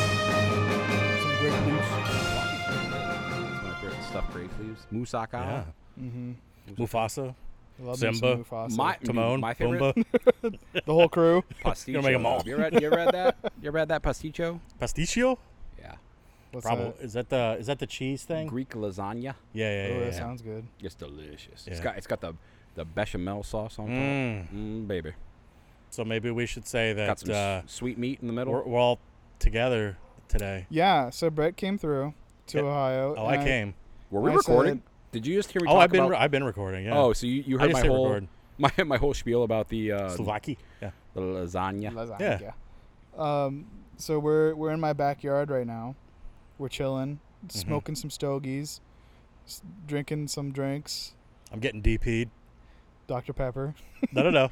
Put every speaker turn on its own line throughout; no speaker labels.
Some great news.
It's my favorite stuff, grape leaves. Musaka.
Yeah. Mufasa.
Mm-hmm. Love
Simba.
Me some Mufasa.
My,
Timon.
my favorite
Pumbaa.
the whole crew.
pasticho.
Gonna make 'em all.
though. You ever, had- you ever read that? You ever had that pasticho?
Pasticcio?
Yeah.
What's
Probably.
that?
Is that the is that the cheese thing?
Greek lasagna.
yeah, yeah,
Oh,
yeah.
that
yeah.
sounds good.
It's delicious. It's
Yeah.
got it's got the the bechamel sauce on top.
Mm.
Mm, baby.
So maybe we should say
Got
that
some
uh,
s- sweet meat in the middle.
we're, we're all together today.
Yeah. So Brett came through to
Yeah.
Ohio.
Oh,
and
I came.
Were we
I
recording?
said-
Did you just hear me
Oh,
talk
I've been
about?
re- I've been recording. Yeah.
oh, so you, you
I
heard my
just hit
whole
record.
my my whole spiel about the uh,
Slovakia. Yeah.
the lasagna.
Lasagna. Um, so we're we're in my backyard right now. We're chilling,
Mm-hmm.
smoking some stogies, s- drinking some drinks,
I'm getting DP'd.
Dr Pepper.
No, no, no.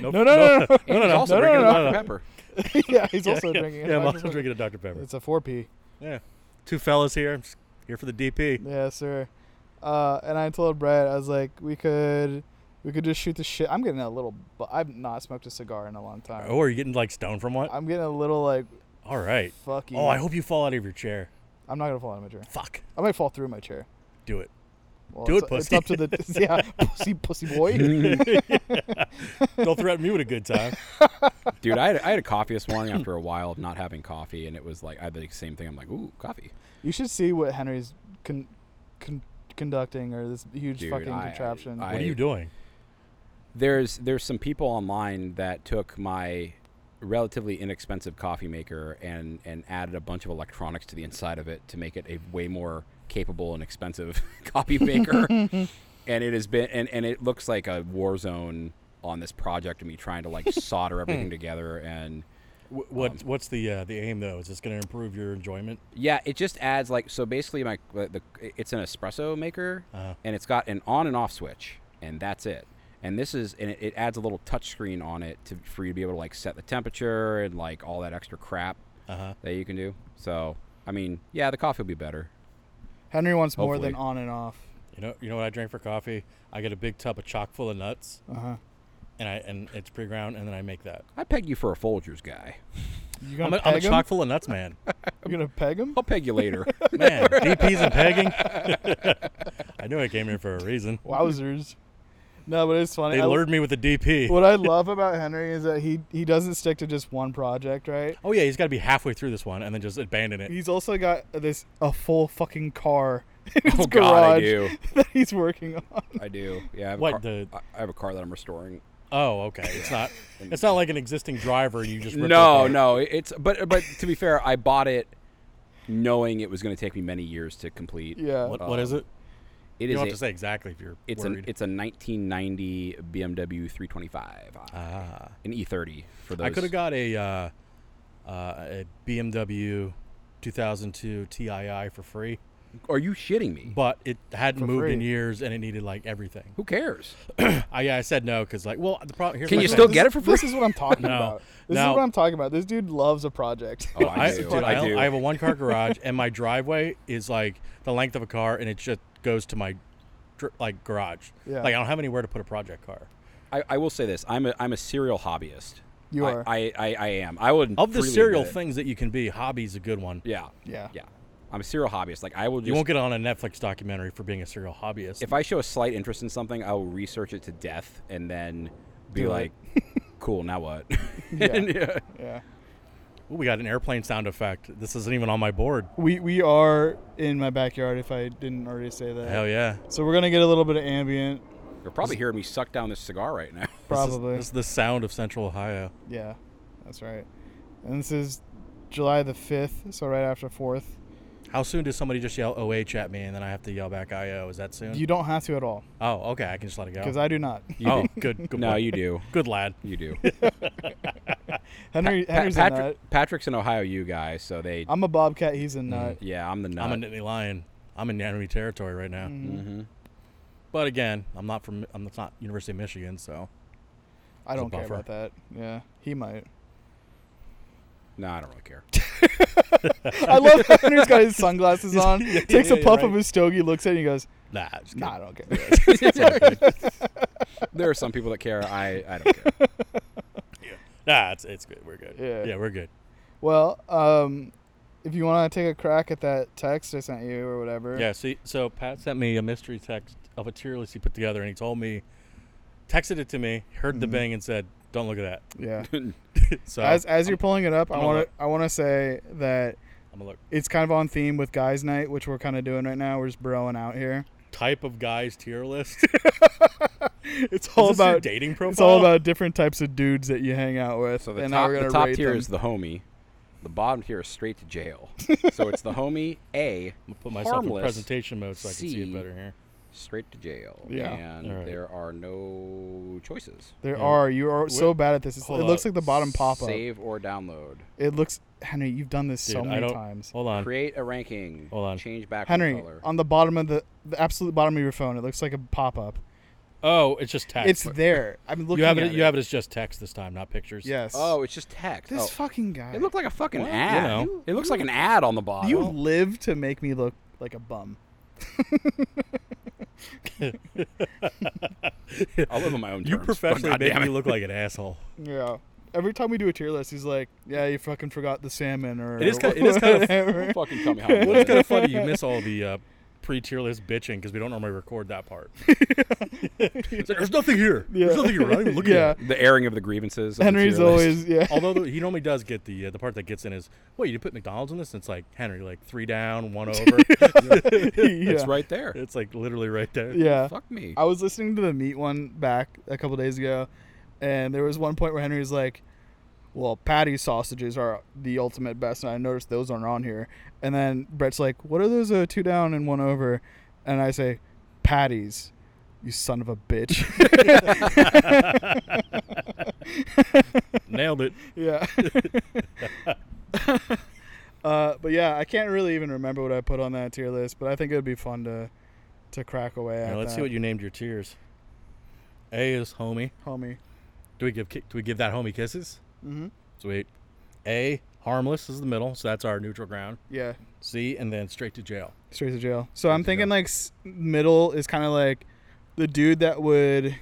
Nope,
No, no, no,
no,
no.
no,
He's
no.
also
no, no,
drinking
no,
a Dr
no.
Pepper.
yeah, he's
Yeah,
also
yeah,
drinking.
Yeah, I'm
Dr.
also
Pepper.
drinking a Dr Pepper.
It's a four P.
Yeah. Two fellas here. I'm just here for the DP.
Yeah, sir. Uh, and I told Brett, I was like, we could, we could just shoot the shit. I'm getting a little. bu- I've not smoked a cigar in a long time.
Oh, are you getting like stoned from what?
I'm getting a little like
All right.
fucking.
Oh, I hope you fall out of your chair.
I'm not gonna fall out of my chair.
Fuck.
I might fall through my chair.
Do it.
Well,
Do
it's,
it, Mm-hmm.
It's up to the yeah, pussy, pussy boy.
Don't threaten me with a good time.
Dude, I had, I had a coffee this morning after a while of not having coffee, and it was like I had the same thing. I'm like, ooh, coffee.
You should see what Henry's con- con- conducting or this huge
Dude,
fucking
I- I-
contraption.
I-
What are you doing?
There's there's some people online that took my relatively inexpensive coffee maker and and added a bunch of electronics to the inside of it to make it a way more capable and expensive coffee maker. and it has been and, and it looks like a war zone on this project of me trying to like solder everything together and
Wh- What What's the uh, the aim though? Is this going to improve your enjoyment?
Yeah, it just adds like so. Basically, my uh, the it's an espresso maker,
Uh-huh.
and it's got an on and off switch, and that's it. And this is and it, it adds a little touch screen on it to for you to be able to like set the temperature and like all that extra crap
Uh huh.
that you can do. So I mean, yeah, the coffee will be better.
Henry wants more than
Hopefully.
on and off.
You know, you know what I drink for coffee? I get a big tub of chock full of nuts,
Uh huh.
and I and it's pre-ground, and then I make that.
I peg you for a Folgers guy.
You
I'm
gonna
a, I'm a
peg him?
chock full of nuts man.
You gonna peg him?
I'll peg you later.
Man, DPs and pegging. I knew I came here for a reason.
Wowzers. No, but it's funny.
They
I-
lured me with a DP.
what I love about Henry is that he he doesn't stick to just one project, right?
Oh yeah, he's got to be halfway through this one and then just abandon it.
He's also got this a full fucking car in his
oh
garage
God, I do.
that he's working on.
I do. Yeah. I have a
What,
car,
the-
I- I have a car that I'm restoring.
Oh, okay. It's not. It's not like an existing driver. You just rip it
No,
apart.
no. it- It's but but to be fair, I bought it knowing it was going to take me many years to complete.
Yeah.
What, what is it?
It
You
is
don't
a-
have to say exactly if you're
It's
worried.
an it's a 1990 BMW 325, uh,
ah.
an E30 for those.
I could have got a uh, uh, a BMW 2002 TII for free,
Are you shitting me?
but it hadn't
For
moved in
free.
years and it needed like everything.
Who cares?
I, yeah, I said no because like, well, the problem here's
Can
my
you
thing.
still
This-
get it for
This
free?
is what I'm talking
No.
about. This
Now-
is what I'm talking about. This dude loves a project.
Oh,
I,
I do.
dude, I,
I do.
I have a one car garage, and my driveway is like the length of a car, and it just goes to my dr- like garage.
Yeah.
Like I don't have anywhere to put a project car.
I, I will say this: I'm a I'm a serial hobbyist.
You
I-
are.
I I, I am. I would
Of the
freely
serial
admit it.
things that you can be, hobby's a good one.
Yeah.
Yeah.
Yeah. I'm a serial hobbyist. Like I will just
You won't get on a Netflix documentary for being a serial hobbyist.
if I show a slight interest in something, I will research it to death and then be
Do it.
like, "Cool, now what?"
Yeah.
And, yeah.
Yeah.
Ooh, we got an airplane sound effect. This isn't even on my board.
We we are in my backyard if I didn't already say that.
Hell yeah.
So we're gonna get a little bit of ambient.
They're probably hearing me suck down this cigar right now.
Probably.
This is the sound of Central Ohio.
Yeah, that's right. And this is July the 5th, so right after 4th.
How soon does somebody just yell OH at me and then I have to yell back IO? Is that soon?
You don't have to at all,
oh, okay. I can just let it go.
because I do not.
You
oh,
do.
good. Good.
no,
boy.
you do.
Good lad.
You do.
Henry,
Pa-
Henry's a nut.
Patrick, Patrick's an Ohio U guy, so they.
I'm a Bobcat, he's
Mm,
a nut.
yeah, I'm the nut.
I'm a Nittany Lion. I'm in enemy territory right now.
Mm.
hmm
But again, I'm not from. I'm it's not University of Michigan, so
I
He's a
don't care
buffer.
about that. Yeah, he might.
No, I don't really care.
I love how Henry's got his sunglasses on,
yeah,
takes
yeah,
a puff
right.
of his stogie, looks at it, and he goes,
nah. I'm just
nah, I
kidding.
don't care.
There are some people that care. I, I don't care.
Nah, it's it's good. We're good.
Yeah.
yeah, we're good.
well, um, if you want to take a crack at that text I sent you or whatever,
Yeah, see, so Pat sent me a mystery text of a tier list he put together, and he told me, texted it to me, heard the
Mhm.
bang, and said, "Don't look at
yeah.
that." So
As as you're pulling it up, I
I'm
want
gonna-
to I want to say that
I'm gonna look.
it's kind of on theme with guys' night, which we're kind of doing right now. We're just broing out here.
Type of guys tier list. Is
It's all
this your
about
dating profile.
it's all about different types of dudes that you hang out with.
So the
and now
top,
we're gonna
the top
rate
tier
them.
is the homie. The bottom tier is straight to jail. so it's the homie A,
I'm gonna put myself
harmless
in presentation mode so I can see
C.
it better here.
straight to jail.
Yeah.
And
Alright.
there are no choices.
There
Yeah.
are you are so bad at this. It's, it
Hold
looks
up.
like the bottom pop up.
Save or download.
It looks Henry, you've done this
Dude,
so
I
many
don't.
times.
Hold on.
Create a ranking.
Hold on.
Change background
Henry,
color.
on the bottom of the the absolute bottom of your phone, it looks like a pop up.
Oh, it's just text.
It's there. I'm looking
you have
at
it. You have it as just text this time, not pictures.
Yes.
oh, it's just text.
this
Oh.
fucking guy.
It looked like a fucking
Well, you
ad.
know.
it looks like an ad on the bottom.
you live to make me look like a bum.
I live on my own terms.
You
but
professionally
goddamn
make me
it.
look like an asshole.
Yeah. Every time we do a tier list, he's like, "Yeah, you fucking forgot the salmon." Or
It is ki- it is kind of-
whatever."
Don't fucking tell me how. I'm
Well,
living.
it's kind of funny. You miss all the uh, pre-tier list bitching because we don't normally record that part. It's like, There's nothing here. There's
Yeah.
nothing here. I'm not even looking
Yeah.
at it.
the airing of the grievances. of the
Henry's
tier list.
always yeah.
Although the, he normally does get the uh, the part that gets in is, wait, you put McDonald's in this? And it's like Henry, like three down, one over.
yeah.
It's right there.
it's like literally right there.
Yeah.
Fuck me.
I was listening to the meat one back a couple days ago, and there was one point where Henry was like, "Well, patty sausages are the ultimate best," and I noticed those aren't on here. And then Brett's like, "What are those? Uh, two down and one over?" And I say, "Patties." You son of a bitch.
Nailed it.
Yeah. uh, but yeah, I can't really even remember what I put on that tier list, but I think it would be fun to to crack away at.
Now, let's
that.
see what you named your tiers. A is homie.
homie.
Do we give ki- do we give that homie kisses?
Mm-hmm.
Sweet. A harmless is the middle, so that's our neutral ground.
Yeah,
C and then straight to jail.
straight to jail. So I'm
to
thinking
jail.
like s- middle is kind of like the dude that would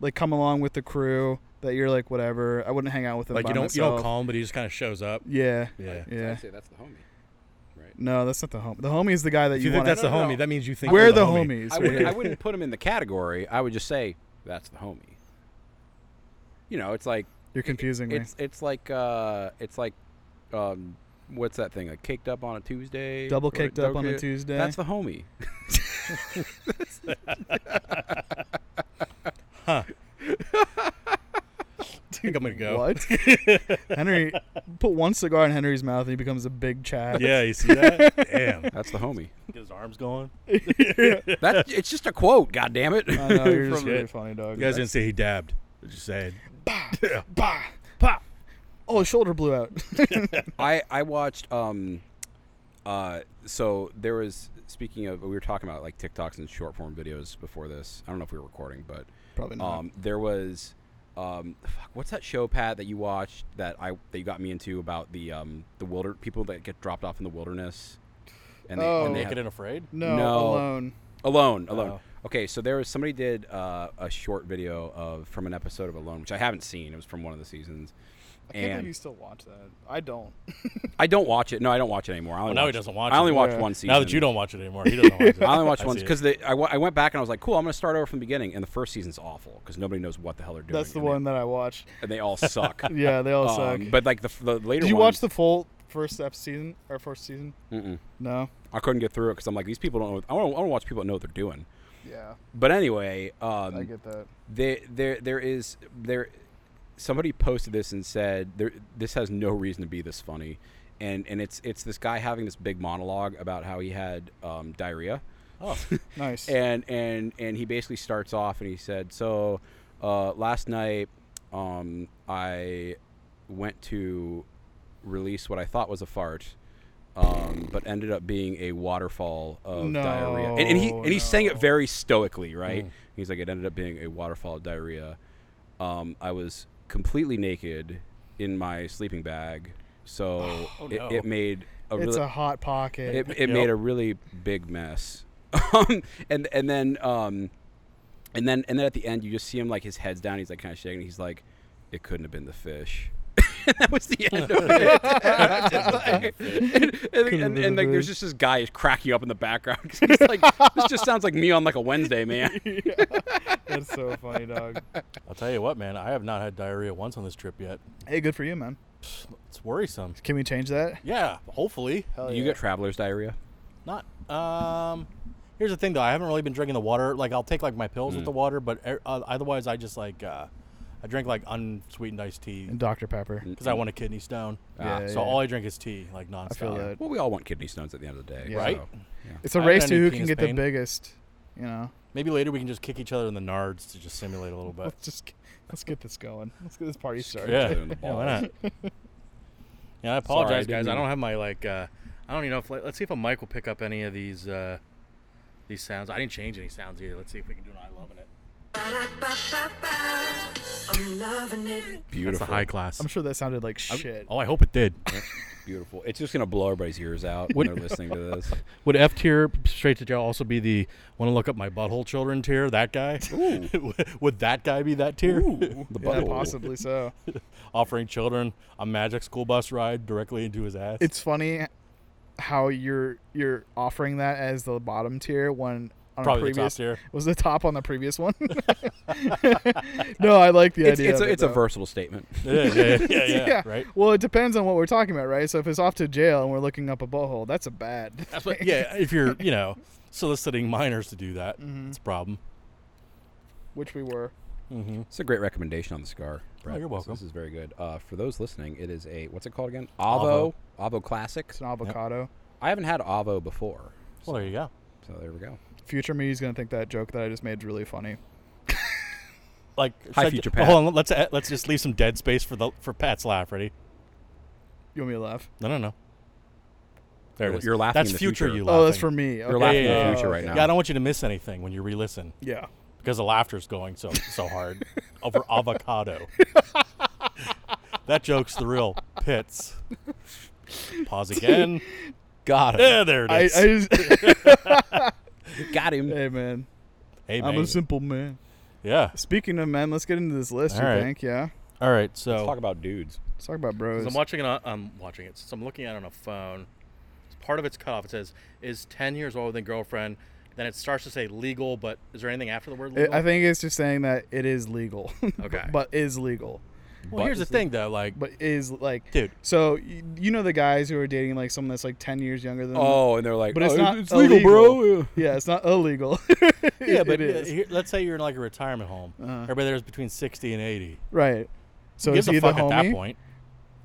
like come along with the crew that you're like whatever. I wouldn't hang out with him.
Like
by
you don't you
myself.
don't call him, but he just kind of shows up.
Yeah,
Yeah.
yeah.
say that's the homie.
No, that's not the homie. The homie is the guy that
If
you,
you think
want.
that's
to
the
No, no,
homie,
no.
that means you think
We're
you're
the
homie.
homies.
I,
We're-
would, I wouldn't put him in the category. I would just say that's the homie. You know, it's like
You're confusing me.
it's it's like uh it's like um what's that thing like caked up on a Tuesday?
Double
Or
caked up on a Tuesday.
That's the homie.
I think I'm gonna go.
What? Henry, put one cigar in Henry's mouth and he becomes a big Chad.
Yeah, you see that? Damn.
That's the homie.
His arms going.
That it's just a quote. God damn it.
I know, you're
From
just really
Shit.
funny, dog.
You guys didn't say he dabbed. I just said.
bah, bah. Oh, his shoulder blew out.
I I watched um uh so there was speaking of we were talking about like TikToks and short form videos before this. I don't know if we were recording, but
Probably not.
um there was um fuck, what's that show Pat that you watched that I that you got me into about the um the wilder people that get dropped off in the wilderness and they,
Oh.
and they
Naked
have-
and afraid.
no,
no.
alone.
Alone, Alone.
Oh.
Okay, so there was somebody did uh, a short video of from an episode of Alone, which I haven't seen. It was from one of the seasons.
I can't believe
And-
you still watch that. I don't.
I don't watch it. No, I don't watch it anymore. I only
now he
watched-
doesn't watch
I
it.
only watched
Yeah.
one season.
Now that you don't watch it anymore, he doesn't watch it.
I only watched
I
once
see it.
because I, wa- I went back and I was like, cool, I'm going to start over from the beginning. And the first season's awful because nobody knows what the hell they're doing.
That's the
and
one that I watched.
They, and they all suck.
Yeah, they all
Um,
suck.
But like the, f- the later
Did you watch
ones,
the full first ep season or first season?
Mm-mm.
No.
I couldn't get through it because I'm like, these people don't know. I want to watch people that know what they're doing.
Yeah,
But anyway,
I
um,
get that.
there there there is there somebody posted this and said there this has no reason to be this funny and and it's it's this guy having this big monologue about how he had um, diarrhea
Oh,
Nice.
and and and he basically starts off and he said so uh, last night um, i went to release what i thought was a fart um, but ended up being a waterfall of diarrhea and, and he
No,
and he sang it
no. Mm.
very stoically right he's like it ended up being a waterfall of diarrhea um, i was completely naked in my sleeping bag so
Oh,
it,
no.
it made a
it's
really
a hot pocket.
it, it made
Yep.
a really big mess. Um, and and then um, and then and then at the end, you just see him like his head's down. He's like kind of shaking. He's like, "It couldn't have been the fish." that was the end of it. and, and, and, and, like, there's just this guy cracking up in the background 'cause he's like, "This just sounds like me on like a Wednesday, man."
That's so funny, dog.
I'll tell you what, man. I have not had diarrhea once on this trip yet.
Hey, good for you, man.
It's worrisome.
Can we change that?
Yeah, hopefully
Hell
you get traveler's diarrhea.
not. Um, here's the thing though. I haven't really been drinking the water. Like I'll take like my pills with the water, but er, uh, otherwise I just like uh, I drink like unsweetened iced tea
and Dr Pepper.
Mm.
because I want a kidney stone.
Yeah,
so
yeah.
all I drink is tea, like nonstop.
I feel that.
Well, we all want kidney stones at the end of the day,
Yeah.
Right?
so, yeah.
It's a
I
race
don't
to
need
who can
penis
get the
pain.
biggest. You know.
Maybe later we can just kick each other in the nards to just simulate a little bit.
Let's just let's get this going. Let's get this party started.
Yeah,
in the
yeah, why
balls.
not? Yeah, I apologize,
I didn't
guys. I
mean-
don't have my like. Uh, I don't even know if like, let's see if a mic will pick up any of these uh, these sounds. I didn't change any sounds either. Let's see if we can do an I loving it.
I'm loving it.
It's
beautiful,
a high class.
I'm sure that sounded like shit.
Oh, I hope it did.
beautiful. It's just gonna blow everybody's ears out when
What-
they're listening to this.
Would F tier straight to jail also be the want to look up my butthole children tier? That guy? Would that guy be that tier?
The
yeah,
butthole.
possibly so.
Offering children a magic school bus ride directly into his ass.
It's funny how you're you're offering that as the bottom tier when on
Probably
a
the top
previous
tier.
was the top on the previous one. no, I like the
it's,
idea.
it's,
of
a,
it,
it's a
though.
versatile statement.
yeah, yeah, yeah, yeah, right.
Well, it depends on what we're talking about, right? So if it's off to jail and we're looking up a butthole, that's a bad.
That's what, yeah, if you're you know soliciting minors to do that, it's a problem.
Which we were.
Mm-hmm.
It's a great recommendation on the scar. Brett.
you're
So
welcome.
this is very good. Uh, for those listening, it is a what's it called again? Avo. Avo Classic.
It's an avocado.
I haven't had Avo before,
Well, there you go.
so there we go.
Future me is gonna think that joke that I just made is really funny.
Like
Hi,
should I-
future Pat.
Hold on, let's uh, let's just leave some dead space for the for Pat's laugh. Ready?
You want me to laugh?
No, no, no. There it
You're-
is.
you're laughing
That's
in the
future.
future.
You laughing?
Oh, that's for me. Okay.
You're laughing
yeah,
in
yeah,
the future
yeah.
right now.
Yeah, I don't want you to miss anything when you re-listen
Yeah.
because the laughter's going so so hard over avocado. that joke's the real pits. Pause again.
Got him.
Yeah, there it
I, I
is.
just,
Got him.
hey man,
hey,
I'm
man.
a simple man.
yeah.
Speaking of men, let's get into this list.
All
you
right.
think? Yeah.
All right.
Let's
So
talk about dudes.
Let's talk about bros.
So I'm watching it. On, I'm watching it. So I'm looking at it on a phone. It's part of it's cut off. It says is 10 years older than girlfriend. Then it starts to say legal, but is there anything after the word
It-
legal?
I think it's just saying that it is legal.
Okay.
but is legal.
well, here's the thing though. Like,
But is like.
Dude.
So y- you know the guys who are dating like someone that's like 10 years younger than. them?
Oh, and they're like,
But it's
"Oh,
not
it's legal,
illegal.
bro.
Yeah, it's not illegal.
yeah,
It-
but
it is.
yeah, here- let's say you're in like a retirement home. Everybody there's between sixty and eighty.
Right. So
Give
is he
the
the
fuck
homie?
at that point.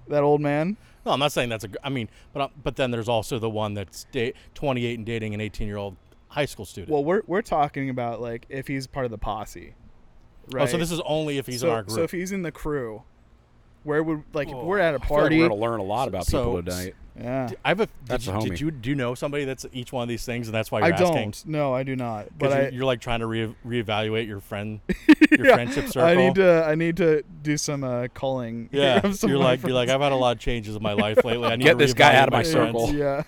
that old man.
No, I'm not saying that's a. gr- I mean, but I'm- but then there's also the one that's da- 28 and dating an 18 year old high school student.
Well, we're we're talking about like if he's part of the posse, right?
Oh, so this is only if he's
so,
in our group.
so if he's in the crew, where would like if we're at a
I feel like
party?
we're gonna learn a lot about
So-
people
so-
tonight.
yeah,
I have a. Did,
That's
you,
a homie.
did you do you know somebody that's each one of these things, and that's why you're
I
asking?
don't. No, I do not.
'Cause
But
you're,
I,
you're like trying to re- reevaluate your friend, your friendship circle.
I need to I need to do some uh, culling.
Yeah,
of some
you're
of my
like you're like I've had a lot of changes in my life lately. I need
Get
to
this guy out of
reevaluate
my
friends.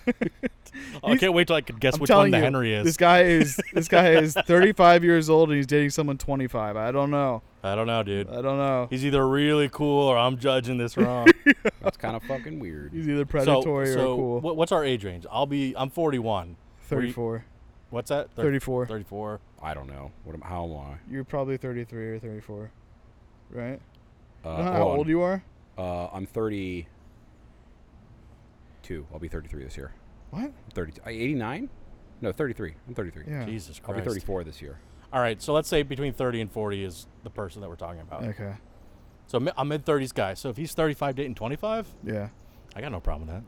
friends.
circle.
Yeah,
Oh, I can't wait till I could guess
I'm
which
telling
one the
you,
Henry is.
This guy is this guy is 35 years old and he's dating someone 25. I don't know.
I don't know, dude.
I don't know.
He's either really cool or I'm judging this wrong.
That's kind of fucking weird.
He's either
so,
predatory
so
or cool.
what- what's our age range? I'll be I'm 41. Were you-
34.
What's that? Thir-
34.
34.
I don't know. What am? How am I?
You're probably 33 or 34, right?
Uh,
You know
hold
how
on.
old you are?
Uh, I'm 32. I'll be 33 this year.
What?
30, 89? No, 33. I'm 33.
Yeah.
Jesus
I'll be
Christ.
34 this year.
All right, so let's say between 30 and 40 is the person that we're talking about.
Okay.
So mi- I'm mid 30s guy. So if he's 35 dating 25,
Yeah.
I got no problem with that.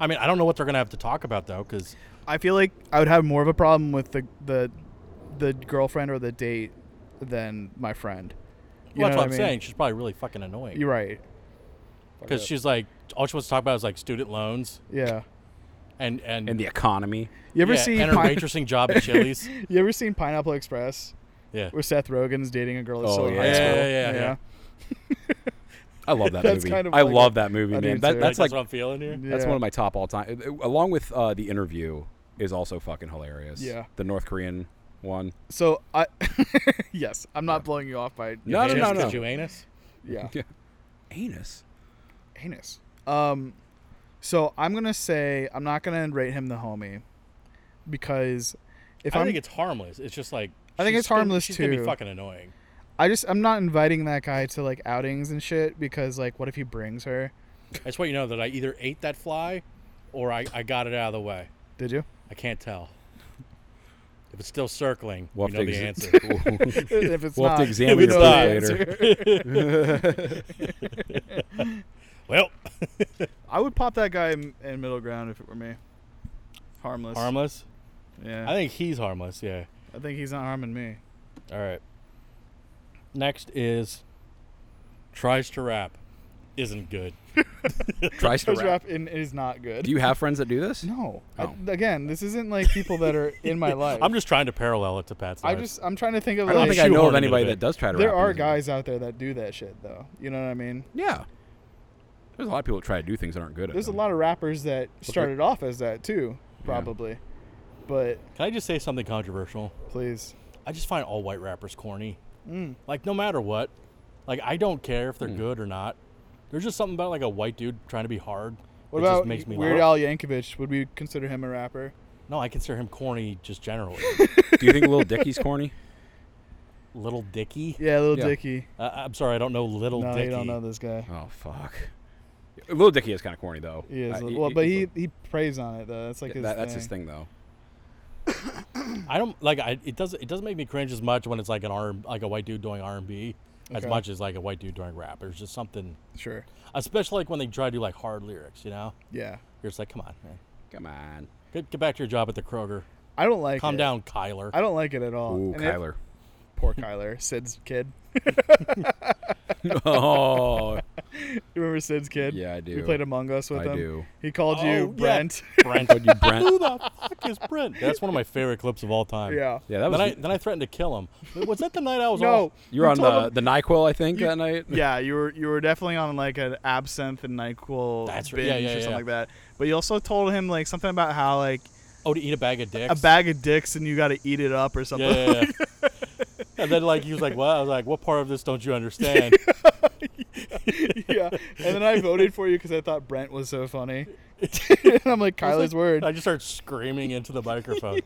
I mean, I don't know what they're going to have to talk about though, because
I feel like I would have more of a problem with the the the girlfriend or the date than my friend. You
well, that's
know
what I'm
I mean?
saying. She's probably really fucking annoying
You're right.
Fuck
because
that.
she's like, all she wants to talk about is like student loans
Yeah.
and and,
and the economy.
You ever
yeah,
see
and her
Pine-
waitressing job at Chili's.
You ever seen Pineapple Express
Yeah,
where Seth Rogen's dating a girl that's
Oh,
still in
yeah.
high school?
Yeah, yeah, yeah.
I love that
That's
movie.
kind of
I
like
love
a-
that movie,
I do
man. That,
too.
that's like
what I'm feeling here.
that's
Yeah.
one of my top all time, along with uh, the interview is also fucking hilarious.
Yeah.
the North Korean one.
So I yes, I'm not blowing you off by
No, no,
Just
no, no.
'cause you anus?
yeah.
Yeah. Anus.
Heinous. Um, so I'm gonna say I'm not gonna rate him the homie because if
I
I
don't
am
think it's harmless. It's just like
I think
she's
it's
gonna-
harmless,
she's gonna be
too.
fucking annoying.
I just I'm not inviting that guy to like outings and shit because like what if he brings her?
I just want you to know that I either ate that fly, or I, I got it out of the way.
Did you?
I can't tell. If it's still circling,
We'll
you
have
know the
to
answer.
exa-
if it's
We'll have
not,
to examine
we
your
know
poop
the
later.
answer.
well,
I would pop that guy in, in middle ground if it were me. Harmless.
harmless.
Yeah.
I think he's harmless. Yeah.
I think he's not harming me.
All right. Next is tries to rap, isn't good.
Tries to
His
rap.
rap in, is not good.
Do you have friends that do this?
no.
Oh.
I, again, this isn't like people that are in my life.
I'm just trying to parallel it to Pat's.
I
life.
just I'm trying to think of
I don't
like
think I know of
shoehorned into
anybody
it.
that does try to.
there
rap
are
music.
guys out there that do that shit though. You know what I mean?
Yeah. There's a lot of people that try to do things that aren't good at.
There's a
them.
lot of rappers that started off as that too, probably. But
can I just say something controversial?
please,
I just find all white rappers corny.
Mm.
Like no matter what, like I don't care if they're good or not. There's just something about like a white dude trying to be hard.
what
that
about
just makes me
Weird
laugh.
Al Yankovic? Would we consider him a rapper?
No, I consider him corny just generally.
Do you think Little Dicky's corny?
Little Dicky.
Yeah, Little
Yeah.
Dicky.
Uh, I'm sorry, I don't know Little
no,
Dicky.
you don't know this guy.
Oh fuck. Little Dicky is kind of corny though.
He
Uh,
is. well, but he he preys on it though. That's like his.
that,
thing.
that's his thing though.
I don't like. I it doesn't it doesn't make me cringe as much when it's like an R like a white dude doing R and B as
Okay.
much as like a white dude doing rap. There's just something,
Sure.
especially like when they try to do like hard lyrics. You know,
Yeah.
you're just like, come on, man.
Come on.
Get, get back to your job at the Kroger.
I don't like.
Calm
it.
down, Kyler.
I don't like it at all.
Ooh,
Oh, And it-
Kyler.
poor Kyler. Sid's kid.
oh,
You remember Sid's kid?
Yeah, I do.
We played Among Us with
I
him.
do.
He called
Oh,
you
yeah.
Brent.
Brent.
you Brent.
Who the fuck is Brent? That's one of my favorite clips of all time.
Yeah.
Yeah, that was.
then I then I threatened to kill him. Wait, Was that the night I was
No.
off?
you were on
told
the, the Nyquil, I think,
You-
that night.
yeah, you were you were definitely on like an absinthe and Nyquil
That's right.
binge
Yeah, yeah,
or something
yeah.
like that. But you also told him like something about how like
uh,
Oh, to eat a bag of dicks.
a bag of dicks and you got to eat it up or something.
Yeah, yeah, yeah. and then like he was like, "What?" I was like, "What part of this don't you understand?"
Yeah. And then I voted for you because I thought Brent was so funny. and I'm like Kyler's word.
I just started screaming into the microphone.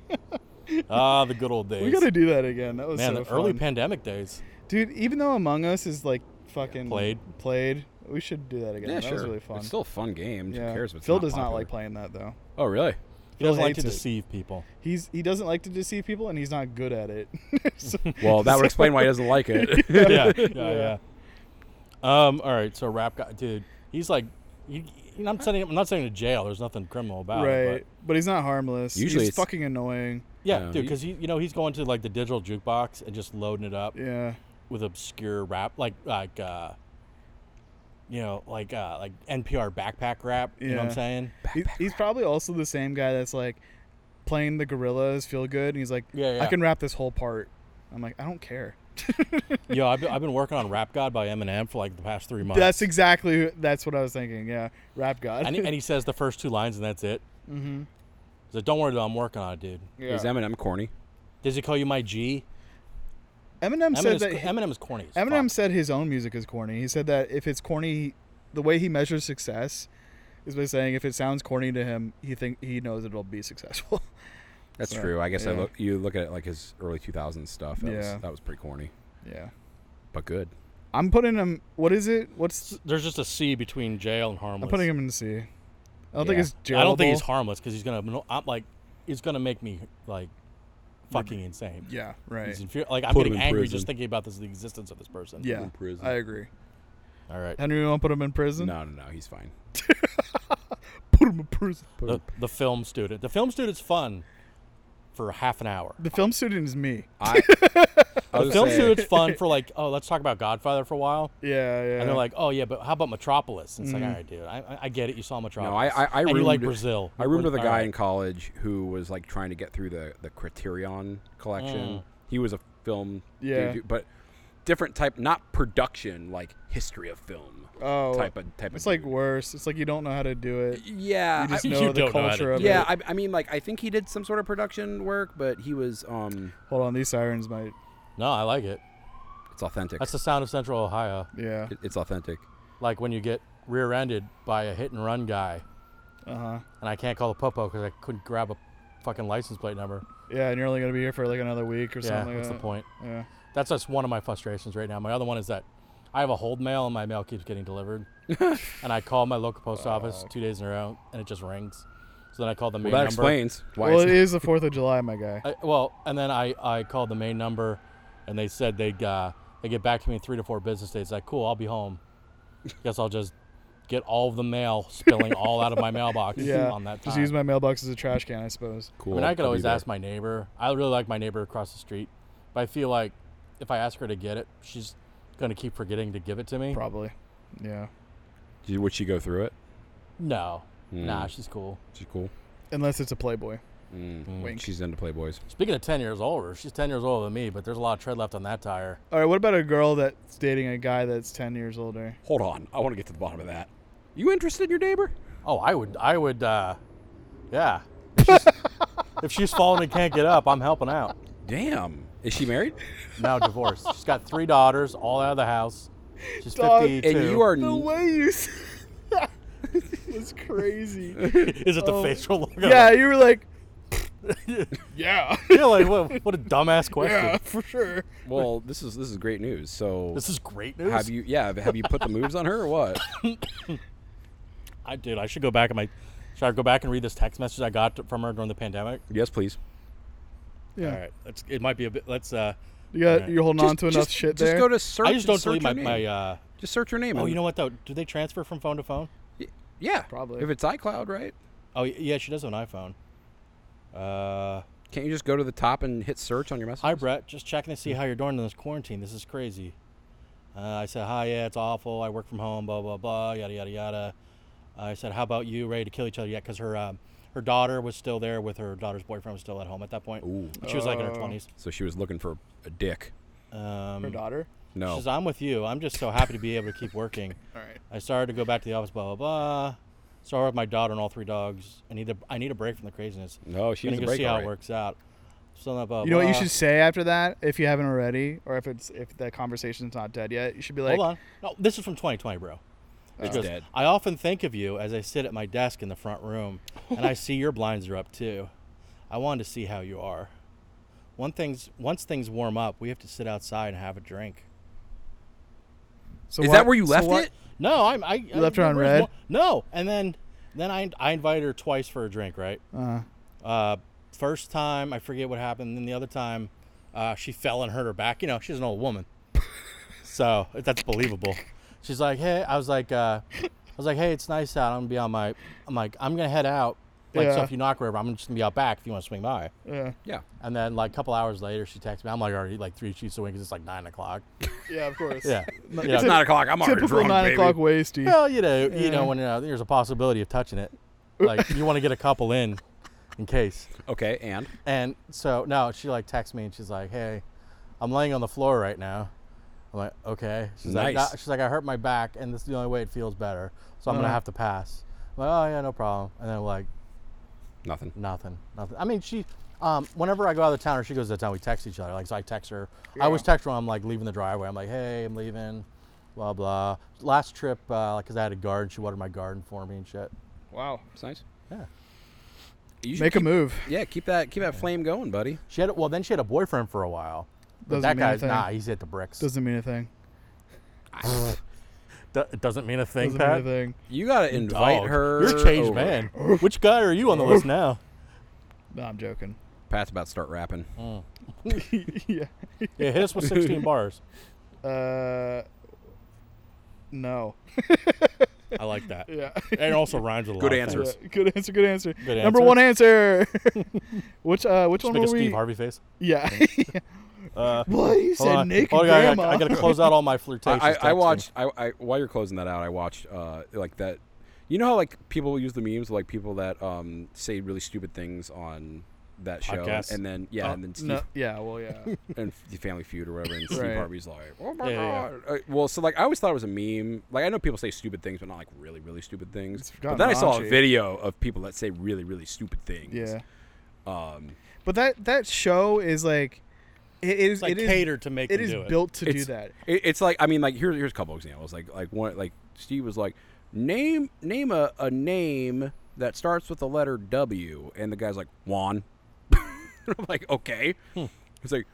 Ah, the good old days.
We gotta do that again. That was
Man,
so
the early
fun.
pandemic days.
dude. Even though Among Us is like fucking
Played.
played, we should do that again.
yeah,
that
sure.
was really fun.
It's still a fun game.
yeah.
Who cares? If it's
Phil
not
does not
popular.
like playing that though.
Oh, really?
He doesn't like
hates
to
it.
deceive people.
He's he doesn't like to deceive people and he's not good at it. So-
Well, that would explain why he doesn't like it.
yeah, yeah, yeah. Um, all right, so rap guy, dude, he's like, you, you know, I'm sending, I'm not saying to jail. There's nothing criminal about it.
right,
but-
but he's not harmless.
Usually
he's
it's-
fucking annoying.
yeah,
Yeah,
dude,
he-
because he, you know, he's going to like the digital jukebox and just loading it up
Yeah,
with obscure rap, like like, uh, you know, like uh, like NPR backpack rap. You know what I'm
Yeah.
saying?
He- he's probably also the same guy that's like playing the gorillas feel good, and he's like,
Yeah, yeah.
I can rap this whole part." I'm like, I don't care.
Yo, I've been, I've been working on Rap God by Eminem for like the past three months.
That's exactly who- that's what I was thinking. Yeah, rap god.
and, he- and he says the first two lines and that's it. Mm-hmm. He's like, "Don't worry, though, I'm working on it, dude."
yeah.
Is Eminem corny?
Does he call you my G?
Eminem
Eminem
said
is,
that
co- Eminem is corny. as
Eminem
fuck.
said his own music is corny. He said that if it's corny, the way he measures success is by saying if it sounds corny to him, he think he knows it'll be successful.
That's
So,
true. I guess I
yeah.
look. You look at like his early 2000s stuff. That
Yeah.
was that was pretty corny,
yeah,
but good.
I'm putting him. What is it? What's
There's just a C between jail and harmless.
I'm putting him in C. I don't think
Yeah.
it's jailable.
I don't think he's harmless because he's gonna. I'm like, is going to make me like fucking insane.
Yeah, right.
It's infuri- like I'm
Put him
getting
in
angry
prison.
just thinking about this, the existence of this person.
Yeah,
in prison.
I agree.
All right.
Henry, you want to put him in prison?
No, no, no. He's fine.
Put him in prison.
The, the film student. The film student's fun for half an hour.
The film student is me.
I, I
The
was
film
gonna say,
student's fun for like, oh, let's talk about Godfather for a while.
Yeah, yeah.
And they're like, oh yeah, but how about Metropolis? And it's like, all right, dude, I, I- I get it. You saw Metropolis.
Mm-hmm. no, I, I, I
and you like
roomed-
Brazil.
I roomed
We're-
with a
all
guy
right.
in college who was like trying to get through the the Criterion
Mm.
collection. He was a film, dude,
Yeah.
dude, but different type, not production, like history of film
oh,
type of type.
it's
of
like
dude.
worse. It's like you don't know how to do it.
yeah,
You just
I,
know
you
the
don't know how to
culture
do
of
yeah.
it.
I, I mean, like I think he did some sort of production work, but he was um,
Hold on, these sirens might.
No, I like it.
it's authentic.
That's the sound of Central Ohio.
Yeah.
It- it's authentic.
Like when you get rear-ended by a hit and run guy,
Uh huh.
and I can't call the popo because I couldn't grab a fucking license plate number.
Yeah, and you're only gonna be here for like another week or
yeah,
something. like
what's the
that.
point?
Yeah.
That's just one of my frustrations right now. My other one is that I have a hold mail and my mail keeps getting delivered. and I call my local post office two days in a row and it just rings. So then I call the main
Oh. Well, that
number.
explains why.
well,
it's
it is the Fourth of July, my guy.
I, well, and then I, I called the main number and they said they'd uh, they get back to me in three to four business days. Like, cool, I'll be home. Guess I'll just get all of the mail spilling all out of my mailbox
yeah.
on that time.
Just use my mailbox as a trash can, I suppose.
cool.
I mean, I could
I'll be
always
there.
ask my neighbor. I really like my neighbor across the street, but I feel like if I ask her to get it, she's gonna keep forgetting to give it to me.
Probably. Yeah.
Did- Would she go through it?
No,
Mm.
nah, she's cool.
She's cool.
Unless it's a Playboy.
Mm.
Wink.
She's into Playboys.
Speaking of ten years older, she's ten years older than me, but there's a lot of tread left on that tire.
All right. What about a girl that's dating a guy that's ten years older?
Hold on, I want to get to the bottom of that. You interested in your neighbor?
Oh, I would, I would, uh, yeah. If she's, if she's falling and can't get up, I'm helping out.
Damn. Is she married?
Now divorced. She's got three daughters, all out of the house. She's
Dog, and
fifty-two.
And you are
The way you. s- was crazy.
Is it the
Oh.
facial look?
yeah, you were like. yeah.
Yeah, like what, what a dumbass question.
yeah, for sure.
well. This is this is great news. So
This is great news.
have you yeah have- have you put the moves on her or what?
I dude, I should go back and my should I go back and read this text message I got from her during the pandemic?
yes, please.
Yeah.
All right, let's, it might be a bit. Let's. uh
You got.
Okay.
You're holding on to enough
just,
shit
Just
there.
go to search.
I just don't
search
delete my,
her
my
name.
uh
just search her name.
Oh,
and-
you know what though? Do they transfer from phone to phone?
Yeah,
Probably.
If it's iCloud, right?
Oh y- yeah, she does have an iPhone. Uh
Can't you just go to the top and hit search on your message?
Hi Brett, just checking to see how you're doing in this quarantine. This is crazy. Uh, I said, Hi, yeah, it's awful. I work from home, blah blah blah, yada yada yada. I said, How about you ready to kill each other yet? Because her um, her daughter was still there with her daughter's boyfriend was still at home at that point.
Ooh.
She was like in her
Oh.
twenties.
So she was looking for a dick.
Um,
Her daughter.
No.
She says, I'm with you. I'm just so happy to be able to keep working.
All right.
I started to go back to the office, blah, blah, blah. Started with my daughter and all three dogs. I need a, I need a break from the craziness.
no, she was
Gonna
a
go
break.
see how
alright.
it works out. So, blah, blah,
You know what you
blah.
should say after that, if you haven't already, or if it's if that conversation's not dead yet, you should be like,
Hold on. No, this is from 2020, bro. It goes,
dead.
I often think of you as I sit at my desk in the front room and I see your blinds are up too. I wanted to see how you are. One thing's, once things warm up, we have to sit outside and have a drink.
So
Is
why-
that where you
so
left
why-
it?
No, I'm, I I
left her on
there was
red?
one- No, and then then I I invited her twice for a drink, right?
Uh,
Uh, first time I forget what happened, then the other time uh, she fell and hurt her back. You know, she's an old woman, so that's believable. She's like, hey, I was like, uh, I was like, hey, it's nice out. I'm gonna be on my. I'm like, I'm gonna head out. Like, so
Yeah.
if you knock her over, I'm just gonna be out back if you want to swing by.
yeah.
Yeah.
And then like a couple hours later, she texts me. I'm like already like three sheets away because it's like nine o'clock.
Yeah, of course.
Yeah.
No,
Yeah.
It's nine o'clock. I'm already
Typical
drunk,
nine
baby.
o'clock wasty.
Well, you know, you
Yeah.
know when uh, there's a possibility of touching it, like you want to get a couple in, in case.
Okay, and
And so no, she like texts me and she's like, "Hey, I'm laying on the floor right now." I'm like, "Okay." She's like,
Nice.
"No," she's like, "I hurt my back, and this is the only way it feels better, so I'm gonna
Uh-huh.
have to pass." I'm like, "Oh yeah, no problem." And then like
nothing.
nothing, nothing. I mean, she. Um, whenever I go out of town or she goes out of town, we text each other. Like, so I text her. I always text her when I'm like leaving the driveway. I'm like, hey, I'm leaving, blah, blah. Last trip, uh, like, cause I had a garden. She watered my garden for me and shit.
Wow.
It's nice.
Yeah.
You should
Make a
keep-
move.
Yeah, keep that keep that flame going, buddy.
She had well, then she had a boyfriend for a while. But
Doesn't
that
mean a
guy's
thing.
nah, he's hit the bricks.
Doesn't mean a thing.
Do- it doesn't mean a thing,
Doesn't
Pat.
mean a thing.
You gotta invite
Dog,
her.
You're a changed
over.
man. Which guy are you on the list now?
No, I'm joking.
Pat's about to start rapping.
yeah.
Yeah, hit us with 16 bars.
Uh, no.
I like that.
Yeah.
And also rhymes with a
Good
lot of
answers.
things.
Yeah, good answer. Good answer.
Good
Number
answer.
one answer. which uh, which
Just
one
make
were
a Steve
we?
Harvey face.
Yeah.
Uh,
what you
hold
said,
on.
Nick
Hold
and
on, I gotta-
Grandma.
I got to close out all my flirtations.
I, I, I watched. I, I while you're closing that out, I watched uh, like that. You know how like people use the memes, like people that um, say really stupid things on that show,
Podcasts.
and then yeah, and then Steve,
Oh, No, yeah. Well, yeah.
and F- Family Feud or whatever, and Steve
Right.
Harvey's like, oh my
Yeah, yeah,
god. Uh, well, so like I always thought it was a meme. Like I know people say stupid things, but not like really, really stupid things.
It's
But
John
then I saw a
Raunchy.
video of people that say really, really stupid things.
yeah.
Um,
But that that show is like, it is
It's like
it is
catered to make
it
them
is
do it.
built to do
It's-
that.
It, it's like I mean, like here's here's a couple examples. Like like one like Steve was like name name a, a name that starts with the letter W, and the guy's like Juan. I'm like okay.
Hmm.
He's like,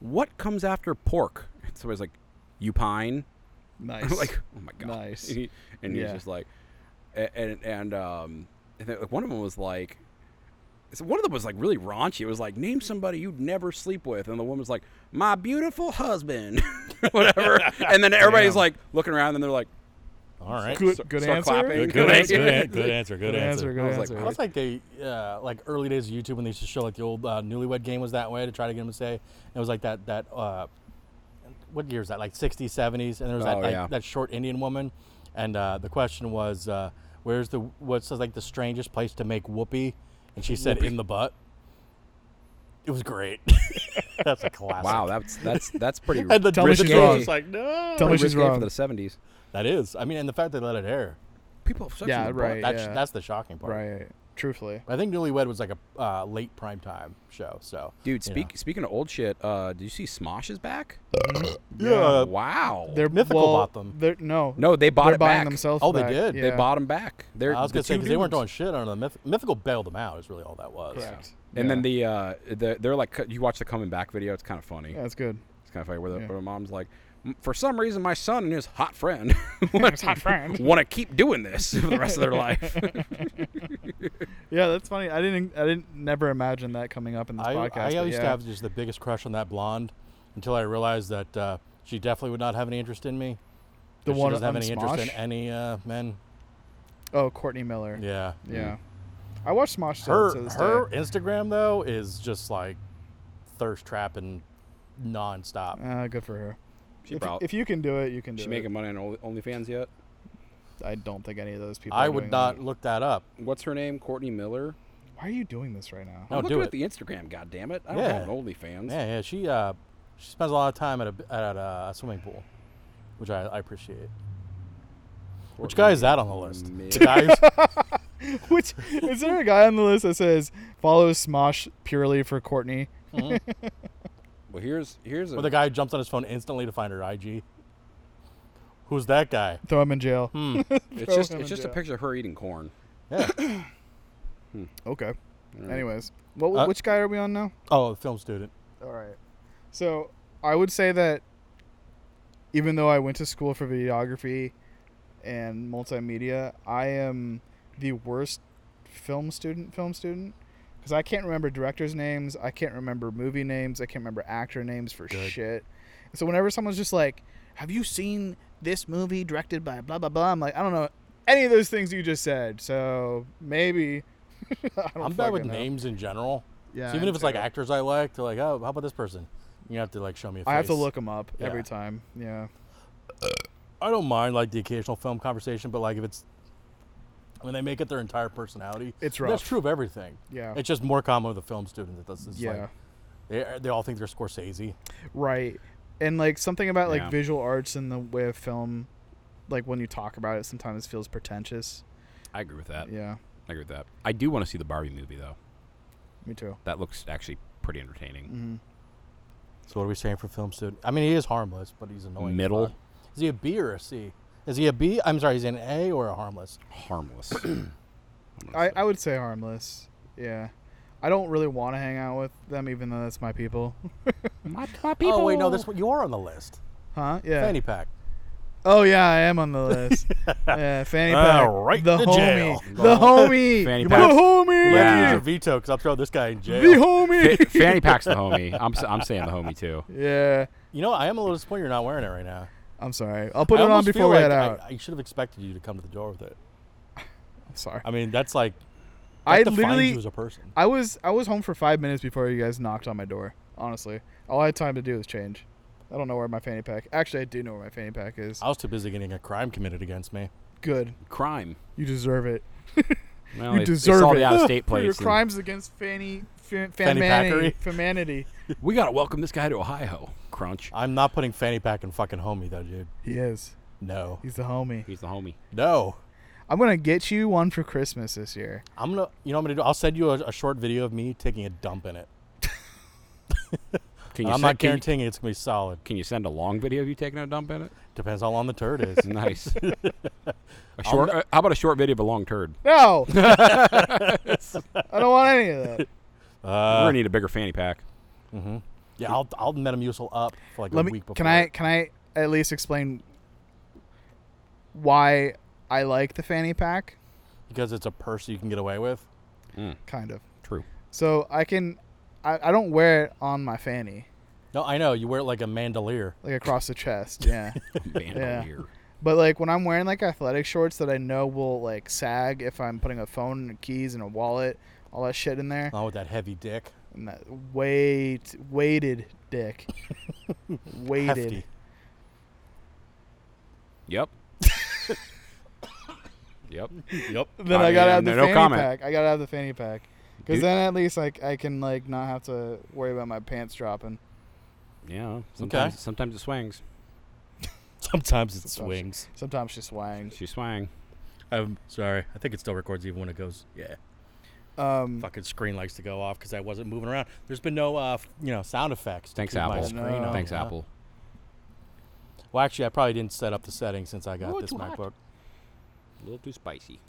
what comes after pork? And somebody's like, you pine.
Nice.
I'm like oh my god.
Nice.
And, he, and he's
Yeah.
just like, a- and and um, and then, like one of them was like. So one of them was like really raunchy. It was like name somebody you'd never sleep with, and the woman was like my beautiful husband, whatever. And then everybody's
Damn.
like looking around, and they're like,
All right.
good
start-
good
start
answer.
clapping. Good
Good, good, answer,
answer.
good, an- good answer. Good
Good answer.
answer.
Good
I was like,
answer.
I
That's like they, uh, like early days of YouTube when they used to show like the old uh, Newlywed Game was that way to try to get them to say. It was like that that uh, what year is that? Like 60s, 70s, and there was that
Oh,
like,
yeah.
that short Indian woman, and uh, the question was, uh, where's the what's like the strangest place to make whoopee? And she said in the butt. It was great. That's a classic.
wow, that's that's that's pretty.
And the
Tell me she's
risque-
wrong.
It's like no.
Tell me
pretty
she's
risque
wrong.
for the seventies.
That is. I mean, and the fact they let it air.
People have sex in
Yeah,
the
right.
butt.
That's
Yeah.
that's the shocking part.
Right. Truthfully.
I think Newlywed was like a uh, late prime time show. So,
Dude,
you know.
speak, speaking of old shit, uh, did you see Smosh is back?
Yeah. uh,
wow.
They're
Mythical
well,
bought them.
They're, no.
no, they bought
They're
it
buying
back.
themselves.
Oh, they
back.
did?
Yeah.
They bought them back. They're,
I was
the
gonna say
two
because they weren't
dudes.
doing shit under the myth- mythical bailed them out. Is really all that was.
Correct.
And then the uh, the they're like you watch the coming back video. It's kind of funny.
Yeah, that's good.
It's kind of funny where the,
Yeah.
where the mom's like, "M- for some reason, my son and his hot friend
hot friend.
want to keep doing this for the rest of their life.
Yeah, that's funny. I didn't. I didn't. Never imagine that coming up in this
I,
podcast.
I
but
used to
yeah.
have just the biggest crush on that blonde until I realized that uh, she definitely would not have any interest in me.
the
She
one
doesn't have
on
any interest in
Smosh?
any uh, men.
Oh, Courtney Miller.
Yeah.
Yeah. I watched Smosh still
Her
to this
her
day.
Instagram though is just like thirst trapping nonstop.
Uh, good for her.
She
if,
prob-
if you can do it, you can do
She
it.
making money on Only- OnlyFans yet?
I don't think any of those people.
I
are
would
doing
not
that.
look that up.
What's her name? Courtney Miller.
Why are you doing this right now?
No,
I'm
do
looking
it.
at the Instagram. God damn it! I don't
Yeah.
have an OnlyFans.
Yeah, yeah. She uh, she spends a lot of time at a at a swimming pool, which I, I appreciate. Which guy is that on the list? The
Miller.
guy who's-
Which is there a guy on the list that says follows Smosh purely for Courtney?
well, here's here's a,
or the guy who jumps on his phone instantly to find her IG. Who's that guy?
Throw him in jail.
Hmm.
it's just
Throw him
it's
in
just a
jail.
picture of her eating corn.
Okay. Anyways, what
Uh,
which guy are we on now?
Oh, the film student.
All right. So I would say that even though I went to school for videography and multimedia, I am the worst film student. Film student because I can't remember directors' names. I can't remember movie names. I can't remember actor names for shit. So whenever someone's just like, "Have you seen this movie directed by blah blah blah?" I'm like, I don't know any of those things you just said. So maybe I don't
I'm bad with
fucking know.
names in general.
Yeah,
So even
I'm
if it's like
terrible.
actors I like, they're like, oh, how about this person? You have to like show me a face.
I have to look them up every
Yeah.
time. Yeah.
I don't mind like the occasional film conversation, but like if it's when they make it their entire personality,
It's
and That's
rough.
true of everything.
Yeah.
it's just more common with the film student that does this.
Yeah.
like, they uh, they all think they're Scorsese.
Right. And like something about like
Yeah.
visual arts and the way of film, like when you talk about it, sometimes feels pretentious.
I agree with that.
Yeah,
I agree with that. I do want to see the Barbie movie though.
me too.
That looks actually pretty
Mm-hmm.
entertaining.
So what are we saying for film student? I mean, he is harmless, but he's annoying. as
Middle.
fuck. Is he a B or a C? Is he a B? I'm sorry, is he an A or a harmless?
Harmless.
I, I would say harmless. Yeah. I don't really want to hang out with them, even though that's my people.
my, my people.
Oh wait, no, this one you are on the list.
huh? Yeah.
Fanny pack.
Oh yeah, I am on the list. yeah, fanny pack.
All right,
the
to
homie,
jail.
the homie,
Fanny
the
pack.
homie,
Yeah.
Your veto, because I'll throw this guy in
the
jail.
homie.
Fa- fanny pack's the homie. I'm s- I'm saying the homie too.
yeah,
You know, I am a little disappointed you're not wearing it right now.
I'm sorry. I'll put
I
it on
almost feel
before we
like
head
I-
out.
I, should have expected you to come to the door with it.
I'm sorry.
I mean, that's like that
I
defines you
literally,
as a person.
I was, I was home for five minutes before you guys knocked on my door. Honestly, all I had time to do was change. I don't know where my fanny pack. Actually, I do know where my fanny pack is.
I was too busy getting a crime committed against me.
Good.
Crime.
You deserve it.
Well,
you
they- they
deserve
saw
it.
the out-of-state
For
plates.
your
and
crimes against fanny, fan,
Fanny
fanmanity-
packery.
fanmanity.
We gotta welcome this guy to Ohio. Crunch.
I'm not putting fanny pack in fucking homie though, dude.
He is.
No,
He's the homie.
He's the homie.
no.
I'm gonna get you one for Christmas this year.
I'm gonna, you know, what I'm gonna do. I'll send you a, a short video of me taking a dump in it.
Can
I'm
send- can
not
you-
guaranteeing it's gonna be solid.
Can you send a long video of you taking a dump in it?
Depends how long the turd is.
Nice. a short. uh, how about a short video of a long turd?
No, I don't want any of that.
We're gonna need a bigger fanny pack.
Uh, yeah, I'll I'll Metamucil up for like
Let
a
me.
week before.
Can I? Can I at least explain why I like the fanny pack?
Because it's a purse you can get away with.
Kind of.
True.
So I can. I, I don't wear it on my fanny,
No, I know you wear it like a mandolier.
like across the chest. Yeah.
Bandolier.
But like when I'm wearing like athletic shorts that I know will like sag if I'm putting a phone and keys and a wallet, all that shit in there,
Not Oh, with that heavy dick.
and that weight weighted dick, weighted.
Hefty.
Yep. yep.
Yep.
Then
Uh,
I,
I
gotta
mean,
have the
no- no
fanny
comment.
pack. I gotta have the fanny pack. Because
Dude.
then at least like I can like not have to worry about my pants dropping.
Yeah. Sometimes, sometimes it swings.
Sometimes it
Sometimes.
swings.
Sometimes she swangs.
She swang.
I'm sorry. I think it still records even when it goes. Yeah.
Um,
Fucking screen likes to go off because I wasn't moving around. There's been
No, uh, f- you know, sound effects. to
Thanks,
keep my
Apple.
screen
No.
up,
Thanks,
you know?
Apple.
Well, actually, I probably didn't set up the settings since I got
Oh,
this
too hot.
MacBook.
A little too spicy.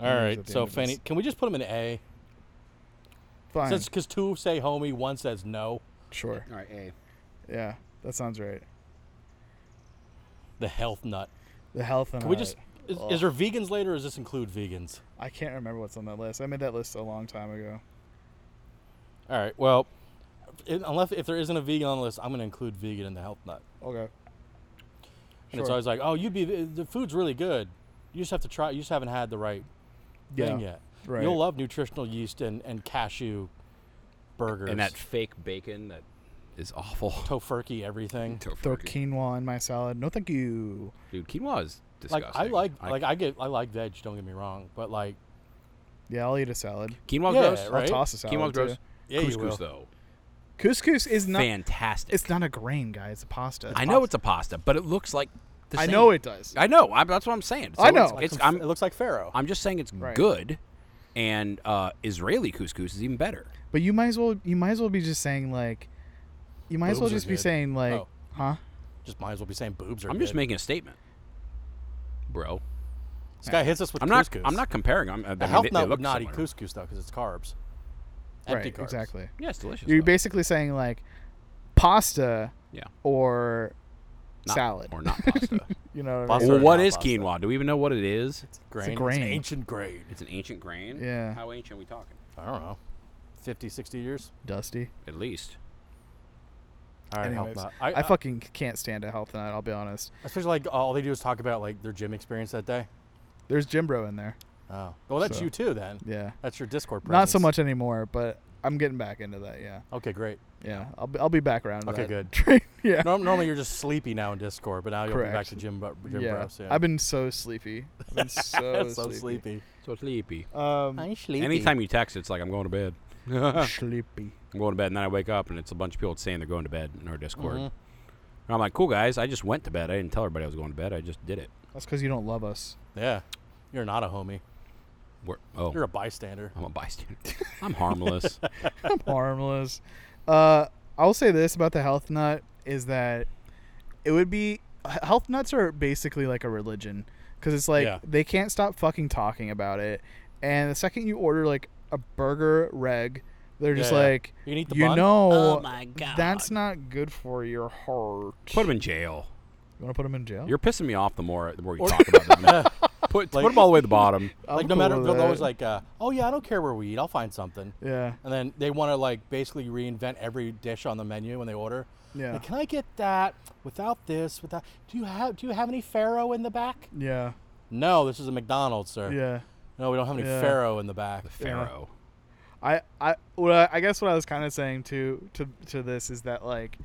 All
at
right,
the
so
end of
Fanny,
this.
can we just put them in A?
fine.
Since because two say homie, one says no.
sure.
All right, A.
Yeah, that sounds right.
The health nut.
The health and
Can we
all
just?
that.
Is, is there vegans later? or Does this include vegans?
I can't remember what's on that list. I made that list a long time ago.
All right. Well, it, unless if there isn't a vegan on the list, I'm going to include vegan in the health nut.
Okay.
And it's
Sure.
always like, oh, you'd be the food's really good. You just have to try. You just haven't had the right thing yet.
right.
You'll love nutritional yeast and, and cashew burgers
And that fake bacon that is awful.
tofurkey everything.
Throw quinoa in my salad. No, thank you.
Dude, quinoa is
Like
disgusting.
I like like I get I like veg. Don't get me wrong, but like
Yeah, I'll eat a salad.
quinoa's
Yeah,
gross.
I'll
Right?
toss a salad.
Quinoa's
too.
gross.
Yeah, you
Couscous
will.
though,
Couscous is not.
fantastic.
It's not a grain, guys. It's a pasta.
I know it's a pasta, but it looks like. The
I
same.
know it does.
I know. I'm, that's what I'm saying.
I know.
It's, it's,
Conf- it
I'm,
looks like farro.
I'm just saying it's
Right.
good, and uh, Israeli couscous is even better.
But you might as well you might as well be just saying like you might as well
Boobs are
just be
good.
saying like
Oh.
huh?
just might as well be saying boobs are.
I'm just
good.
making a statement, bro.
This guy hits us with
I'm not.
couscous.
I'm not comparing. I'm. I
The
mean,
health
they- they
nut
look
would not eat
similar.
couscous though, because it's carbs. Empty
right,
carbs.
exactly.
Yeah, it's delicious.
You're
though.
basically saying like pasta
yeah,
or
Not-
salad.
or not pasta.
You know what I
Pasta.
mean?
well,
or
what
not
is
pasta.
quinoa? Do we even know what it is?
Grain. It's
grain.
ancient grain.
It's an ancient grain.
Yeah.
How ancient are we talking?
I don't know. 50, 60 years.
Dusty.
At least.
All right,
Anyways,
health nut.
I, fucking can't stand a health nut, I'll be honest.
Especially like all they do is talk about like their gym experience that day.
There's Jim Bro in there.
Oh, well, that's
So-
you too then.
Yeah.
That's your Discord. Presence.
Not so much anymore, but I'm getting back into that, yeah.
Okay, great.
Yeah. I'll be, I'll be back around to
Okay,
that.
good.
train. yeah.
Norm- normally you're just sleepy now in Discord, but now you'll be back
Correct.
to gym, bu- gym
yeah.
bros. Yeah.
I've been so sleepy. I've been so,
so sleepy.
sleepy.
So sleepy.
Um
sleepy.
Anytime you text, it's like I'm going to bed.
sleepy.
I'm going to bed, and then I wake up, and it's a bunch of people saying they're going to bed in our
Mm-hmm.
Discord. And I'm like, cool guys, I just went to bed. I didn't tell everybody I was going to bed. I just did it.
That's cuz you don't love us.
Yeah. You're not a homie.
We're, oh,
You're a bystander.
I'm a bystander. I'm harmless.
harmless. Uh, I'll say this about the health nut is that it would be he- health nuts are basically like a religion because it's like
Yeah.
they can't stop fucking talking about it, and the second you order like a burger reg, they're just
Yeah.
like
You can eat the
you
bun?"
know that's not good for your heart.
Put him in jail.
You want to put him in jail?
You're pissing me off the more the more you talk about it. man. Put put
Like-
them all the way to the bottom.
I'm
like no
cool
matter,
with
they're
that.
always like, uh, oh yeah, I don't care where we eat, I'll find something.
yeah,
And then they want to like basically reinvent every dish on the menu when they order.
Yeah.
Like, Can I get that without this? Without do you have do you have any farro in the back?
yeah,
No, this is a McDonald's, sir.
yeah.
No, we don't have any
Yeah.
farro in the back.
Pharaoh.
I, I, what I, I guess what I was kind of saying to, to, to this is that like,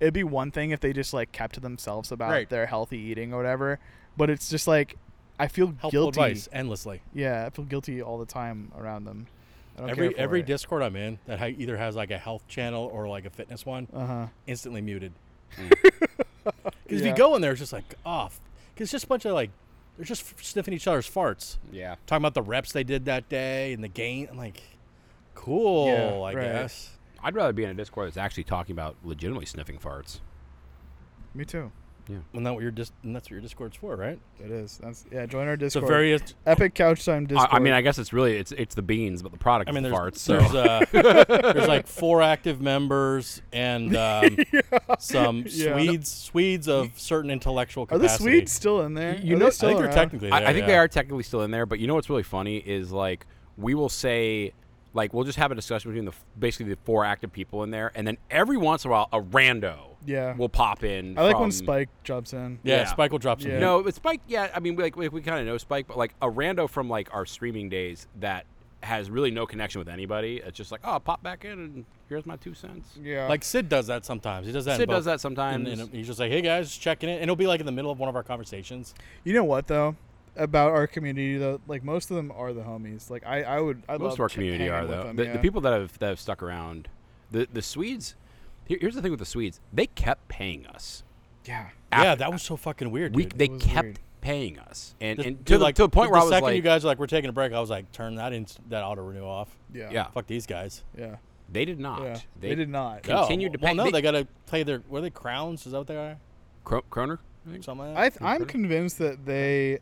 it'd be one thing if they just like kept to themselves about
Right.
their healthy eating or whatever, but it's just like, I feel
Helpful
guilty.
advice endlessly.
Yeah, I feel guilty all the time around them. I don't
Every
care for
every
it.
Discord I'm in that ha- either has like a health channel or like a fitness one,
Uh-huh.
instantly muted.
Hmm.
Because if
Yeah.
you go in there, it's just like off. Because it's just a bunch of like, they're just f- sniffing each other's farts,
Yeah.
talking about the reps they did that day and the gain. I'm like, cool,
Yeah,
I
right.
guess.
I'd rather be in a Discord that's actually talking about legitimately sniffing farts.
Me too.
And that what your dis- and that's what your Discord's for, right?
It is. That's yeah. Join our
It's a
Discord.
very.
Epic couch time
I,
Discord.
I mean, I guess it's really it's it's the beans, but the product
I mean,
is
there's
the farts. So
there's, uh, there's like four active members and um, some
Yeah.
Swedes Swedes of certain intellectual
are the
capacity.
Swedes still in there?
You know-
Are they
I
I
still
think they're
around?
technically.
I,
there,
I think
yeah.
they are technically still in there. But you know what's really funny is like we will say like we'll just have a discussion between the f- basically the four active people in there, and then every once in a while a rando
Yeah.
will pop in.
I like
from-
when Spike jumps in.
Yeah,
Yeah.
Spike will drop some.
Yeah.
hints.
No, but Spike. Yeah, I mean, we, like we, we kind of know Spike, but like a rando from like our streaming days that has really no connection with anybody. It's just like, oh, pop back in and here's my two cents.
Yeah.
Like Sid does that sometimes. He does that. in
uh, Sid does
both-
that sometimes.
And, and he's just like, "Hey guys, just checking it," and it'll be like in the middle of one of our conversations.
you know what though about our community though, like most of them are the homies. Like I, I would. I
Most
love
of our
ch-
community are
hanging with
though.
them,
the,
yeah.
the people that have that have stuck around, the the Swedes. Here, here's the thing with the Swedes. They kept paying us.
yeah,
Yeah.
After-
that was so fucking weird.
We,
dude.
they
was
kept
weird.
paying us, and,
Just-
and
dude,
to, the, to the point
the
where I was
second
like,
you guys are like, "We're taking a break," I was like, "Turn that in, that auto renew off."
Yeah.
yeah,
Fuck these guys.
Yeah.
they did not.
Yeah. They, did not.
Yeah. Continued
no.
to
well,
pay-
no,
they-
they, gotta play their. Were they crowns? Is that what they are?
Cro- Croner, I think?
Something like that.
I th- I'm convinced that they,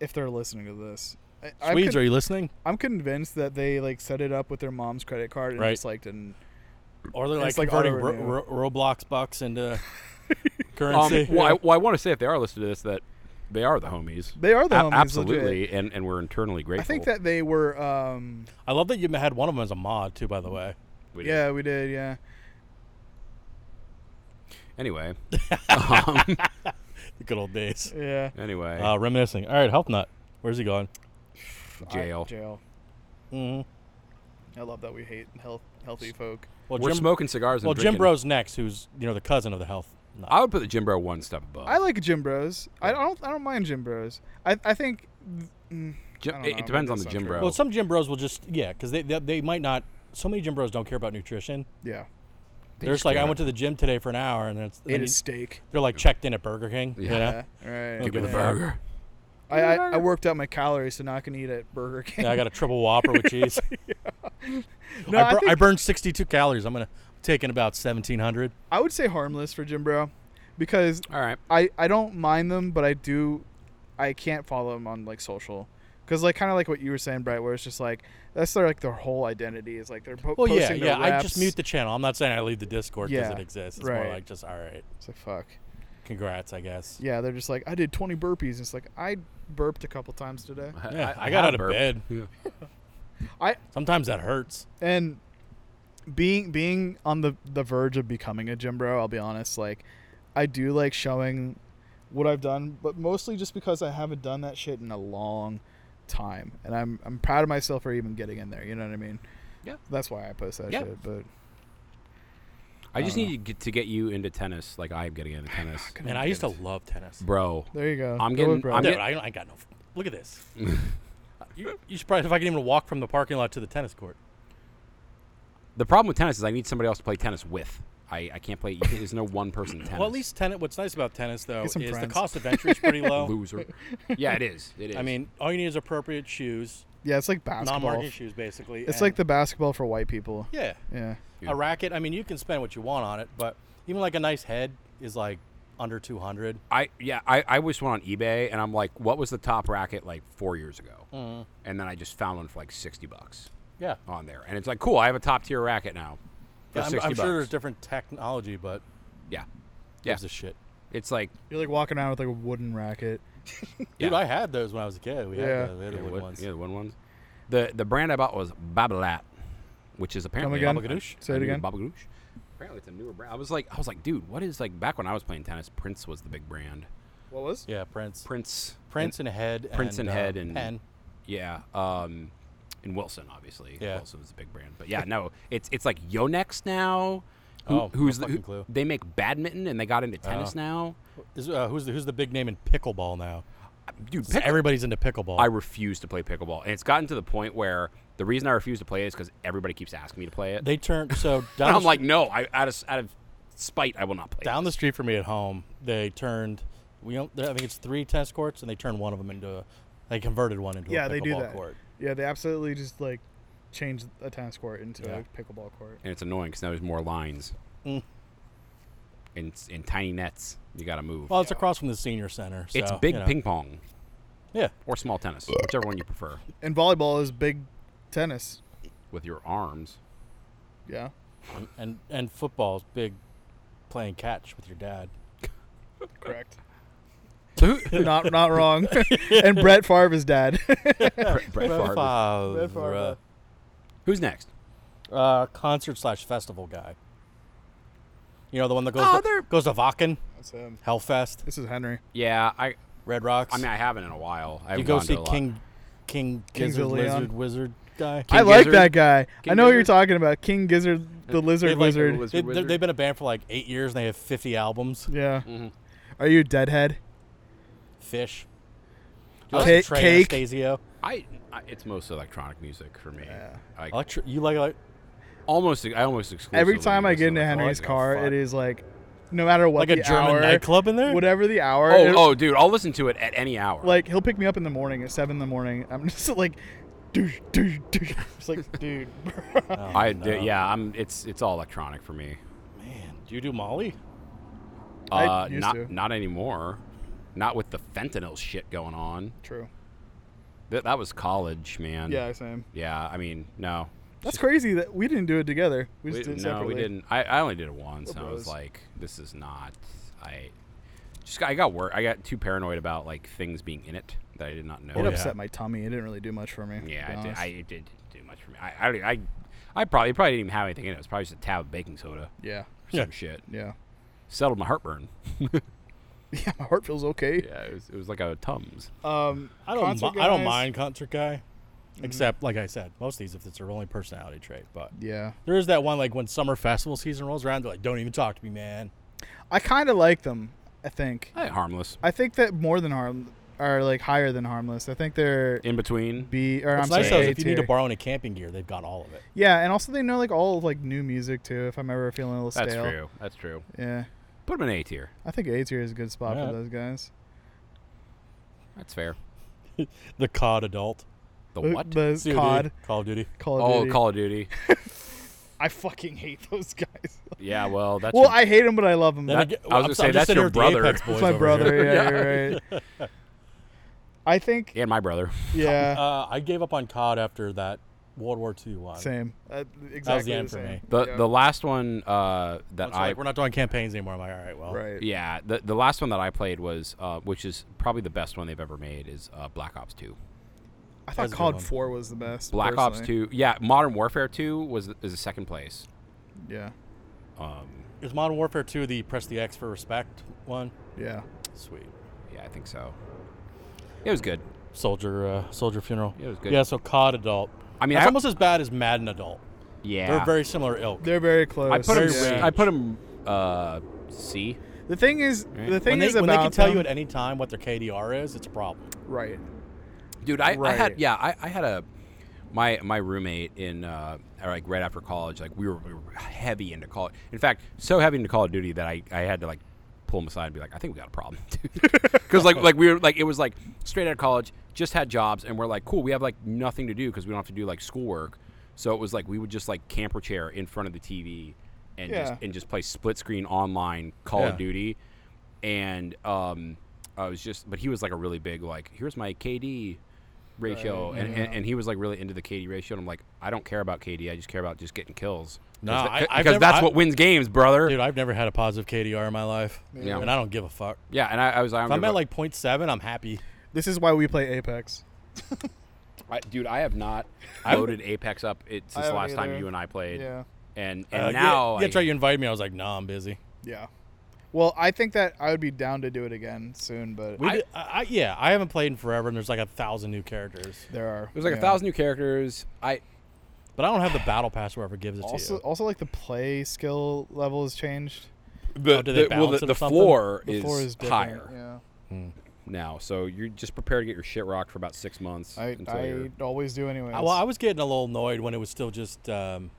if they're listening to this, I- I'm
Swedes,
con-
are you listening?
I'm convinced that they like set it up with their mom's credit card and
Right.
just like didn't.
Or they're like
It's like
converting
auto
Ro-
renew.
Ro- Roblox bucks into
Um,
currency.
well, I, well, I want to say if they are listening to this, that they are the homies.
They are the
A-
homies.
absolutely,
legit.
and and we're internally grateful.
I think that they were. um
I love that you had one of them as a mod too. By the way,
We did.
Yeah, we did. Yeah.
Anyway, um,
the good old days.
Yeah.
anyway,
Uh, reminiscing. All right, help nut. Where's he going?
jail.
I, jail.
Mm-hmm.
I love that we hate health healthy folk.
Well,
We're
Jim,
smoking cigars. And
well, Jim
drinking.
Bro's next, who's you know the cousin of the health. nut.
I would put the Jim Bro one step above.
I like Jim Bros. I don't. I don't mind Jim Bros. I. I think. mm,
Jim,
I don't
it,
know,
it depends
maybe
on the
that's
Jim
not
Bro.
true.
well, some Jim Bros will just yeah, because they, they they might not. So many Jim Bros don't care about nutrition.
Yeah.
They
They're
just
just like,
care
I
about-
went to the gym today for an hour, and it's
It
and
is
you-
steak.
they're like checked in at Burger King. you
Yeah.
know?
Yeah. Right.
Give me the
Yeah.
burger.
I, I, I worked out my calories, so now I can eat at Burger King.
Yeah, I got a triple Whopper with cheese.
no,
I,
I,
bur- I
think-
burned 62 calories. I'm gonna taking about 1700.
I would say harmless for Jim Bro, because
All right.
I, I don't mind them, but I do, I can't follow them on like social, because like kind of like what you were saying, Brett, where it's just like that's their like their whole identity is like they're po-
Well, yeah,
posting their
yeah. I
reps.
just mute the channel. I'm not saying I leave the Discord because
Yeah,
it exists. It's
right.
more like just all right.
It's like fuck.
Congrats, I guess.
Yeah, they're just like I did 20 burpees. It's like I burped a couple times today.
Yeah, I,
had
got out of
burp.
bed.
Yeah.
I
Sometimes that hurts.
and being being on the the verge of becoming a gym bro i'll be honest like i do like showing what i've done but mostly just because i haven't done that shit in a long time and i'm i'm proud of myself for even getting in there you know what i mean
Yeah.
that's why i post that
Yeah.
shit but
I just need to get, to get you into tennis, like I'm getting into tennis,
And I used to love tennis.
bro.
there you go
I'm
Go with
getting-
bro.
I'm
Dude,
get-
I, I ain't got no. Look at this. you, you should probably if I can even walk from the parking lot to the tennis court.
The problem with tennis is I need somebody else to play tennis with. I, I can't play. you can't- There's no one person tennis.
Well, at least tennis. What's nice about tennis though is
some
the
friends.
cost of entry is pretty low.
loser. yeah, it is. It is.
I mean, all you need is appropriate shoes,
yeah it's like basketball
non-marking shoes, basically.
it's
and-
like the basketball for white people
yeah.
yeah
Yeah.
a racket. I mean, you can spend what you want on it, but even like a nice head is like under two hundred.
I yeah, I, I was one on eBay and I'm like, what was the top racket like four years ago?
Mm.
And then I just found one for like sixty bucks
Yeah,
on there, and it's like, cool, I have a top tier racket now for
I'm,
sixty
I'm
bucks.
sure there's different technology, but
yeah,
yeah.
yeah,
gives a shit.
It's like
You're like walking around with like a wooden racket.
Dude,
Yeah.
I had those when I was a kid. We had
Yeah.
those. We had
yeah,
the wood
what-
ones.
yeah, the wooden ones. The the brand I bought was Babolat, which is apparently
again?
Baba Ganoush.
Say it
I knew
again.
Baba Ganoush. Apparently, it's a newer brand. I was like, I was like, dude, what is like back when I was playing tennis? Prince was the big brand.
What was?
Yeah, Prince.
Prince,
Prince and Head.
Prince and
uh,
Head and
Penn.
Yeah. Um, and Wilson, obviously.
Yeah.
Wilson was a big brand, but yeah, no, it's it's like Yonex now. Who,
Oh, no
who's the,
fucking
who-
clue.
they make badminton and they got into tennis
Oh.
now.
Is, uh, who's the who's the big name in pickleball now?
Dude,
So
pick,
Everybody's into pickleball.
I refuse to play pickleball, and it's gotten to the point where the reason I refuse to play it is because everybody keeps asking me to play it.
they turned so down
and
the
I'm like, no, I out of out of spite, I will not play.
down the street from me at home, they turned. We don't. I think it's three tennis courts, and they turned one of them into. a They converted one into
Yeah,
a
they do
pickleball
that.
court.
Yeah, they absolutely just like changed a tennis court into
Yeah.
a pickleball court.
and it's annoying because now there's more lines.
Mm.
And it's in tiny nets, you got to move.
Well, it's across from the senior center. So,
it's big
you know.
ping pong
Yeah,
or small tennis, whichever one you prefer,
And volleyball is big tennis.
with your arms.
Yeah.
and and football's big, playing catch with your dad.
Correct.
So who,
not not wrong. and Brett Favre is dad.
Brett Favre.
uh, Favre.
Favre.
Who's next?
Uh, concert slash festival guy. You know the one that goes
Oh,
to,
they're-
goes to Vakken,
That's him.
Hellfest,
This is Henry.
Yeah, I.
Red Rocks.
I mean, I haven't in a while. I
you
haven't
go
gone to
see
a lot.
King, King
Kings
Gizzard
of Leon.
Lizard Wizard guy.
King
I like
Gizzard?
that guy. I
King
know what you're
Gizzard?
talking about. King Gizzard, the lizard
have, like,
wizard.
Liz-
They,
Wizard Wizard?
have been a band for like eight years, and they have fifty albums.
yeah.
Mhm.
Are you a deadhead?
Fish.
you like Cake-
Trey
cake?
Anastasio.
I, I. It's mostly electronic music for me.
Yeah.
I
Electro- you like like,
almost. I almost exclusively.
Every time I
listen
get into
to
Henry's
electronic.
car,
Fuck.
it is like, no matter what
like a
the
German
hour,
nightclub in there?
whatever the hour. it-
Oh, oh, dude, I'll listen to it at any hour.
Like he'll pick me up in the morning at seven in the morning. I'm just like, douche, douche, douche. It's like, dude, bro.
Oh,
I
no.
d- yeah, I'm. It's it's all electronic for me.
Man, do you do Molly?
Uh,
I used
not
to.
not anymore. Not with the fentanyl shit going on.
True.
That that was college, man.
Yeah, same.
Yeah. I mean, no.
That's crazy that we didn't do it together. We just
We-
did it
no,
separately.
we didn't. I, I only did it once,
We're
and I was
bros.
like, this is not. I just got, I got work. I got too paranoid about like things being in it that I did not know.
It
Oh,
upset
yeah.
my tummy. It didn't really do much for me. to
Yeah,
be
I did,
honest.
I, it did do much for me. I, I, I, I probably it probably didn't even have anything in it. It was probably just a tab of baking soda
yeah,
or
Yeah.
some shit.
yeah,
Settled my heartburn.
yeah. My heart feels okay.
Yeah, it was, it was like a Tums.
Um,
I don't.
concert
mi- I don't
guys- Mm-hmm.
mind concert guy, except like I said, most of these if it's their only personality trait. But
Yeah,
there is that one like when summer festival season rolls around, they're like, "Don't even talk to me, man."
I kind of like them. I think.
Eh, harmless.
I think that more than harm are like higher than harmless. I think they're
In between.
B or
What's
I'm
nice though
sorry,
is
A
if you need to
tier.
borrow any camping gear, they've got all of it.
Yeah, and also they know like all of like new music too. If I'm ever feeling a little
That's
stale.
true. That's true.
Yeah,
Put them in A tier.
I think A tier is a good spot
Yeah.
for those guys.
That's fair.
The COD adult.
The
Uh,
what?
The
COD.
COD,
Call of Duty.
Call of
oh,
Duty.
Call of Duty.
I fucking hate those guys.
Yeah, well, that's
well,
your-
I hate them, but I love them.
Then
That-
again-
I was
I'm
gonna
so-
say,
I'm just
that's your
sitting here with the
brother.
Apex
It's
boys
my
over here.
brother. Yeah, you're right. I think.
and my brother.
Yeah.
Uh, I gave up on COD after that World War II one.
Same. Uh, exactly
That was the end for
same.
me.
The
Yeah.
the last one uh, that
It's
I
like, we're not doing campaigns anymore. I'm like, all right, well,
right.
yeah the the last one that I played was uh, which is probably the best one they've ever made is uh, Black Ops Two.
I
That's
thought
a good
COD
one.
Four was the best.
Black Ops
personally.
Two. Yeah, Modern Warfare Two was is a second place.
Yeah.
Um,
is Modern Warfare 2 the press the X for respect one?
Yeah.
Sweet.
yeah, I think so. It was good.
Soldier, uh, soldier funeral.
Yeah, it was good.
Yeah, so COD adult.
I mean,
That's
I-
almost as bad as Madden adult.
Yeah,
They're very similar ilk.
They're very close.
I put him.
very
yeah.
rare.
I put him uh, C.
The thing is,
Right.
the thing
when they,
is
when
about
they can tell you e- at
them-
any time what their KDR is, it's a problem.
right.
Dude, I, I had
Right.
yeah, I, I had a my my roommate in uh, or, like right after college. Like we were, we were heavy into Call. In fact, so heavy into Call of Duty that I, I had to like pull him aside and be like, I think we got a problem, because like like we were like it was like straight out of college, just had jobs, and we're like, cool, we have like nothing to do because we don't have to do like schoolwork. So it was like we would just like camper chair in front of the TV and
Yeah.
just and just play split screen online Call
Yeah.
of Duty, and um, I was just, but he was like a really big like, here's my KD ratio, and, and, and he was like really into the KD ratio. And I'm like, I don't care about KD. I just care about just getting kills.
No,
because, tha-
I-
c-
I've
because
never-
that's
I-
what wins games, brother.
Dude, I've never had a positive KDR in my life.
Yeah.
And I don't give a fuck.
yeah, and I, I was like,
If I'm at like 0.7, I'm happy.
This is why we play Apex.
I, dude, I have not
I'm-
loaded Apex up it, since the
haven't
last time
either.
you and I played.
Yeah.
And and
Uh, yeah-
now
yeah,
I-
try you invited me. I was like, nah, I'm busy.
Yeah. Well, I think that I would be down to do it again soon, but
We did- I, I, yeah, I haven't played in forever, and there's like a thousand new characters.
there are.
there's like
yeah.
a thousand new characters. I
But I don't have the battle pass. Whoever gives it
Also,
to
also like the play skill level has changed.
the,
Oh, do they
the- well,
balance
the,
it
the
or something?
floor,
The
is
floor is different.
higher
Yeah.
now, so you're just prepared to get your shit rocked for about six months.
I,
until
I
you're-
always do anyway.
you. I, Ah, well, I was getting a little annoyed when it was still just um,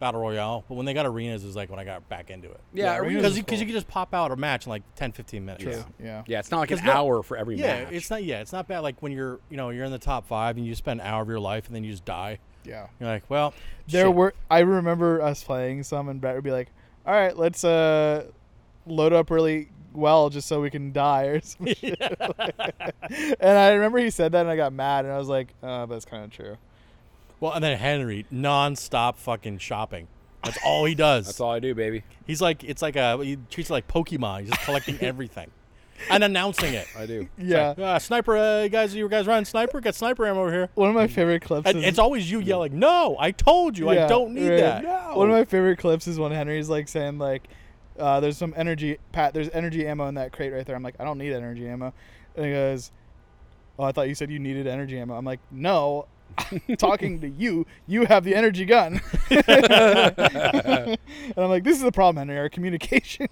battle royale, but when they got arenas, it was like when I got back into it.
yeah,
yeah,
arenas
arenas
because
is
you,
cool.
cause you could just pop out a match in like 10, 15 minutes.
True.
yeah.
yeah, it's not like an
'cause no-
hour for every
Yeah,
match.
it's not. Yeah, it's not bad. Like when you're, you know, you're in the top five and you spend an hour of your life and then you just die.
Yeah.
You're like, well,
There
shit.
were I remember us playing some and Brett would be like, "All right, let's uh load up really well just so we can die or some shit." and I remember he said that and I got mad and I was like, "Uh, that's kind of true."
Well, and then Henry nonstop fucking shopping. That's all he does.
That's all I do, baby.
He's like, it's like a he treats it like Pokemon. He's just collecting everything and announcing it.
I do.
Yeah.
Uh, sniper, uh, you guys, you guys run sniper. Got sniper ammo over here.
One of my favorite clips
And
is
it's always you yelling, "No, I told you, I
Yeah,
don't need
right.
that."
One of my favorite clips is when Henry's like saying like, uh, "There's some energy, Pat. There's energy ammo in that crate right there." I'm like, "I don't need energy ammo," and he goes, "Oh, I thought you said you needed energy ammo." I'm like, "No." I'm talking to you, you have the energy gun, and I'm like, "This is the problem, Henry. Our communication."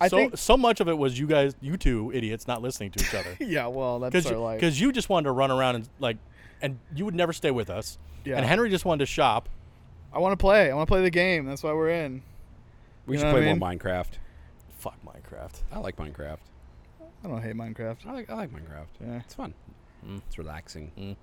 I
so
think,
so much of it was you guys, you two idiots, not listening to each other
yeah. Well, that's
because
our life.
because you, just wanted to run around and like, and you would never stay with us.
Yeah.
And Henry just wanted to shop.
I want to play. I want to play the game. That's why we're in.
We
You
should
know what
play
I
more Minecraft.
Fuck Minecraft.
I like Minecraft.
I don't hate Minecraft.
I like I like Minecraft.
Yeah.
It's fun.
Mm.
It's relaxing.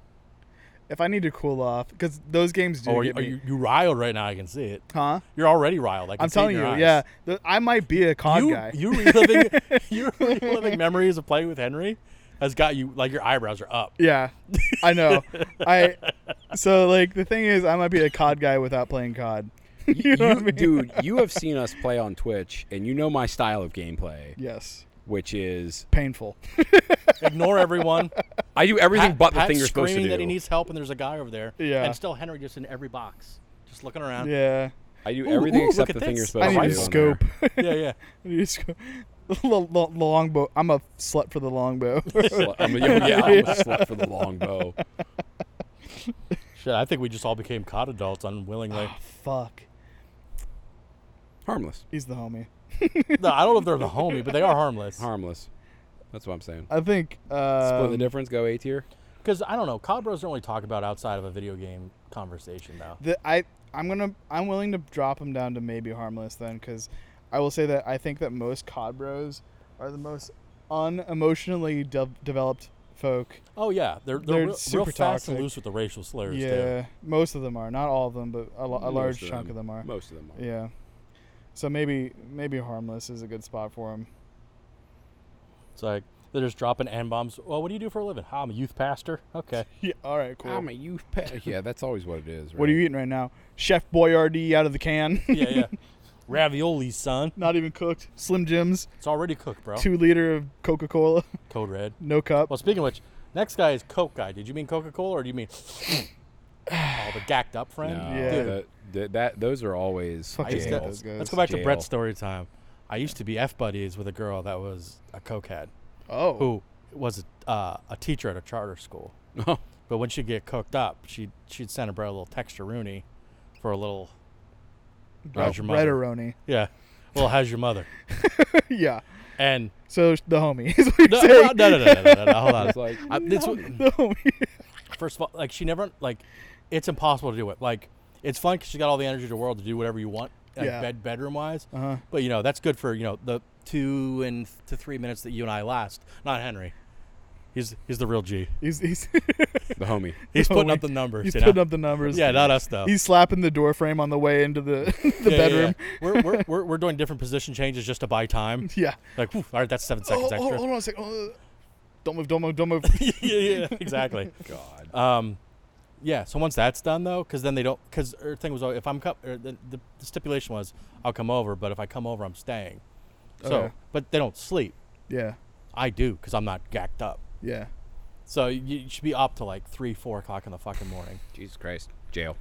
If I need to cool off, because those games do.
oh, are you,
get
are
me-
you you riled right now? I can see it.
Huh?
You're already riled. I can
I'm
see it in
telling you,
your eyes.
yeah. The, I might be a con
you,
guy.
you reliving you reliving memories of playing with Henry has got you like your eyebrows are up.
yeah, I know. I so like the thing is, I might be a COD guy without playing COD.
You,
know what I mean?
dude, you have seen us play on Twitch, and you know my style of gameplay,
Yes,
which is
painful.
Ignore everyone.
I do everything
Pat-
but the
Pat's
thing you're supposed to
screaming
do.
that he needs help and there's a guy over there.
Yeah.
And still Henry just in every box, just looking around.
Yeah,
I do
Ooh,
everything
ooh,
except
look
the
at
thing you're
this.
supposed
I
to do.
need
why
a
on there.
scope. I
Yeah, yeah.
need a scope. The, lo- lo- the longbow. I'm a slut for the longbow.
Slut- I'm a, yeah, yeah, I'm a slut for the longbow.
Shit, I think we just all became COD adults unwillingly.
Fuck,
Harmless.
he's the homie.
no, I don't know if they're the homie, but they are harmless.
Harmless. That's what I'm saying.
I think. Uh,
Split the difference, go A tier.
Because I don't know, COD bros don't really talk about outside of a video game conversation now.
the I I'm gonna I'm willing to drop him down to maybe harmless then because I will say that I think that most COD bros are the most unemotionally de- developed folk.
Oh yeah, they're they're,
They're
real,
super
real fast
toxic.
and loose with the racial slurs
yeah, most of them are not all of them, but a, lo- a large
Most of
chunk of them are.
Most of them are.
Yeah, so maybe maybe harmless is a good spot for him.
too. It's like they're just dropping n bombs. Well, what do you do for a living? "Ah, I'm a youth pastor. Okay.
Yeah. All right. Cool.
I'm a youth pet. Yeah, that's always what it is. Right?
what are you eating right now? Chef Boyardee out of the can.
yeah, yeah. Ravioli, son.
Not even cooked. Slim Jims,
It's already cooked, bro.
two liter of Coca Cola,
Code red.
no cup.
Well, speaking of which, next guy is Coke guy. Did you mean Coca Cola or do you mean oh, the gacked up
No,
friend?
Yeah.
the- the- that, those are always.
Fucking
I used
Yeah,
to,
jail.
those guys.
let's go back to
Jail.
Brett's story time. I used to be F buddies with a girl that was a cokehead
Oh.
who was uh, a teacher at a charter school.
Oh,
But when she'd get cooked up, she'd, she'd send a Brett a little texture Rooney for a little,
Bre-
Roger Mother.
Bredaroni.
yeah, well, how's your mother?
yeah.
And
So the homie is what
no,
you're
no,
saying.
no, no, no, no, no, no, hold on.
it's like,
I- this wa-
The homie.
first of all, like she never like, it's impossible to do it. Like it's fun because she got all the energy in the world to do whatever you want, like
Yeah.
bed bedroom wise.
Uh-huh.
But you know that's good for you know the two and th- to three minutes that you and I last. Not Henry. He's he's the real G.
He's he's,
the homie.
He's putting
homie.
up the numbers.
he's
you know?
putting up the numbers.
yeah, not us though.
He's slapping the door frame on the way into the the
Yeah, yeah, yeah.
bedroom.
We're, we're, we're, we're doing different position changes just to buy time.
Yeah.
Like, whew, all right, that's seven
Oh,
seconds
oh,
extra.
hold on a second. Oh, Don't move, don't move, don't move.
yeah, yeah, exactly.
God.
Um, yeah. So once that's done though, because then they don't. Because her thing was, oh, if I'm co- or the, the, the stipulation was, I'll come over, but if I come over, I'm staying. So,
Okay.
but they don't sleep.
yeah,
I do because I'm not gacked up.
yeah.
So you, you should be up to like three, four o'clock in the fucking morning.
Jesus Christ. Jail.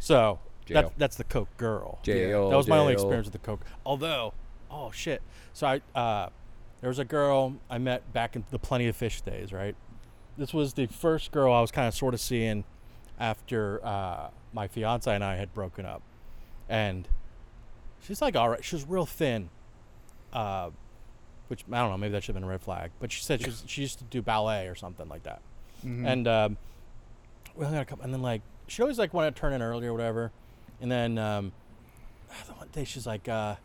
So that's
Jail.
that's the Coke girl.
Jail,
That was my only
jail.
experience with the Coke. Although, oh shit. So I uh, there was a girl I met back in the Plenty of Fish days, right? This was the first girl I was kind of sort of seeing after uh, my fiance and I had broken up, and she's like, all right, she's real thin. Uh, which I don't know, maybe that should have been a red flag. But she said she, was, she used to do ballet or something like that.
Mm-hmm.
And um, we hung out a couple, and then like she always like wanted to turn in early or whatever. And then um, the one day she's like, uh,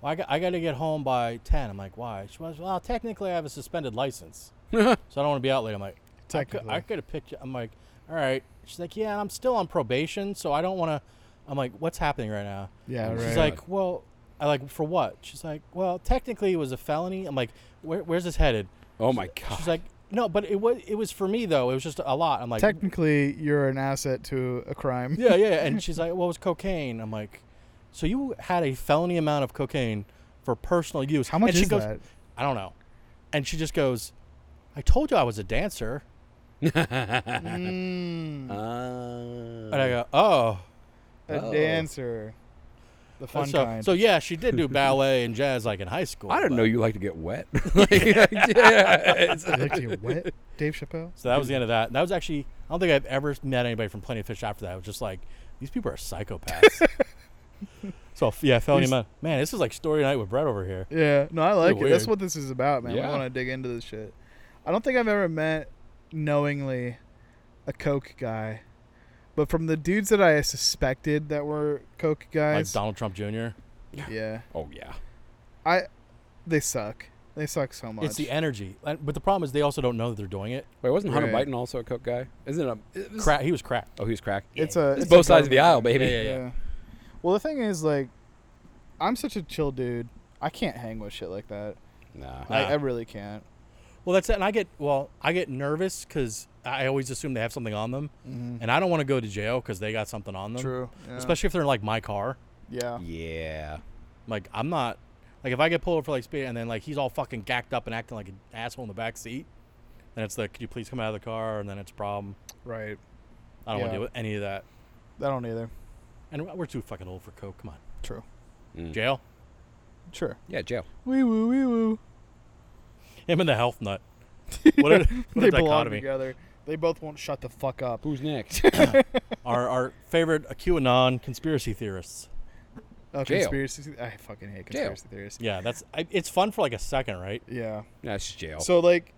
well, I got I got to get home by ten. I'm like, why? She was, well, technically I have a suspended license, so I don't want to be out late. I'm like, I could,
Technically.
I could have picked you. I'm like, all right. She's like, yeah, I'm still on probation, so I don't want to. I'm like, what's happening right now?
Yeah,
She's
right.
like, well, I like for what? She's like, well, technically it was a felony. I'm like, Where, where's this headed?
Oh my God.
She's like, no, but it was it was for me though. It was just a lot. I'm like,
Technically, you're an asset to a crime.
yeah, yeah. And she's like, well, it was cocaine. I'm like, so you had a felony amount of cocaine for personal use.
How much
and she
is
goes,
that?
I don't know. And she just goes, I told you I was a dancer.
Uh,
And I
Uh-huh.
go, oh.
Mm, A
Oh.
dancer. The fun
so,
kind.
so yeah, she did do ballet and jazz like in high school.
I didn't
but-
know you like to get wet. Like, yeah, it's-
I like you wet, Dave Chappelle.
So that was the end of that. That was actually I don't think I've ever met anybody from Plenty of Fish after that. I was just like, these people are psychopaths. so f- yeah, felony
He's-
man. Man, this is like story night with Brett over here.
Yeah, no, I like it. That's
weird.
what this is about, man.
Yeah.
I want to dig into this shit. I don't think I've ever met knowingly a coke guy, but from the dudes that I suspected that were coke
Like
guys,
Donald Trump Jr.
yeah,
oh yeah.
I, they suck. They suck so much.
It's the energy, And- but the problem is they also don't know that they're doing it.
Wait, wasn't Hunter
Right.
Biden also a coke guy? Isn't it a it was-
Crack. He was cracked.
Oh, he was crack.
It's a.
It's
it's a
both sides of the
government
aisle,
thing.
baby.
Yeah, yeah,
Yeah. Well, the thing is, like, I'm such a chill dude. I can't hang with shit like that.
Nah.
I,
Nah.
I really can't.
Well, that's it. And I get well, I get nervous because I always assume they have something on them, and I don't want to go to jail because they got something on them.
Mm-hmm. Yeah.
Um, Especially if they're in like my car.
Yeah.
Yeah.
Like I'm not like if I get pulled over for like speed and then like he's all fucking gacked up and acting like an asshole in the back seat, then it's like, could you please come out of the car? And then it's a problem.
Right.
I don't want
Yeah.
to deal with any of that.
I don't either.
And we're too fucking old for coke. Come on,
True.
jail.
Sure.
Yeah, Joe.
Wee woo wee woo.
Him and the health nut. What a, what
They
a
belong
dichotomy.
together. They both won't shut the fuck up.
Who's next?
Our our favorite QAnon conspiracy theorists.
Oh,
Jail.
conspiracy. I fucking hate
Jail.
conspiracy theories.
Yeah, that's I, it's fun for like a second, right?
Yeah.
That's jail.
So like,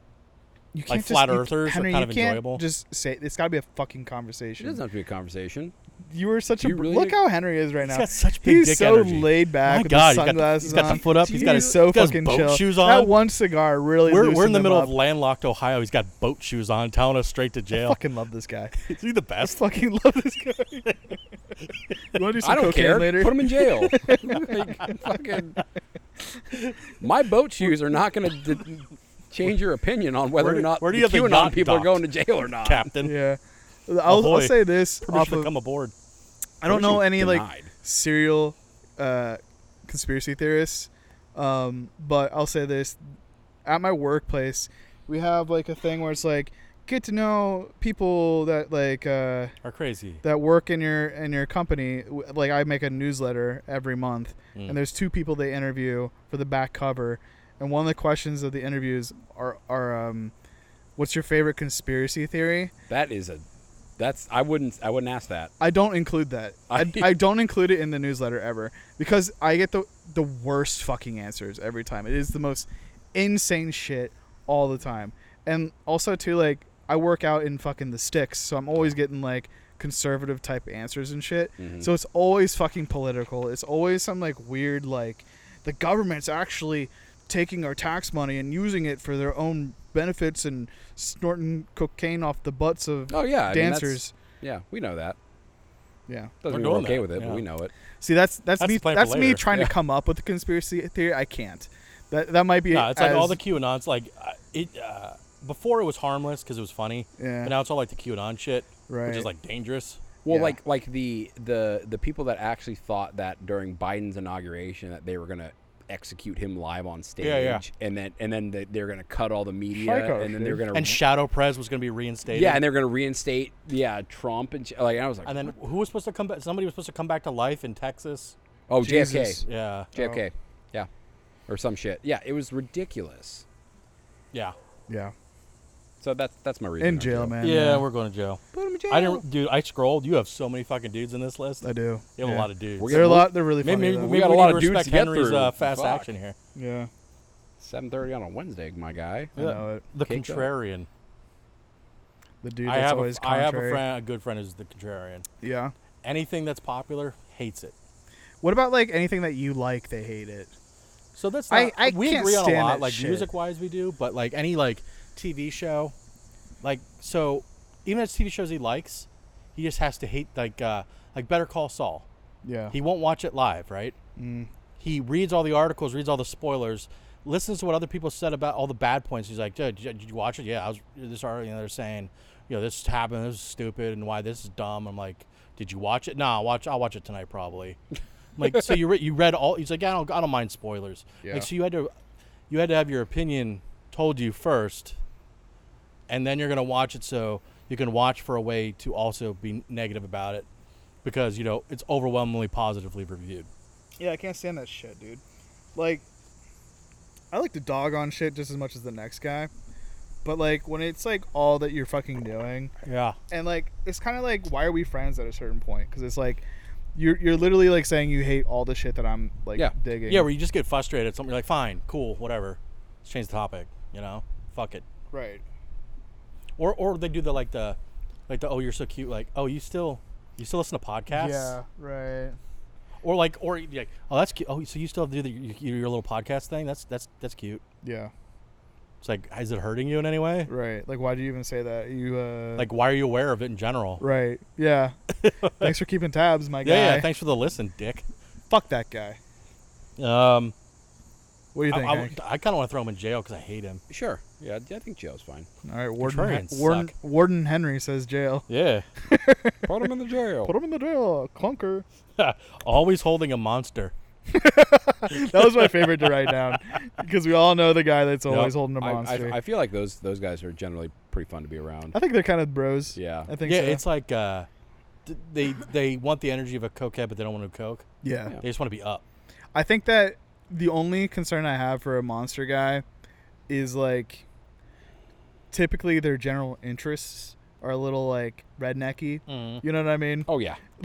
you can't
Oh. flat
just, you-
earthers are
Henry,
kind
you
of
can't
enjoyable.
Just say it's got to be a fucking
it
conversation.
doesn't have to be a conversation.
You were such
You
a
really
look
think-
how Henry is right now.
got such big
He's
dick
so
energy.
laid back.
My
with
God, he's
his
got the-
sunglasses
he's got the
on.
foot up, he's got
He's
his-
so
he's got his
fucking
boat
chill.
shoes on.
That one cigar really.
We're, we're in
loosened
the
him
middle
up.
of landlocked Ohio. He's got boat shoes on, telling us straight to jail.
Fucking love this guy.
Is he the best?
fucking love this guy. you want to do some
I don't
cocaine
care.
later?
Put him in jail. Like, fucking. My boat shoes are not going to d- change your opinion on whether
Where
or
do-
not
where do
the
you have the
QAnon
yacht
people are
docked?
going to jail or not.
Captain.
yeah. I'll, I'll
Ahoy.
say this off
Oh, Permission to
of
come aboard.
I don't
Permission
know any like
denied.
serial uh, conspiracy theorists, um, but I'll say this: at my workplace, we have like a thing where it's like get to know people that like uh,
Are crazy.
that work in your in your company. W- Like I make a newsletter every month, and there's two people they interview for the back cover, and one of the questions of the interviews are are um, what's your favorite conspiracy theory?
That is a. That's I wouldn't I wouldn't ask that.
I don't include that. I, I don't include it in the newsletter ever because I get the the worst fucking answers every time. It is the most insane shit all the time. And also too like I work out in fucking the sticks, so I'm always getting like conservative type answers and shit.
Mm-hmm.
So it's always fucking political. It's always some like weird like the government's actually taking our tax money and using it for their own benefits and snorting cocaine off the butts of
Oh yeah, I mean, that's-
dancers.
yeah, we know that.
yeah.
Doesn't
We're
mean we're
doing
okay
that,
with it,
yeah.
but we know it.
See, that's that's,
That's
me.
the plan for
That's me
later.
trying
Yeah.
to come up with a conspiracy theory. I can't. That that might be.
No, it's like all
as-
the QAnons. Like uh, it uh, before, it was harmless because it was funny.
Yeah.
But now it's all like the QAnon shit, which
Right.
is like dangerous.
Well,
Yeah.
like like the the the people that actually thought that during Biden's inauguration that they were gonna execute him live on stage,
Yeah, yeah.
and then and then they- they're gonna cut all the media,
Psychos,
and then they're
dude.
gonna
And Shadow Prez was going to be reinstated.
yeah, and they're gonna reinstate yeah Trump and sh- like and I was like
and then who was supposed to come back? Somebody was supposed to come back to life in Texas.
oh
Jesus. Oh.
JFK
Yeah.
JFK yeah or some shit yeah it was ridiculous
Yeah.
Yeah.
so that's that's my reason
In
on
jail, man.
Yeah, we're going to jail.
Put him in jail
I didn't, dude. I scrolled. You have so many fucking dudes in this list.
I do.
You have a
yeah.
lot of dudes.
We're
They're a lot. They're really
Maybe,
funny.
maybe,
though.
maybe
we
we
got a
need
lot
to
of dudes
respect
to get
Henry's
through.
uh, fast
Fuck.
action here.
yeah.
seven thirty on a Wednesday my guy
I know it.
The
Can't go.
contrarian.
The dude
I
that's
have a,
always
I
contrary.
have a friend, a good friend, who's the contrarian.
Yeah.
Anything that's popular hates it.
What about like anything that you like? They hate it.
So that's
I-
not,
I
we
can't
agree on
stand
a lot,
that
like
shit.
music wise, we do, but like any like TV show, like so, even as TV shows he likes, he just has to hate like uh like Better Call Saul.
Yeah.
He won't watch it live, right? Mm. He reads all the articles, reads all the spoilers, listens to what other people said about all the bad points. He's like, "Dude, did you- did you watch it? Yeah, I was. This article, you know, they're saying, you know, this happened, this is stupid, and why this is dumb." I'm like, "Did you watch it? No, I'll watch. I'll watch it tonight, probably." I'm like, so you re- you read all? He's like, "I don't, I don't mind spoilers."
Yeah.
Like, so you had to, you had to have your opinion told you first, and then you're gonna watch it so you can watch for a way to also be negative about it because you know it's overwhelmingly positively reviewed.
Yeah, I can't stand that shit, dude. Like, I like to dog on shit just as much as the next guy, but like when it's like all that you're fucking doing,
Yeah.
and like it's kind of like why are we friends at a certain point? Because it's like you're you're literally like saying you hate all the shit that I'm like
Yeah.
digging.
Yeah, where you just get frustrated at something. You're like, fine, cool, whatever. Let's change the topic. You know, fuck it.
right.
Or or they do the like the, like the oh you're so cute like oh you still you still listen to podcasts.
Yeah, right.
Or like or you'd be like oh that's cute. Oh so you still do the, your, your little podcast thing. That's that's that's cute.
Yeah,
It's like is it hurting you in any way?
right. Like, why do you even say that? You uh,
Like why are you aware of it in general?
right? Yeah. thanks for keeping tabs, my guy.
Yeah, yeah. Thanks for the listen, Dick.
Fuck that guy.
Um,
What do you
I,
think?
I,
Hank?
kind of want to throw him in jail because I hate him.
sure yeah I think jail's fine
all right, Warden.
Contrarians
Warden,
suck.
Warden Henry says jail.
Yeah.
put him in the jail
Put him in the jail, clunker.
Always holding a monster.
That was my favorite to write down because we all know the guy that's always holding a
I- I-
monster. I,
I, feel like those those guys are generally pretty fun to be around
think they're kind of bros.
Yeah.
I think
yeah,
so.
it's like uh, th- they they want the energy of a cokehead, but they don't want to coke.
yeah.
Yeah.
They just want to be up.
I think that the only concern I have for a monster guy is like typically their general interests are a little like rednecky. You know what I mean?
oh yeah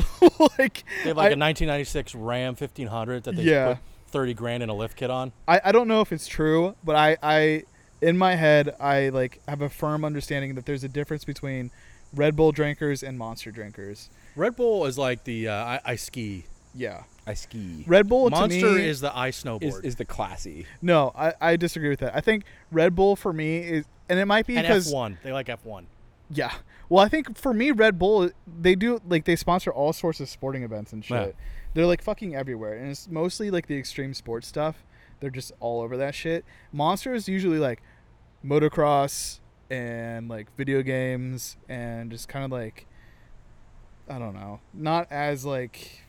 like
Mm-hmm. They have like a
I-
1996 Ram 1500 that they
Yeah.
put 30 grand in a lift kit on.
I, I don't know if it's true, but I, I in my head I like have a firm understanding that there's a difference between Red Bull drinkers and monster drinkers.
Red Bull is like the uh, I, I ski.
Yeah.
I ski
Red Bull to
monster
me,
is the I
is,
snowboard.
is the classy
No, I, I disagree with that. I think Red Bull for me is, and it might be
and
because
F1. They like F1.
yeah. Well, I think for me, Red Bull they do like they sponsor all sorts of sporting events and shit.
Yeah.
They're like fucking everywhere, and it's mostly like the extreme sports stuff. They're just all over that shit. Monster is usually like motocross and like video games and just kind of like I don't know, not as like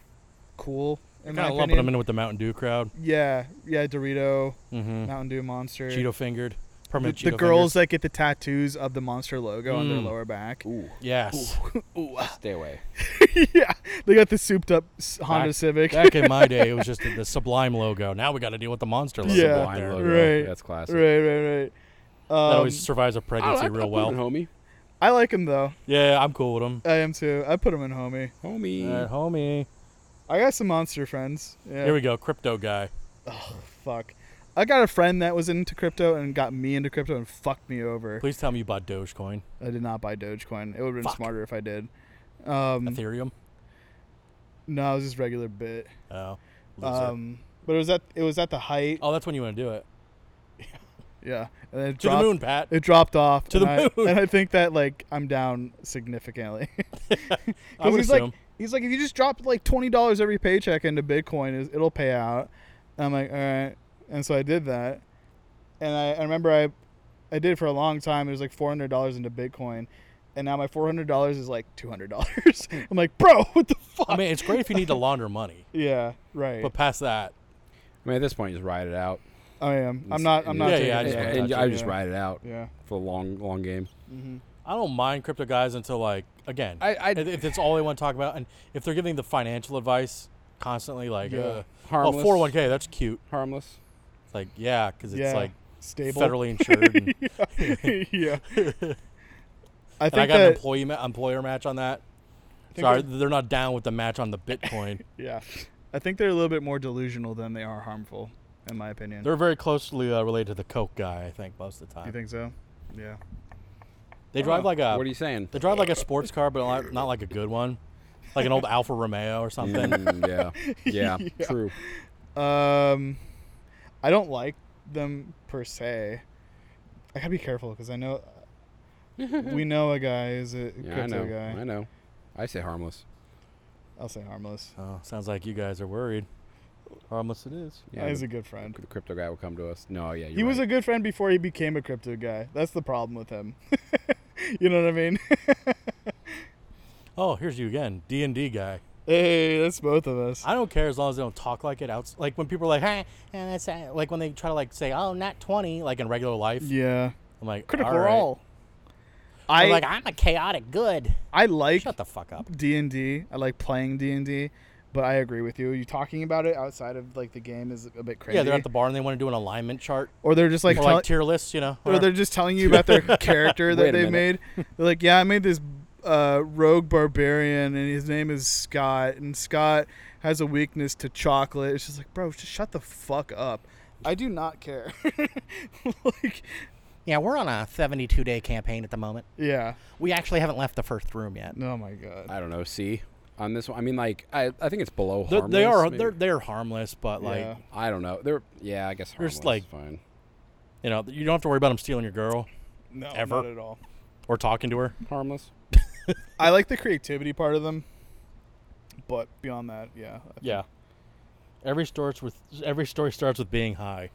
cool. In
Kind
my
of lumping them
opinion.
in with the Mountain Dew crowd.
Yeah, yeah, Dorito,
Mm-hmm.
Mountain Dew, Monster,
Cheeto fingered.
the,
Permanent
the
Cheeto
girls that get the tattoos of the monster logo on their
Mm.
lower back.
ooh
fingers. Yes.
stay away
yeah, they got the souped up s- Honda
Back-
Civic.
Back in my day, it was just the, the Sublime logo. Now we got to deal with the monster logo.
Yeah.
up there.
Blind
right,
that's classic
right, right, right.
That
Um,
always survives a pregnancy
I
real
put him
well.
in,
I like him though.
Yeah, I'm cool with them.
I am too. I put him in homie.
homie homie
Alright, homie.
I got some monster friends. Yeah.
Here we go, crypto guy.
Fuck. I got a friend that was into crypto and got me into crypto and fucked me over.
Please tell me you bought Dogecoin,
I did not buy Dogecoin. It would have been
Fuck.
smarter if I did. Um,
Ethereum.
no, it was just regular bit.
Oh, loser.
Um, but it was at it was at the height.
oh, that's when you want to do it.
Yeah, and it
To
dropped-
the moon, Pat.
It dropped off
To the
and I-
moon.
and I think that like I'm down significantly.
I would
he's
assume.
like, he's like, if you just drop like twenty dollars every paycheck into Bitcoin, is- it'll pay out. And I'm like, all right, and so I did that, and I, I remember I, I did it for a long time. It was like four hundred dollars into Bitcoin, and now my four hundred dollars is like two hundred dollars. I'm like, bro, what the fuck?
I mean, it's great if you need to launder money,
yeah, right.
but past that,
I mean, at this point, you just ride it out.
I am. I'm not. I'm not.
Yeah,
taking
yeah, I
it.
just
yeah,
wanna
and
touch
I
it,
just
yeah.
ride it out
Yeah.
for a long, long game.
I don't mind crypto guys until like again,
I- I-
if if it's all they want to talk about, and if they're giving the financial advice constantly, like
Yeah.
uh, oh,
Harmless.
401k, that's cute.
Harmless.
It's like yeah, because it's
yeah.
like
stable.
federally insured. And,
yeah. I
and I
think
got an
that.
employee ma- employer match on that.
think
Sorry, they're not down with the match on the Bitcoin.
Yeah. I think they're a little bit more delusional than they are harmful, in my opinion.
they're very closely uh, related to the Coke guy, I think, most of the
you
time.
think so? Yeah.
They drive like a
uh, What are you saying?
they drive like a sports car, but not, not like a good one, like an old Alfa Romeo or something.
Mm, yeah. yeah. True.
Um, I don't like them per se. I gotta be careful because I know we know a guy is a
Yeah, I know.
crypto guy.
I know. I say harmless.
I'll say harmless.
Oh, sounds like you guys are worried. Harmless it is.
Yeah.
He's
the,
a good friend.
the crypto guy will come to us. No, yeah. You're
He was a
right.
good friend before he became a crypto guy. That's the problem with him. you know what I mean?
Oh, here's you again, D and D guy.
hey, that's both of us.
I don't care as long as they don't talk like it out. Like when people are like, "Hey," and that's uh," like when they try to like say, "Oh, not 20," like in regular life.
yeah.
I'm like,
Critical
all right.
Role.
I'm
I
like, I'm a chaotic good.
I like
Shut the fuck up.
D and D. I like playing D and D, but I agree with you. You talking about it outside of like the game is a bit crazy.
Yeah, they're at the bar and they want to do an alignment chart
or they're just like,
or
tell-
like tier lists, you know.
or they're just telling you about their character
Wait
that
a
they made.
minute.
They're like, yeah, I made this uh, rogue barbarian, and his name is Scott, and Scott has a weakness to chocolate. It's just like, bro, just shut the fuck up. I do not care. like,
yeah, we're on a 72 day campaign at the moment.
yeah.
We actually haven't left the first room yet.
Oh my god.
I don't know. See, on this one, I mean, like, I, I think it's below
They're,
harmless.
they are
maybe.
they're they're harmless, but like
Yeah.
I don't know. They're yeah. I guess
They're
harmless.
just
is
like-
fine.
you know, you don't have to worry about them stealing your girl
No,
Ever.
not at all.
or talking to her.
Harmless.
I like the creativity part of them, but beyond that, yeah.
Yeah. Every starts with every story starts with being high.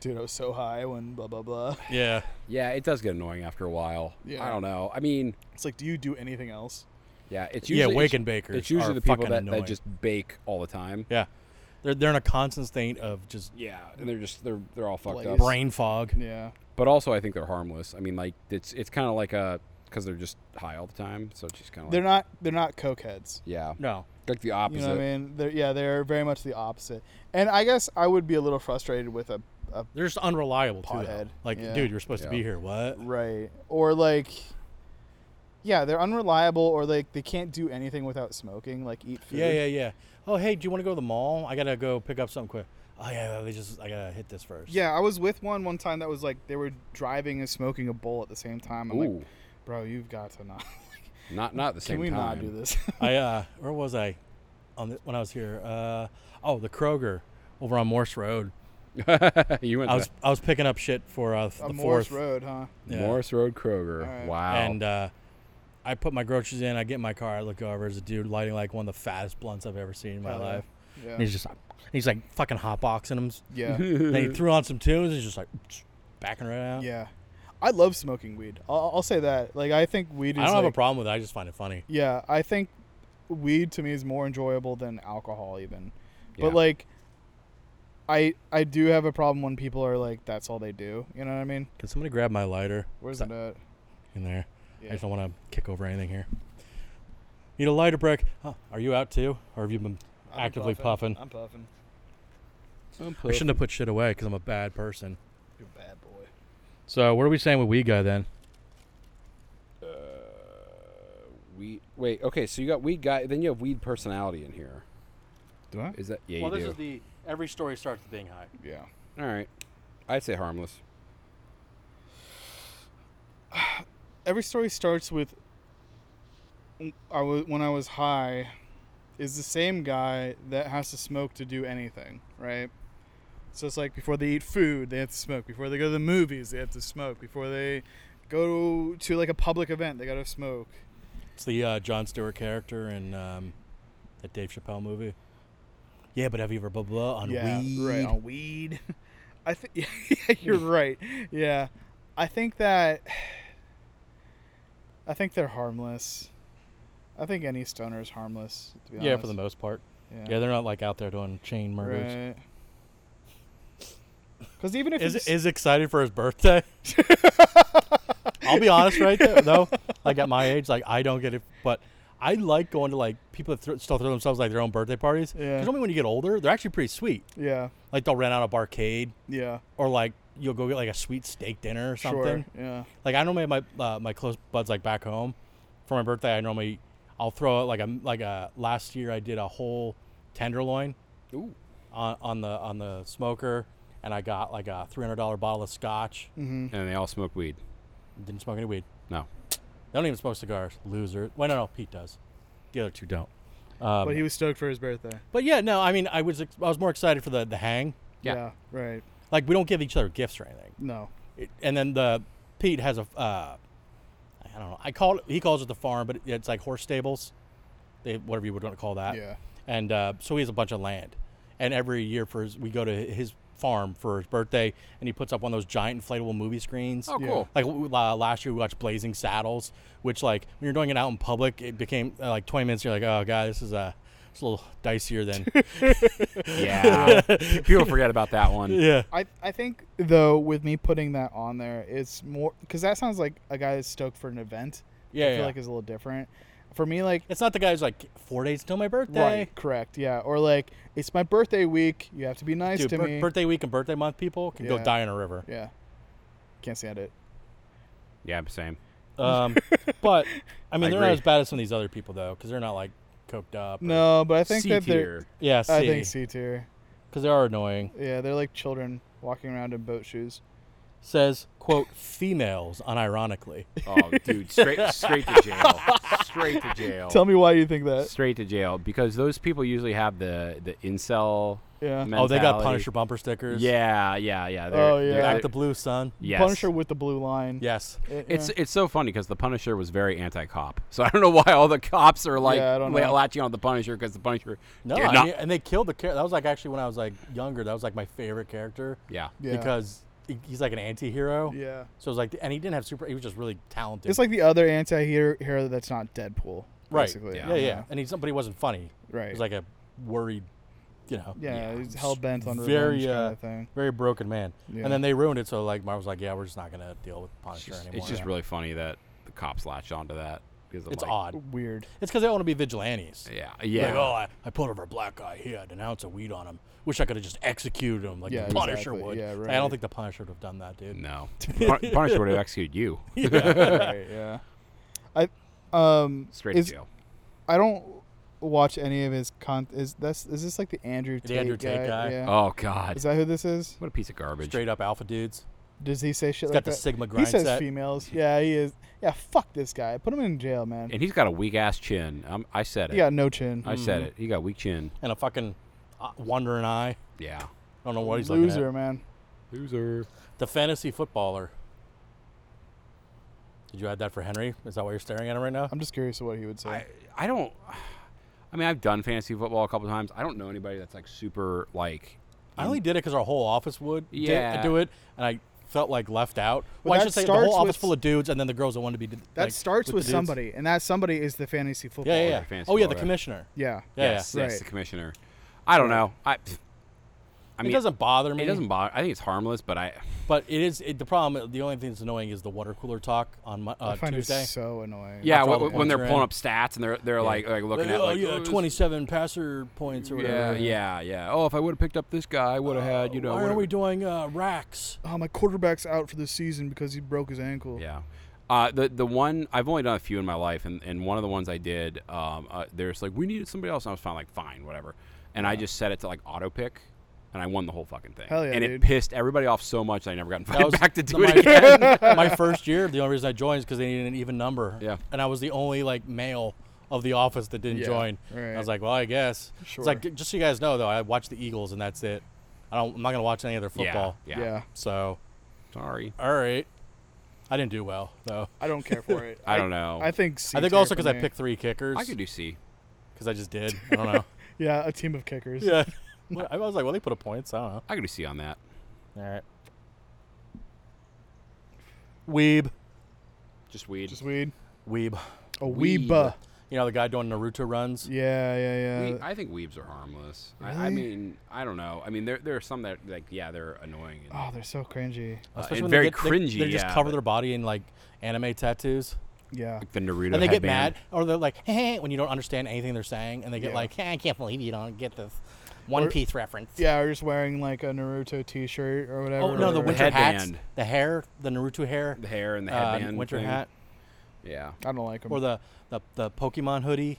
Dude, I was so high when blah blah blah.
Yeah.
Yeah, it does get annoying after a while.
Yeah.
I don't know. I mean,
It's like, do you do anything else?
yeah, it's
Yeah,
usually
Wake
it's,
and Bakers
It's usually
are
the people
fucking
that,
annoying.
that just bake all the time.
Yeah. They're they're in a constant state of just
Yeah, and they're just they're they're all fucked
Like-
up.
brain fog.
Yeah.
But also, I think they're harmless. I mean, like it's it's kind of like a because they're just high all the time, so it's just kind of
They're
like,
not. They're not cokeheads.
yeah,
No.
like the
You
opposite.
know what I mean? They're, yeah, they're very much the opposite. And I guess I would be a little frustrated with a, a
They're just unreliable too. though.
Pothead.
Like,
Yeah.
dude, you're supposed to be
Yeah.
here. What?
right or like, yeah, they're unreliable or like they can't do anything without smoking, like eat food.
Yeah, yeah, yeah. Oh, hey, do you want to go to the mall? I gotta go pick up something quick. Oh yeah, let me just I gotta hit this first.
Yeah, I was with one one time that was like they were driving and smoking a bowl at the same time. I'm
Ooh,
like, bro, you've got to not.
not not at the same
Can we
time.
not do this?
I uh, where was I? On the, when I was here, uh, oh, the Kroger over on Morse Road.
you went
I was I was picking up shit for uh, the
a Morris
fourth.
Road, huh?
to
yeah.
Morris Road Kroger.
All right.
Wow.
And uh, I put my groceries in. I get in my car. I look over. There's a dude lighting like one of the fattest blunts I've ever seen in my
Hell yeah.
life.
Yeah.
And he's just he's like fucking hotboxing him.
Yeah.
then he threw on some tunes. And he's just like backing right out.
yeah. I love smoking weed. I'll, I'll say that. Like, I think weed is.
I don't have a
like-
problem with it. I just find it funny.
Yeah, I think weed to me is more enjoyable than alcohol even.
Yeah.
But like I I do have a problem when people are like that's all they do. You know what I mean?
Can somebody grab my lighter
Where's it at?
in there? I
Yeah.
just don't want to kick over anything here. Need a lighter, Brick? Huh, are you out too, or have you been actively puffing?
I'm puffing.
I shouldn't have put shit away because I'm a bad person.
You're a bad boy.
So what are we saying with weed guy then?
we wait. Okay, so you got weed guy. Then you have weed personality in here.
Do I?
Is that yeah?
well,
you
this
do.
is the every story starts with being high.
Yeah.
All right. I'd say harmless.
Every story starts with I was when I was high is the same guy that has to smoke to do anything, right? So it's like before they eat food, they have to smoke. Before they go to the movies, they have to smoke. Before they go to like a public event, they got to smoke.
It's the uh, John Stewart character in um, that Dave Chappelle movie. yeah, but have you ever blah blah on
yeah,
weed?
right on weed. I think yeah, you're right. Yeah, I think that I think they're harmless. I think any stoner is harmless. To be honest.
yeah, for the most part.
Yeah,
Yeah, they're not like out there doing chain murders.
right. Because even if you
Is
just-
is excited for his birthday. I'll be honest, right there, though. Like at my age, like I don't get it, but I like going to like people that thro- still throw themselves like their own birthday parties.
Yeah.
Because only when you get older, they're actually pretty sweet.
yeah,
Like they'll rent out a barcade,
yeah,
or like you'll go get like a sweet steak dinner or something.
sure, yeah,
Like I normally have my uh, my close buds like back home for my birthday. I normally I'll throw out like a like a last year I did a whole tenderloin
Ooh.
on, on the on the smoker, and I got like a three hundred dollar bottle of scotch.
And they all smoke weed.
Didn't smoke any weed.
No.
They don't even smoke cigars. Loser. Well, no, no, Pete does. The other two don't. Um,
but
but,
he was stoked for his birthday.
yeah, no, I mean, I was ex- I was more excited for the the hang.
Yeah.
right.
Like we don't give each other gifts or anything.
No,
It, and then the Pete has a uh, I don't know. I call it. He calls it the farm, but it, it's like horse stables. They whatever you would want to call that.
yeah,
and uh, so he has a bunch of land. And every year for his, we go to his farm for his birthday, and he puts up one of those giant inflatable movie screens.
Oh,
Yeah.
cool.
Like w- uh, last year, we watched Blazing Saddles, which like when you're doing it out in public, it became uh, like 20 minutes. You're like, oh god, this is uh, it's a little dicier than
Yeah. People forget about that one.
yeah.
I, I think though with me putting that on there, it's more because that sounds like a guy that's stoked for an event. I
Yeah,
feel
yeah.
like it's a little different. For me, like
It's not the guy who's like four days till my birthday.
right, correct, yeah, or like it's my birthday week. You have to be nice
Dude,
to
bir-
me.
birthday week and birthday month people can go
Yeah.
die in a river.
yeah, can't stand it.
Yeah, same.
Um, but I mean,
I
they're
agree.
not as bad as some of these other people though, because they're not like coked up. or-
No, but I think
C
that they're.
tier.
Yeah,
I
see,
think C tier.
because they are annoying.
Yeah, they're like children walking around in boat shoes.
says, quote, females unironically.
Oh, dude, straight straight to jail. Straight to
Oh.
jail.
Tell me why you think that.
straight to jail because those people usually have the the incel.
Yeah.
Oh, they got
mentality.
Punisher bumper stickers.
Yeah, yeah, yeah. they're-
Oh,
they're-
yeah.
Back the blue sun.
yes.
Punisher with the blue line.
Yes.
It-
It's
yeah.
it's so funny because the Punisher was very anti-cop, so I don't know why all the cops are like
Yeah, I don't
la-
know.
latching on the Punisher because the Punisher.
No,
did
I
not-
mean, and they killed the character. That was like actually when I was like younger. That was like my favorite character
yeah,
Yeah.
because he- he's like an anti-hero.
yeah.
So it was like, and he didn't have super. He was just really talented.
It's like the other anti-hero hero that's not Deadpool.
right.
Basically.
Yeah, yeah. And he's but he wasn't funny.
Right.
He was like a worried, you know,
yeah, he's hell bent on
very,
revenge
uh,
kind of thing.
very broken man.
Yeah.
And then they ruined it. So like Marvel's like, yeah, we're just not gonna deal with
it's
Punisher
just,
anymore.
it's just really funny that the cops latch onto that because
it's
like,
odd.
Weird.
It's because they want to be vigilantes.
Yeah, yeah.
Like, oh, I, I pulled over a black guy. He had an ounce of weed on him. Wish I could have just executed him like
Yeah,
the Punisher
exactly.
would.
Yeah,
Like, I
right.
don't think the Punisher would have done that, dude.
no, Pun- Punisher would have executed you
right, yeah. I um
straight
is,
to jail.
I don't watch any of his con is that's is this like the Andrew Tate
The Andrew Tate guy?
Yeah.
Oh God,
Is that who this is?
what a piece of garbage.
Straight up alpha dudes.
Does he say shit
He's got
like
the
that?
Sigma
he
grind
says
set.
females. Yeah, he is. Yeah, fuck this guy. Put him in jail, man.
and he's got a weak ass chin. Um, I said it.
He got no chin.
I said it. He got weak chin.
and a fucking uh, wandering eye.
Yeah.
I don't know what he's looking
Loser,
at.
man.
Loser.
The fantasy footballer. Did you add that for Henry? Is that why you're staring at him right now?
I'm just curious of what he would say.
I, I don't. I mean, I've done fantasy football a couple times. I don't know anybody that's like super like.
I only did it because our whole office would did-
Yeah.
do it, and I felt like left out.
Well,
well, I
that
should say the
starts
whole office
with-
full of dudes, and then the girls that wanted to be.
that starts with,
somebody.
somebody, and that somebody is the fantasy football.
Yeah, yeah,
the
yeah.
fancy
Oh, yeah, the
logo.
commissioner.
yeah.
Yeah,
yes,
yeah.
yes,
Right.
the commissioner. I don't know. I. pff, I mean,
it doesn't bother me.
It doesn't bother. I think it's harmless, but I.
But it is it, the problem. The only thing that's annoying is the water cooler talk on Mo- uh,
I find
Tuesday.
it so annoying.
Yeah,
After all
when,
the
when they're
points
pulling
are in.
up stats and they're they're like like looking
Like,
at
oh,
like
yeah,
oh, this-
27 passer points or
Yeah,
whatever.
yeah, yeah. Oh, if I would have picked up this guy, I would have had you know.
Why are
whatever.
we doing uh, racks?
Oh, my quarterback's out for the season because he broke his ankle.
Yeah. Uh, the the one I've only done a few in my life, and, and one of the ones I did, um, uh, there's like we needed somebody else, and I was fine, like fine, whatever, and I just set it to like auto pick, and I won the whole fucking thing.
Hell yeah,
and it
dude.
pissed everybody off so much I never got
That
invited
was
back to do
my,
it again.
my first year. The only reason I joined is because they needed an even number.
Yeah.
And I was the only like male of the office that didn't
Yeah,
join.
right.
I was like, well, I guess.
Sure.
It's like just so you guys know though, I watch the Eagles and that's it. I don't. I'm not gonna watch any other
Yeah,
football.
Yeah,
Yeah.
So
Sorry.
all right, I didn't do well though.
I don't care for it.
I don't know.
I think C
I think
tier
also
for
because I
me.
picked three kickers.
I could do C.
because I just did. I don't know.
Yeah, a team of kickers.
yeah. Well, I was like, well, they put a point, so I don't know.
I got to see on that.
All right. Weeb.
Just weed.
Just weed.
Weeb.
A
Weeb.
weeba.
You know, the guy doing Naruto runs?
Yeah, yeah,
We-
yeah.
I think weebs are harmless. I, I
Really?
mean, I don't know. I mean, there there are some that like yeah, they're annoying. And,
Oh, they're so cringy.
Uh, and
when
very
they get,
cringy,
They, they just
yeah,
cover
but-
their body in like anime tattoos,
Yeah.
like the Naruto.
and they get
headband.
mad, or they're like, "Hey," when you don't understand anything they're saying, and they get
Yeah.
like, "Hey, "I can't believe you don't get this One
Or-
Piece reference."
Yeah, or just wearing like a Naruto T-shirt or whatever.
Oh no, the
or-
winter hats,
headband.
the hair, the Naruto hair,
The hair and the
uh,
headband.
winter
thing.
hat,
Yeah.
I don't like them.
or the, the the Pokemon hoodie.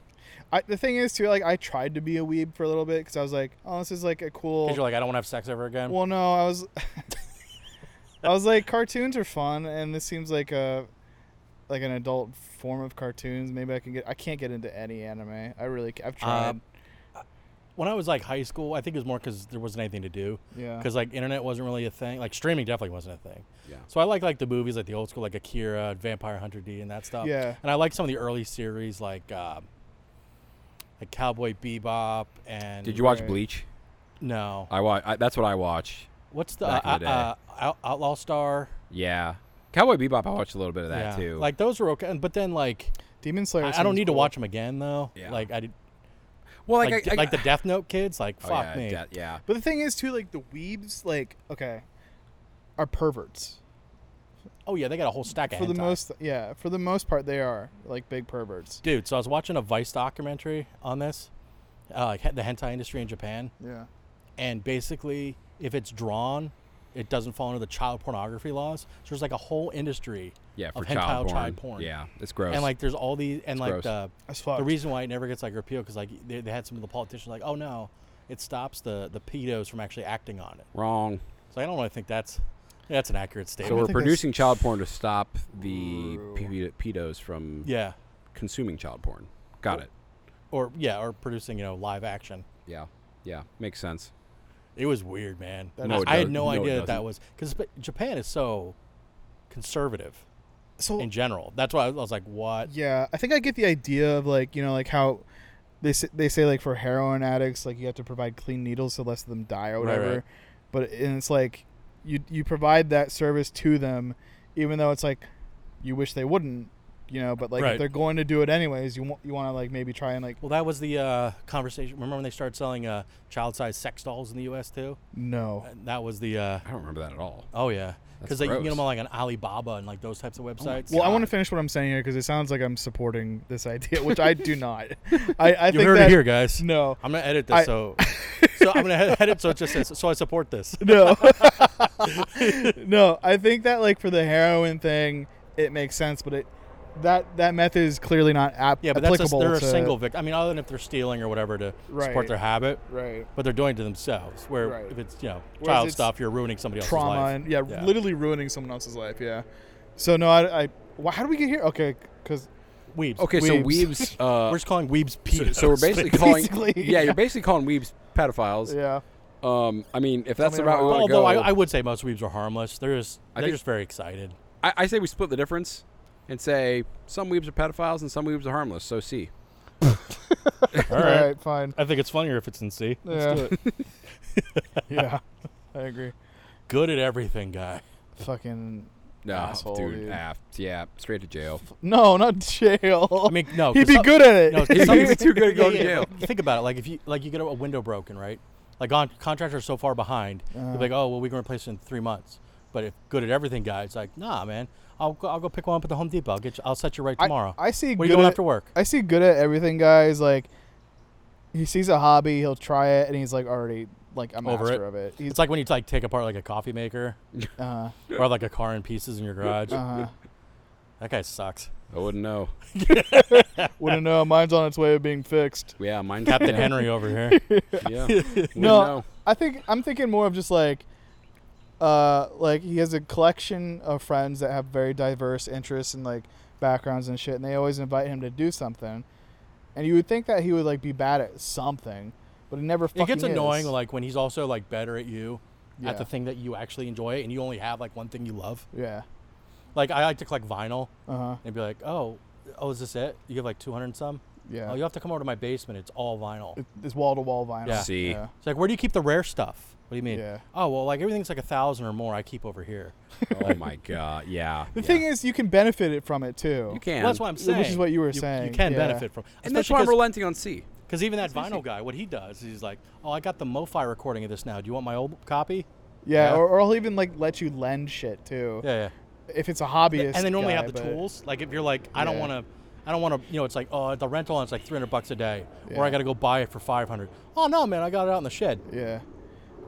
I, the thing is too, like I tried to be a weeb for a little bit because I was like, oh, this is like a cool.
Because you're like, I don't want to have sex ever again.
well, no, I was, I was like, cartoons are fun, and this seems like a, like an adult form of cartoons. Maybe I can get. I can't get into any anime. I really. ca- I've tried.
Um, when I was like high school, I think it was more because there wasn't anything to do.
Yeah.
Because like internet wasn't really a thing. Like streaming definitely wasn't a thing.
Yeah.
So I like like the movies, like the old school, like Akira, Vampire Hunter D, and that stuff.
Yeah.
And I like some of the early series, like um, like Cowboy Bebop and.
Did you watch
Right.
Bleach?
No.
I watch. I, that's what I watch.
What's the,
back
uh,
in the day.
uh, Out- Outlaw Star?
Yeah. Cowboy Bebop. I watched a little bit of that
yeah.
too.
Like those were okay, but then like
Demon Slayer.
I, I don't
seems
need to
cool.
watch them again though.
Yeah.
Like I did.
well,
Like,
like,
like,
I, I,
the Death Note kids, like
oh, yeah,
fuck me.
de- yeah.
But the thing is too, like the weebs, like okay, are perverts
Oh yeah, they got a whole stack of
for the
hentai.
most. Yeah, for the most part, they are like big perverts.
dude. So I was watching a Vice documentary on this, uh, like, the hentai industry in Japan,
Yeah.
and basically, if it's drawn, it doesn't fall under the child pornography laws. So there's like a whole industry
Yeah. For
of
child
hentai
porn.
child porn.
Yeah. It's gross.
And like, there's all these, and like
gross.
the
That's fucked.
the reason why it never gets like repealed because like they, they had some of the politicians like, oh no, it stops the the pedos from actually acting on it.
wrong.
So I don't really think that's that's an accurate
So
statement.
we're
think that's-
producing child porn to stop the pe- pedos from
yeah,
consuming child porn. Got it.
or yeah, or producing you know live action.
Yeah. Yeah. Makes sense.
It was weird, man.
No, it
I had
does-
no,
no, it
idea that
doesn't.
that was because Japan is so conservative
So
in general. That's why I was like, "What?"
Yeah, I think I get the idea of like you know like how they say, they say like for heroin addicts like you have to provide clean needles so less of them die or
Right, right.
whatever. But and it's like you you provide that service to them, even though it's like you wish they wouldn't, you know. But like
Right.
if they're going to do it anyways, you want you want to like maybe try and like
Well, that was the uh, conversation. Remember when they started selling uh, child-sized sex dolls in the U.S. too?
no.
And that was the. Uh,
I don't remember that at all.
oh yeah, because
That's
you can get
gross.
them on like an Alibaba and like those types of websites.
Oh Well, I want to
God.
finish what I'm saying here because it sounds like I'm supporting this idea, which I do not. I, I
you
think
heard
that
it here, guys.
no,
I'm gonna edit this.
I-
so, so I'm gonna ed- edit so it just says. So I support this.
No. no, I think that like for the heroin thing, it makes sense, but it that that method is clearly not ap-
Yeah, but that's a,
applicable
they're a
to
single victim. I mean, other than if they're stealing or whatever to
Right.
support their habit.
right
But they're doing it to themselves. Where
Right.
if it's you know
Whereas
child
it's
stuff, you're ruining somebody else's
trauma
life.
and yeah, literally ruining someone else's life. Yeah. So no, I, I wh- how do we get here? Okay, because
Weebs.
Okay, so
Weebs.
weebs. Uh,
We're just calling weebs
so,
pedos.
so we're basically
Pedos,
calling.
basically,
yeah,
yeah.
you're basically calling weebs pedophiles.
yeah,
Um, I mean, if that's
me
the route
I'm
we
wrong.
want to
Although
go,
I, I would say most weebs are harmless. They're just
I
they're
think-
just very excited.
I, I say we split the difference and say some weebs are pedophiles and some weebs are harmless. So see.
All
all right,
right.
fine.
I think it's funnier if it's in C.
yeah. yeah, I agree.
Good at everything, guy.
Fucking
No,
Asshole,
dude.
dude.
ah, yeah, straight to jail.
no, not jail.
I mean, no.
Oh, he'd
'cause
be
some-
good at it.
No, 'cause
He'd
some-
be too good at
yeah,
going to
yeah,
jail.
but Think about it. Like if you like you get a a window broken, right? Like on contractors are so far behind. they're
Uh.
like, oh well, we can replace it in three months. But if good at everything guy, it's like, nah, man. I'll go, I'll go pick one up at the Home Depot. I'll get you, I'll set you right
I-
tomorrow.
I, see.
Where
good
you going
at-
after work?
I see good at everything guys like he sees a hobby, he'll try it and he's like already like a
Over
master
it.
of it. He's
It's like when you like take apart like a coffee maker
uh,
or like a car in pieces in your garage.
uh,
That guy sucks.
I wouldn't know.
wouldn't know mine's on its way of being fixed.
Yeah, mine.
Captain
yeah,
Henry over here.
Yeah. Wouldn't
No.
know.
I think I'm thinking more of just like uh like he has a collection of friends that have very diverse interests and like backgrounds and shit and they always invite him to do something. And you would think that he would like be bad at something, but he never fucking
It gets annoying
is.
like when he's also like better at you
Yeah.
at the thing that you actually enjoy and you only have like one thing you love.
Yeah.
Like I like to collect vinyl
Uh-huh.
and be like, oh, oh, is this it? You have like 200 and some?
Yeah.
Oh, you have to come over to my basement. It's all vinyl.
It- it's wall to wall vinyl.
Yeah.
See.
Yeah.
It's like, where do you keep the rare stuff? What do you mean?
Yeah.
Oh well, like everything's like a thousand or more. I keep over here.
Oh my god. Yeah.
The thing is, you can benefit it from it too.
you can.
Well, that's what I'm saying.
Which is what you were
You
saying,
can
yeah.
benefit from,
And that's why I'm
because-
relenting on C.
Because even that vinyl guy, what he does is he's like, "Oh, I got the MoFi recording of this now. Do you want my old copy?"
Yeah,
Yeah.
Or, or I'll even like let you lend shit too.
Yeah,
If it's a hobbyist.
yeah. And they normally
guy,
have the
but-
tools. Like if you're like, "I don't
Yeah.
want to, I don't want to," you know, it's like, "Oh, at the rental, and it's like 300 bucks a day, or
Yeah.
I got to go buy it for 500." Oh no, man, I got it out in the shed.
Yeah.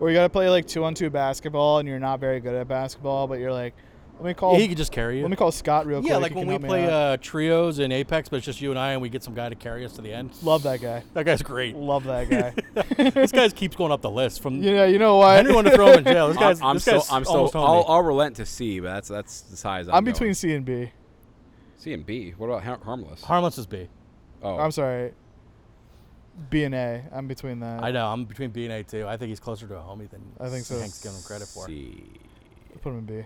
Or you gotta play like two on two basketball, and you're not very good at basketball, but you're like, let me call.
he could just carry you.
Let me call Scott real quick.
yeah, like
he
when
can
we
help me
play
out.
uh, trios in Apex, but it's just you and I, and we get some guy to carry us to the end.
Love that guy.
That guy's great.
Love that guy.
this guy keeps going up the list from
you know. You know what?
anyone to throw him in jail. This
I'm,
guy's,
I'm
this
still.
guy's
I'm still.
almost
I'll,
homie.
I'll relent to C, but that's that's as high as I'm.
I'm
going.
between C and B.
C and B. What about har- harmless?
Harmless is B.
oh,
am sorry. B and A. I'm between that.
I know. I'm between B and A too. I think he's closer to a homie than
I think so.
Hank's giving him credit for.
C.
Put him in B.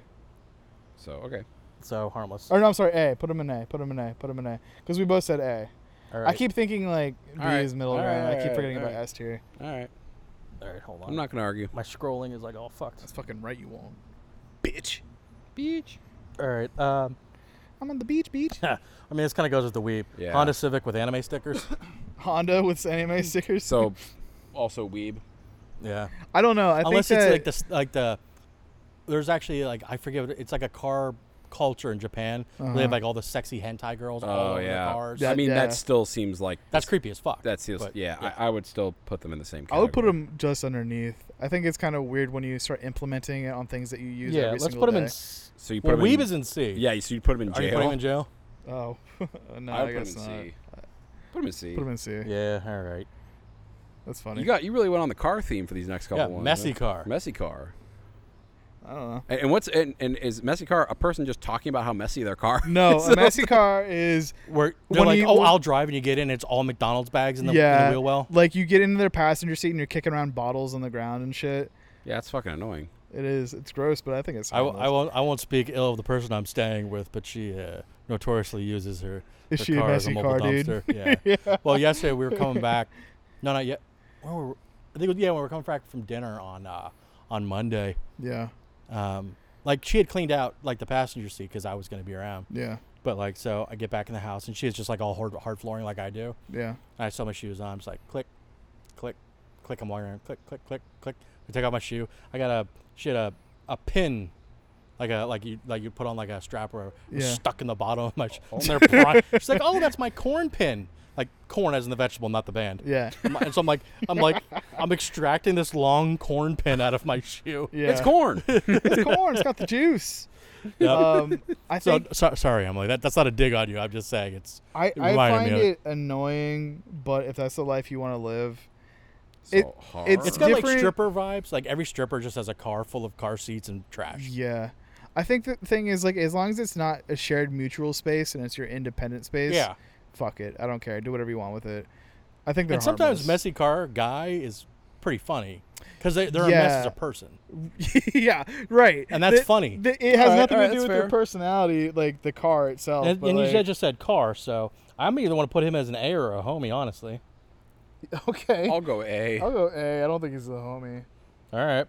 So okay.
So harmless.
Or no, I'm sorry. A. Put him in A. Put him in A. Put him in A. Because we both said A.
All
I
right.
keep thinking like B
Alright.
is middle
Alright,
ground. I keep
alright,
forgetting about
alright.
S tier.
All right.
All right. Hold on.
I'm not gonna argue.
My scrolling is like all fucked.
fucking right, you won't. Bitch.
Beach.
All right. Um,
I'm on the beach, beach.
I mean, this kind of goes with the weep.
Yeah.
Honda Civic with anime stickers.
Honda with anime stickers.
So, also weeb.
yeah.
I don't know. I
Unless
think
it's
that,
like the s- like the. There's actually like I forget. what it- It's like a car culture in Japan. where They have like all the sexy hentai girls all
Oh
over
yeah.
um, the cars.
I
Uh-huh. That-
mean,
yeah.
that still seems like
That's creepy as fuck.
That seems.
but-
yeah, I, I would still put them in the same.
I
Category.
would put them just underneath. I think it's kind of weird when you start implementing it on things that you use.
Yeah.
every
Let's
single
put them in.
day.
s-
So you put
Well,
them
weeb
in,
is in C.
Yeah, so you put them in
Are you
jail.
putting him in jail?
Oh no,
I
I,
would put
guess
them
not.
in C. Put them in C.
Put them in C.
Yeah. All right.
That's funny.
You got. You really went on the car theme for these next couple
Yeah,
ones.
messy
huh?
car.
Messy car.
I don't know.
And, and what's and, and is messy car a person just talking about how messy their car?
No,
is?
a messy car is
Where they're
When
like,
you-
oh,
when-
I'll drive, and you get in, it's all McDonald's bags in the, in the
yeah,
wheel well.
like you get into their passenger seat and you're kicking around bottles on the ground and shit.
yeah, it's fucking annoying.
It is. It's gross, but I think it's.
I, w- I
harmless.
won't. I won't speak ill of the person I'm staying with, but she uh, notoriously uses her.
Is
her
she a
car as
messy
mobile
car dude?
dumpster. Yeah. Well, yesterday we were coming back. No, not yet. When were, I think it was, yeah, when we were coming back from dinner on uh, on Monday.
Yeah.
Um, like she had cleaned out like the passenger seat because I was going to be around.
Yeah.
But like, so I get back in the house and she is just like all hard, hard flooring like I do.
Yeah.
And I saw my shoes on. I'm just like, click, click, click. I'm walking around. Click, click, click, click. I take out my shoe. I got a shit a a pin, like a like you like you put on like a strap or whatever,
Yeah.
stuck in the bottom of my. Sh-
Oh.
and they're pry- She's like, oh, that's my corn pin. Like corn as in the vegetable, not the band.
Yeah.
I'm- And so I'm like, I'm like, I'm extracting this long corn pin out of my shoe.
Yeah.
It's corn.
It's corn. It's got the juice.
Yeah.
Um, I
So,
think
so sorry, Emily. That, that's not a dig on you. I'm just saying it's.
I, I
reminded me
find
of
it annoying, but if that's the life you want to live, It-
So hard.
it's
It's got like
different-
stripper vibes. Like every stripper just has a car full of car seats and trash.
yeah. I think the thing is like as long as it's not a shared mutual space and it's your independent space,
Yeah.
fuck it. I don't care. Do whatever you want with it. I think they're
and sometimes
harmless.
messy car guy is pretty funny because they, they're a mess as
Yeah.
a person.
yeah, right.
And that's
The-
funny.
the- it has
Alright,
nothing
alright,
to do
that's
with
fair.
their personality, like the car itself.
And,
but,
and you
like-
just said car, so I'm either want to put him as an A or a homie, honestly.
okay.
I'll
I'll,
go A.
go A. I don't think he's the homie.
All right.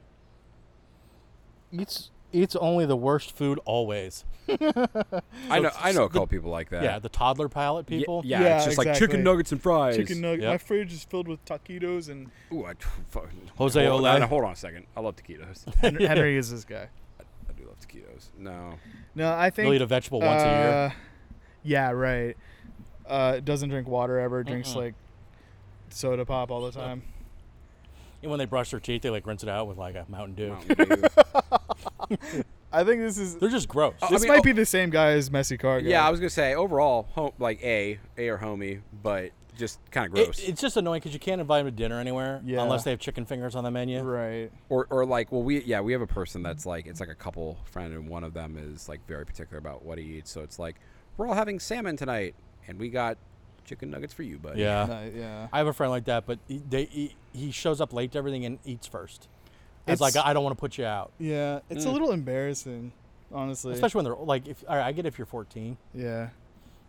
Eats eats only the worst food always.
I know. I know a
the-
couple people like that.
Yeah, the toddler palate
Y-
people.
Yeah,
Yeah,
it's just like
exactly.
chicken nuggets and fries.
Chicken nugget.
Yep.
My fridge is filled with taquitos, and
Ooh, I, fucking-
Jose
hold,
Olay.
no, hold on a second. I love taquitos.
Henry, Henry is this guy.
I do love taquitos. No.
No, I think
They'll eat a vegetable once a year.
Uh, Yeah, right. Uh, doesn't drink water ever. Drinks like soda pop all the time.
And when they brush their teeth, they like rinse it out with like a Mountain Dew.
Mountain Dew.
I think this is.
They're just gross.
I
This
mean,
might
oh-
be the same guy as Messy Cargo.
Yeah, I was gonna say overall, home, like A, A or homie, but just kind of
It-
gross.
it's just annoying because you can't invite them to dinner anywhere
Yeah.
unless they have chicken fingers on the menu.
right.
or, or like, well, we yeah, we have a person that's like, it's like a couple friend, and one of them is like very particular about what he eats. So it's like, we're all having salmon tonight, and we got chicken nuggets for you, buddy.
Yeah.
No, yeah.
I have a friend like that, but he, they he, he shows up late to everything and eats first. It's like
It's-
I don't want to put you out,
Yeah.
Mm.
It's a little embarrassing, honestly.
especially when they're like. If all right, I get if you're 14,
yeah.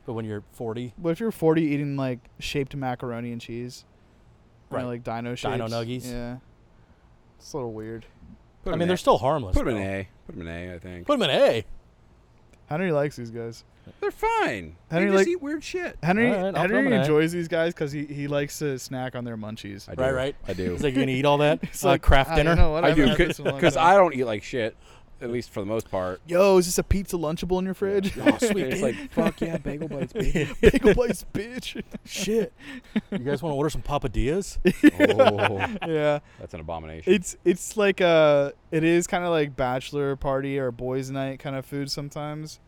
But when you're 40,
But if you're 40 eating like shaped macaroni and cheese, you know,
Right.
like dino shapes.
nuggies.
Yeah. It's a little weird.
Put
I
'em
mean,
in
they're
A.
still harmless.
Put them
though.
in A. Put them in A. I think
Put them in A.
Henry likes these guys.
they're fine.
Henry,
they just
like-
eat weird shit.
Henry
All right, I'll throw 'em
Henry
in A.
enjoys these guys because he, he likes to snack on their munchies.
I do.
Right, right.
I do.
It's like you're gonna eat all that
It's
uh,
like,
craft
I
dinner.
don't know what
I
I've
do
had this in a long
because
time.
I don't eat like shit, at least for the most part.
Yo, is this a pizza lunchable in your fridge?
Oh, sweet. It's like fuck yeah, bagel bites. Baby.
Bagel place, bitch.
Shit. You guys want to order some papadillas?
oh,
yeah.
that's an abomination.
It's it's like a it is kind of like bachelor party or boys night kind of food sometimes.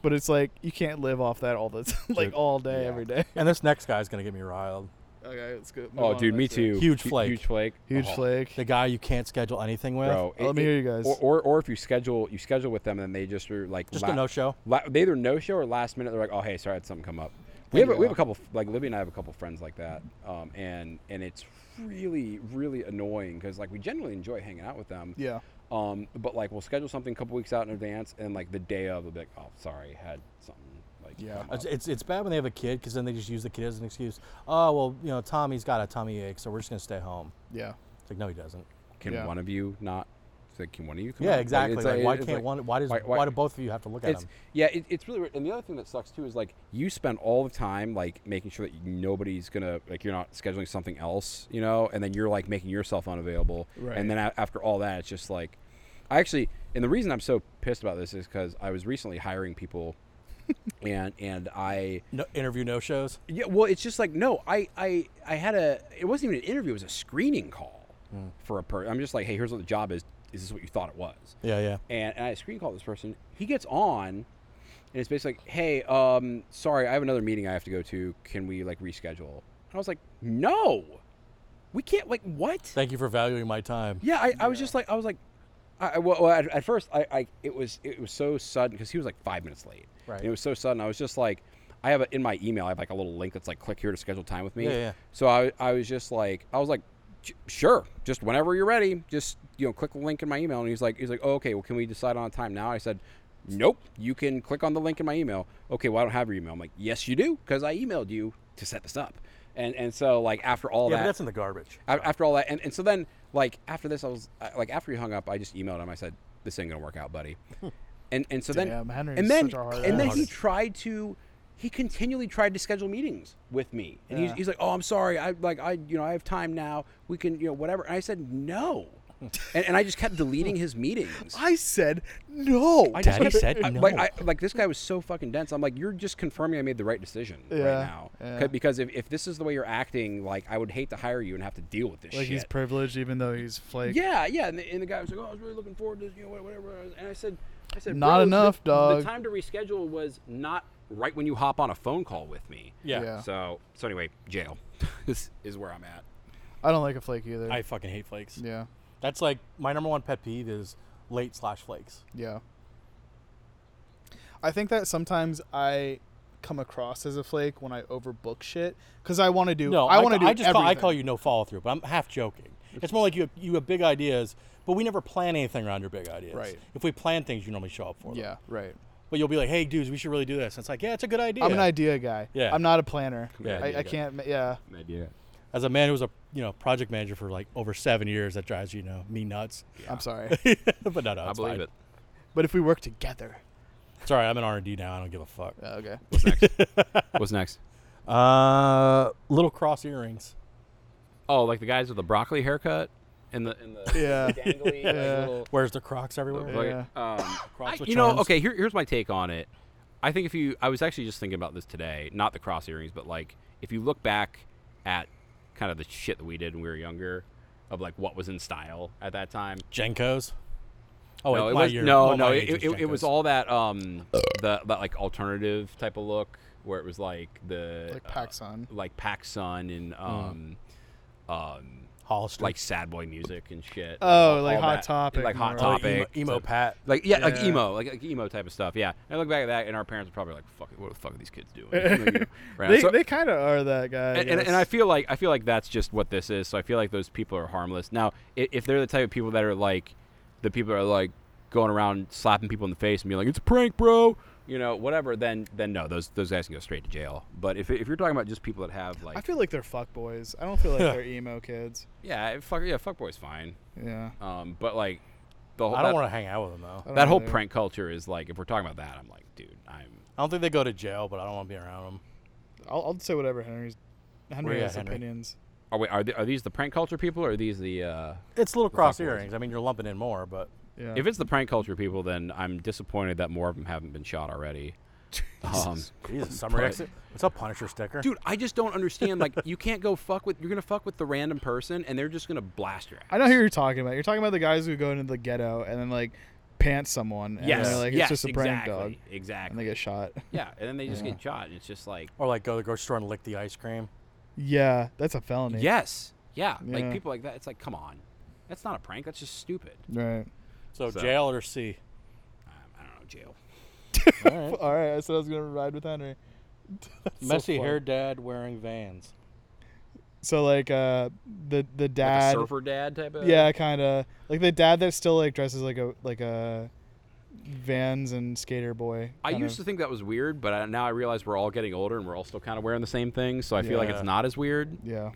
But it's like you can't live off that all the time, like
Dude,
all day
yeah.
every day.
And this next guy's gonna get me riled.
Okay, let's go. move on
oh,
to
dude,
the
me
next one.
too.
Huge
Hu-
flake.
Huge flake.
Huge
Oh,
flake. Oh,
The guy you can't schedule anything with.
Bro,
Let me hear you guys.
Or, or, or if you schedule, you schedule with them, and they just are like
Just a no show.
la- they either no show or last minute they're like, oh hey, sorry, I had something come up. We have, a,
you.
we have a couple like Libby and I have a couple friends like that, um, and and it's really really annoying because like we generally enjoy hanging out with them.
Yeah.
Um, but like we'll schedule something a couple weeks out in advance, and like the day of, they'll be like, oh sorry, had something like
Yeah.
come up."
It's, it's, it's bad when they have a kid because then they just use the kid as an excuse. Oh well, you know Tommy's got a tummy ache, so we're just gonna stay home.
Yeah.
It's like no, he doesn't.
Can
Yeah.
one of you not? it's Like, can one of you? Come
Yeah,
up?
exactly.
it's
Like, why
it's
can't one? Why does? Why, do both of you have to look at
It's,
him?
yeah, it, it's really weird. And the other thing that sucks too is like you spend all the time like making sure that nobody's gonna like you're not scheduling something else, you know, and then you're like making yourself unavailable.
Right.
And then a- after all that, it's just like, I actually, and the reason I'm so pissed about this is because I was recently hiring people, and and I.
No, interview no shows.
Yeah, well, it's just like no, I, I, I had a. It wasn't even an interview; it was a screening call for a person. I'm just like, hey, here's what the job is. Is this what you thought it was?
Yeah, yeah.
And, and I screen call this person. He gets on, and it's basically like, hey, um, sorry, I have another meeting I have to go to. Can we like reschedule? And I was like, no, we can't. Like what?
Thank you for valuing my time.
Yeah, I, I was just like, I was like, I, I- well, well, at, at first, I, I, it was, it was so sudden because he was like five minutes late.
Right.
And it was so sudden. I was just like, I have a, in my email, I have like a little link that's like, click here to schedule time with me.
Yeah, yeah.
So I, I was just like, I was like, "J- sure, just whenever you're ready, just you know, click the link in my email. And he's like, he's like, oh, okay, well, can we decide on a time now? I said. Nope, you can click on the link in my email. Okay, well, I don't have your email. I'm like, yes, you do, because I emailed you to set this up. And and so, like, after all
Yeah,
that,
but that's in the garbage.
a- after all that and, and so then like after this i was I- like after you hung up i just emailed him i said this ain't gonna work out buddy and and so then
Damn, Henry's
and then
such a hard
and then
ass.
he tried to he continually tried to schedule meetings with me and he's, he's like oh i'm sorry i like i you know i have time now we can you know whatever and i said no and, and i just kept deleting his meetings
I said no.
I just
Daddy
kept-
said
I-
no.
Like, I, like this guy was so fucking dense. I'm like, you're just confirming I made the right decision
Yeah,
right now. 'Cause-
yeah.
Because if, if this is the way you're acting, like I would hate to hire you and have to deal with this
like
shit.
he's privileged, even though he's flake.
Yeah, yeah. And the, and the guy was like, "Oh, I was really looking forward to this, you know, whatever." And I said, "I said,
Not
"Bro,
enough,
the,
dog."
The time to reschedule was not right when you hop on a phone call with me.
Yeah.
Yeah.
So, so anyway, jail is is where I'm at.
I don't like a flake either.
I fucking hate flakes.
yeah.
That's like my number one pet peeve is late slash flakes.
Yeah. I think that sometimes I come across as a flake when I overbook shit because I want to do.
No,
I want
ca-
to do.
I just call, I
everything.
call you no follow through, but I'm half joking. It's more like you you have big ideas, but we never plan anything around your big ideas.
Right.
If we plan things, you normally show up for them.
Yeah. Right.
But you'll be like, hey, dudes, we should really do this. And it's like, yeah, it's a good idea.
I'm an idea guy.
Yeah.
I'm not a planner.
Yeah,
I,
idea
I
guy.
can't. ma- Yeah.
Idea.
As a man who was a you know project manager for like over seven years, that drives you know me nuts.
I'm sorry.
but no, no,
I
it's
believe
fine.
it.
but if we work together.
Sorry, I'm in R and D now. I don't give a fuck.
Yeah, okay.
What's next? What's next?
Uh, little cross earrings.
Oh, like the guys with the broccoli haircut and the and the
Yeah.
dangly
Yeah.
like, little
Where's the Crocs everywhere?
Yeah.
Like, um,
Crocs
I-
with
you know,
charms.
okay. Here, here's my take on it. I think if you, I was actually just thinking about this today. Not the cross earrings, but like if you look back at kind of the shit that we did when we were younger, of like what was in style at that time.
Jenkos. Oh, wait,
no, it
my
was,
year-
no,
well,
no.
my
It,
age
it, it was
Jenkos.
all that um, the that like alternative type of look where it was like the
Like
uh,
Paxson.
like Paxson and
Mm.
um, um,
Hollister,
like sad boy music and shit. and
Oh,
all-
like
all
Hot
that-
Topic
like
and
hot
all
Oh,
that.
topic,
emo, emo
type-
Pat.
like yeah, like
Yeah.
emo, like, like emo type of stuff. Yeah, and I look back at that, and our parents are probably like, "Fuck, it, what the fuck are these kids doing?" Like, you know, right now.
They,
So-
they kind of are that guy.
and, and, and I feel like I feel like that's just what this is. So I feel like those people are harmless. Now, i- if they're the type of people that are like, the people that are like going around slapping people in the face and being like, "It's a prank, bro," you know, whatever, then then no, those those guys can go straight to jail. But if, if you're talking about just people that have like,
I feel like they're fuck boys. I don't feel like they're emo kids.
yeah, fuck yeah, fuckboy's fine.
Yeah.
Um, but like the whole
I don't
that,
want to hang out with them though.
that
I don't
whole
either.
prank culture is like, if we're talking about that, I'm like, dude, I'm
I don't think they go to jail, but I don't want to be around them.
I'll, I'll say whatever Henry's. Henry
yeah,
has
Henry.
opinions.
Are we, are, the, are these the prank culture people or are these the uh,
It's little
fuck
cross
boys.
earrings. I mean, you're lumping in more, but
Yeah.
if it's the prank culture people then I'm disappointed that more of them haven't been shot already. Um,
Jesus, summer
But-
exit. What's a Punisher sticker?
dude, I just don't understand like you can't go fuck with you're going to fuck with the random person and they're just going to blast your ass.
I know who you're talking about. You're talking about the guys who go into the ghetto and then like pant someone. And
Yes.
they're like,
yes,
it's just a prank
exactly,
dog. And
Exactly.
they get shot.
yeah, and then they just get shot and it's just like
Or like go to the grocery store and lick the ice cream.
yeah, that's a felony.
yes. Yeah, like
Yeah.
people like that it's like come on. That's not a prank. That's just stupid.
Right.
So,
So-
jail or C?
Um, I don't know, jail.
All right.
All right. I said I was gonna ride with Henry. That's so
Messy
funny.
hair dad wearing Vans.
So like uh the the
Like a
dad.
surfer dad type of
yeah, kind of like the dad that still like dresses like a like a Vans and skater boy.
I
kind
used
of.
to think that was weird, but I, now I realize we're all getting older and we're all still kind of wearing the same thing, so I feel like
Yeah.
it's not as weird.
Yeah,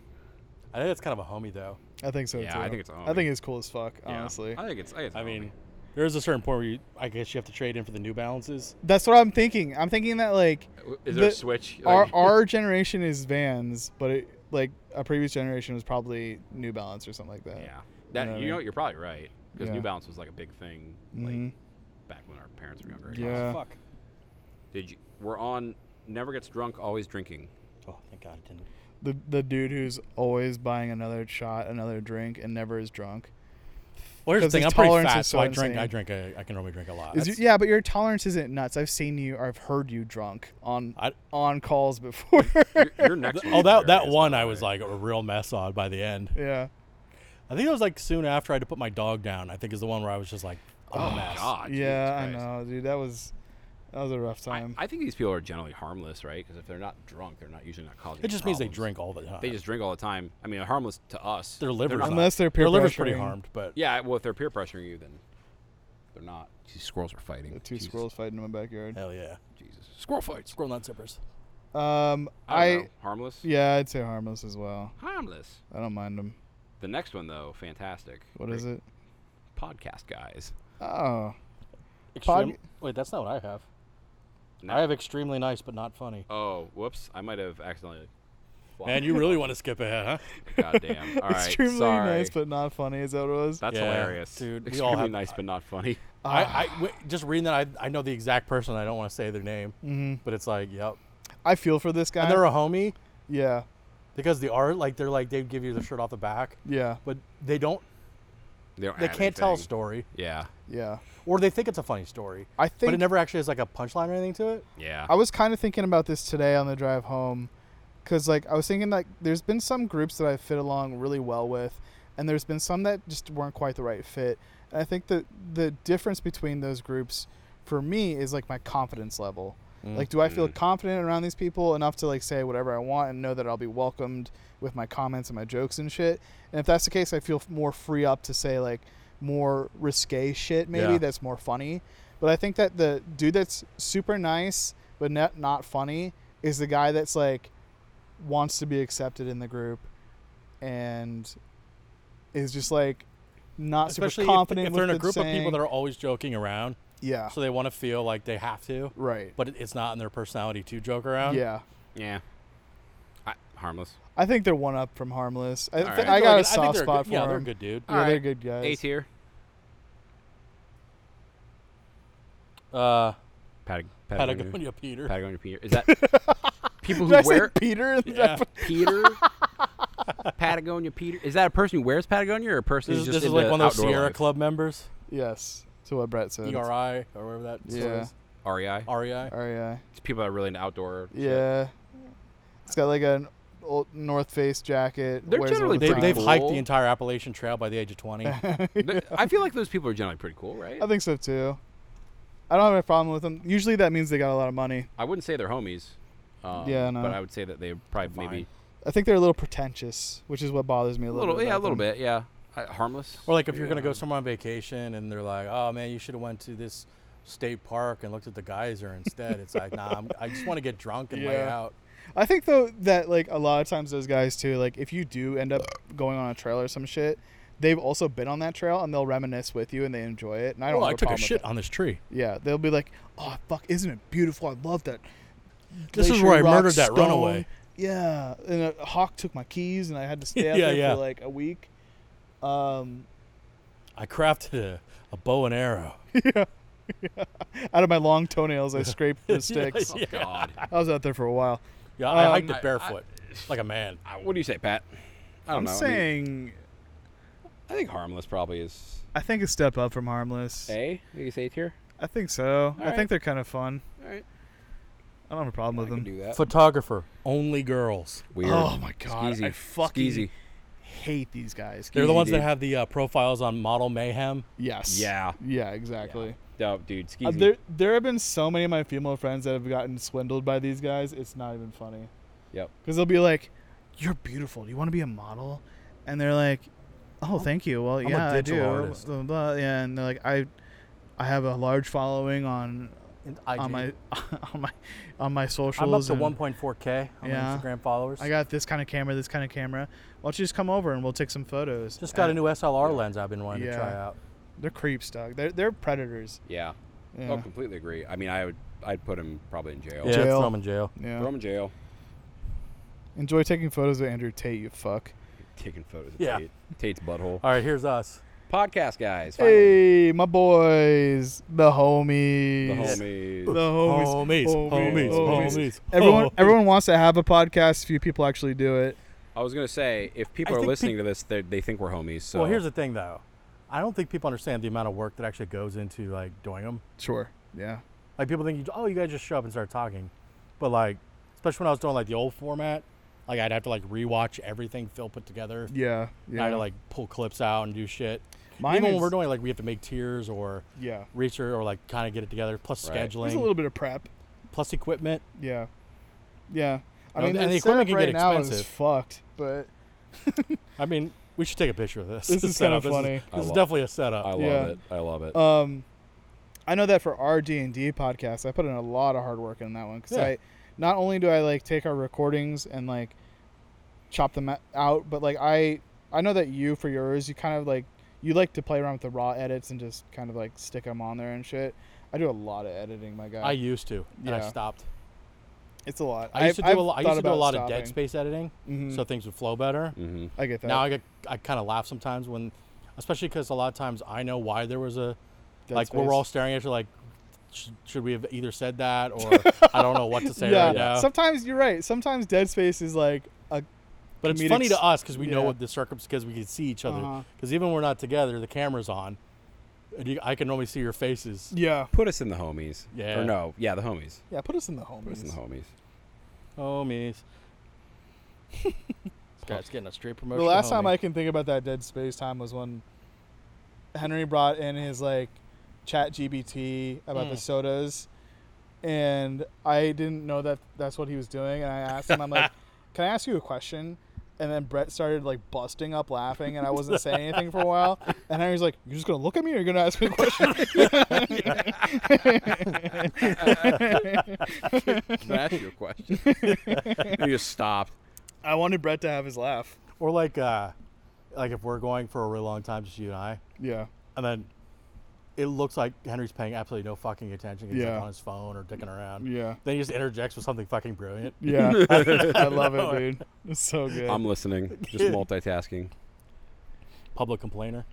I think that's kind of a homie though.
I think so
Yeah,
too.
I think it's a
I
homie.
think it's cool as fuck. Honestly,
I think it's. I, think it's
I
homie.
mean, there is a certain point where you, I guess you have to trade in for the New Balances.
that's what I'm thinking. I'm thinking that like
W- is there a
the-
switch?
our
Like-
our generation is Vans, but it, like a previous generation was probably New Balance or something like that.
yeah,
know what
that
I
you know
mean?
you're probably right because
Yeah.
New Balance was like a big thing
Mhm.
like back when our parents were younger.
Yeah.
Fuck.
Did you? We're on. Never gets drunk, always drinking.
Oh, thank God it didn't.
The the dude who's always buying another shot, another drink, and never is drunk.
Well, here's the
'Cause
thing.
his
I'm pretty
tolerance
fat,
is
so,
so
I drink. I
insane.
drink. A, I can normally drink a
Uh,
lot.
Is you,
That's-
yeah, but your tolerance isn't nuts. I've seen you, or I've heard you drunk on
I-
on calls before.
Your, your next.
oh,
one's
that that
hilarious,
one
by
I
the
was
way.
like a real mess on by the end.
yeah.
I think it was like soon after I had to put my dog down. I think is the one where I was just like,
Oh
a
my
mess.
god. Jesus
yeah, I
Christ.
know, dude. That was that was a rough time.
I, I think these people are generally harmless, right? Because if they're not drunk, they're not usually not causing.
It just means they
problems.
drink all the time.
They just drink all the time. I mean, harmless to us.
their
They're
livers.
not-
are-
Unless they're peer
their liver's pretty
pressuring.
harmed, but
Yeah, well, if they're peer pressuring you, then they're not. These squirrels are fighting.
the two
Jesus,
squirrels fighting in my backyard.
hell yeah,
Jesus. Squirrel fights.
squirrel nut zippers.
Um,
I,
I,
don't know. harmless.
yeah, I'd say harmless as well.
Harmless.
I don't mind them.
The next one though, fantastic.
What is it?
Podcast guys.
Oh,
Extreme, wait, that's not what I have.
No.
I have extremely nice but not funny.
Oh, whoops! I might have accidentally.
Man, you really want to skip ahead, huh?
Goddamn. All right.
extremely
sorry.
nice but not funny. Is that what it was?
That's
Yeah,
hilarious,
dude, we all
Extremely
have-
nice but not funny.
I, I w- just reading that, I, I know the exact person. I don't want to say their name, but it's like, yep.
I feel for this guy.
And they're a homie
yeah,
because the art, like they're like they give you the shirt off the back,
yeah,
but they don't.
They, don't
They
add
can't tell a
anything.
story,
Yeah.
yeah.
or they think it's a funny story,
I
but
think
it never actually has like a punchline or anything to it.
Yeah.
I was kind of thinking about this today on the drive home, because like I was thinking like there's been some groups that I fit along really well with, and there's been some that just weren't quite the right fit. And I think that the difference between those groups, for me, is like my confidence level. Like, do I feel confident around these people enough to like say whatever I want and know that I'll be welcomed with my comments and my jokes and shit? And if that's the case, I feel f- more free up to say like more risque shit maybe
Yeah.
that's more funny. But I think that the dude that's super nice but not not funny is the guy that's like wants to be accepted in the group and is just like not
Especially if-
super confident
if, they're in
with
a group
saying,
of people that are always joking around,
yeah
so they want to feel like they have to,
right
but um, it- it's not in their personality to joke around.
yeah
yeah. I, harmless.
I think they're one up from harmless I,
All
th-
right.
I
They're
got
good-
a
think
soft
they're
spot
good-
for
Yeah, they're a
them
good dude.
yeah
All
they're
right.
good guys
A tier.
Uh,
Patag- Patagonia.
Patagonia Peter.
Patagonia Peter. Is that people
Did I
who
say
wear
Peter
Yeah.
Peter? Patagonia Peter. Is that a person who wears Patagonia or a person
This
who's
is,
just
this is
into
like one of those
outdoor
Sierra
life?
Club members,
yes to what Brett said
ERI or whatever that E store
Yeah.
is.
REI.
REI.
REI
It's E people that are really into outdoor. shit.
yeah it's got like an old North Face jacket
They're
wears it all
generally
They,
the
pretty
time.
they've hiked
cool.
the entire Appalachian Trail by the age of 20.
Th- I feel like those people are generally pretty cool, right?
I think so too. I don't have a problem with them. Usually that means they got a lot of money.
I wouldn't say they're homies. Um,
Yeah, no.
But I would say that they probably
They're
maybe
I think they're a little pretentious, which is what bothers me a
a
little.
little,
bit
yeah, a
about
little
them.
bit, yeah. I, harmless.
or like if you're
Yeah.
going to go somewhere on vacation and they're like, oh man, you should have went to this state park and looked at the geyser instead. It's like, nah, I'm, I just want to get drunk and lay
Yeah.
out.
I think though that like a lot of times those guys too, like if you do end up going on a trail or some shit, they've also been on that trail and they'll reminisce with you and they enjoy it. And I don't.
Oh, I
have
took a
problem with
shit
that.
on this tree.
Yeah, they'll be like, "Oh fuck, isn't it beautiful? I love that."
This is
glacier
where I
rock
murdered that
stone."
runaway.
Yeah, and a hawk took my keys and I had to stay out
Yeah,
there
yeah.
for like a week. Um,
I crafted a, a bow and arrow.
out of my long toenails, I scraped the sticks.
yeah,
Oh, God. Uh,
I was out there for a while.
yeah, I hiked
I-
it
I-
barefoot, like a man.
Uh, What do you say, Pat? I don't
I'm
know. I mean,
saying,
I think harmless probably is
I think a step up from harmless.
A. I think it's A tier.
I think so. I
Eh? Alright.
think they're kind of fun.
All right,
I don't have a problem
I
with
can
them.
do that.
Photographer, only girls.
Weird.
Oh my god, I
Skeezy.
fucking
Skeezy.
hate these guys.
They're the
Easy,
ones that
dude.
have the uh, profiles on Model Mayhem.
Yes.
Yeah.
Yeah. Exactly.
Dope, dude. Skeezy.
Uh, there, there have been so many of my female friends that have gotten swindled by these guys. It's not even funny.
Yep.
Because they'll be like, "You're beautiful. Do you want to be a model?" And they're like, "Oh, thank you. Well,
a
yeah, I
digital
do."
artist."
Blah, blah, blah. Yeah, and they're like, "I, I have a large following on
And
on
IG.
my on my on my socials."
I'm up to
and
1.4k on my
Yeah.
Instagram followers.
I got this kind of camera, this kind of camera. Why don't you just come over and we'll take some photos?
just got a
And
new SLR lens I've been wanting
Yeah.
to try out.
They're creeps, dog. They're they're predators.
Yeah.
Yeah.
Oh, completely agree. I mean, I would. I'd put him probably in jail.
Yeah,
Jail.
throw 'em in jail.
Yeah.
Throw him in jail.
Enjoy taking photos of Andrew Tate, you fuck.
Taking photos of
Yeah.
Tate. Tate's butthole.
All right, here's us.
Podcast guys. Finally.
Hey, my boys, the homies.
The homies.
The homies.
Homies, homies, Oh. homies.
Everyone,
Homies.
everyone wants to have a podcast. Few people actually do it.
I was gonna say if people
I
are
think
listening to this, they they think we're homies. So
Well, here's the thing though. I don't think people understand the amount of work that actually goes into like doing them.
Sure. Yeah.
Like people think, you, oh, you guys just show up and start talking, but like, especially when I was doing like the old format, like I'd have to like rewatch everything Phil put together.
Yeah.
I
Yeah.
had to like pull clips out and do shit.
Mine
Even
is-
when we're doing like we have to make tiers or
yeah.
research or like kind of get it together, plus
Right. There's
There's
scheduling,
a little bit of prep.
plus equipment.
Yeah. Yeah. I
No,
mean,
and
the
the equipment
setup
can
right
get
now is
expensive.
fucked, but
I mean, we should take a picture of this.
This is kinda
setup. This
funny.
I
This is
love-
definitely a
I
setup.
love
yeah.
it. I love
Uh,
it.
Um, I know that for our D and D podcast, I put in a lot of hard work in that one because
Yeah.
I not only do I like take our recordings and like chop them out, but like I I know that you for yours, you kind of like you like to play around with the raw edits and just kind of like stick them on there and shit. I do a lot of editing, my guy.
I used to, and I
Yeah.
stopped.
it's a lot.
I used to
I've
do a lot. I
thought
used to do a
about
lot of
stopping.
dead space editing,
Mhm.
so things would flow better.
mm-hmm.
I get that.
Now I get, I kind of laugh sometimes when, especially because a lot of times I know why there was a,
Dead
like
space.
we're all staring at you like, sh- should we have either said that or I don't know what to say
yeah.
right now.
Sometimes you're right. Sometimes dead space is like a
but it's
comedic
funny
s-
to us because we know
yeah.
what the circumstances because we can see each other.
Uh-huh.
Because even when we're not together, the camera's on, and you, I can only see your faces.
yeah
Put us in the homies.
Yeah.
Or no, yeah, the homies.
yeah. Put us in the homies.
Put us in the homies.
Homies. this guy's getting a straight promotion.
The last time I can think about that dead space time was when Henry brought in his like chat GBT about the sodas, and I didn't know that that's what he was doing. And I asked him, I'm like, "Can I ask you a question?" And then Brett started like busting up laughing, and I wasn't saying anything for a while. And Henry's like, "You're just gonna look at me, or you're gonna ask me a question?"
Can I ask you a question? you just stopped.
I wanted Brett to have his laugh.
or like, uh, like if we're going for a really long time, just you and I,
Yeah,
and then it looks like Henry's paying absolutely no fucking attention. He's
Yeah.
like on his phone or dicking around.
yeah,
Then he just interjects with something fucking brilliant.
yeah. I love
Oh,
it, dude. It's so good.
I'm listening. Just multitasking,
Public complainer.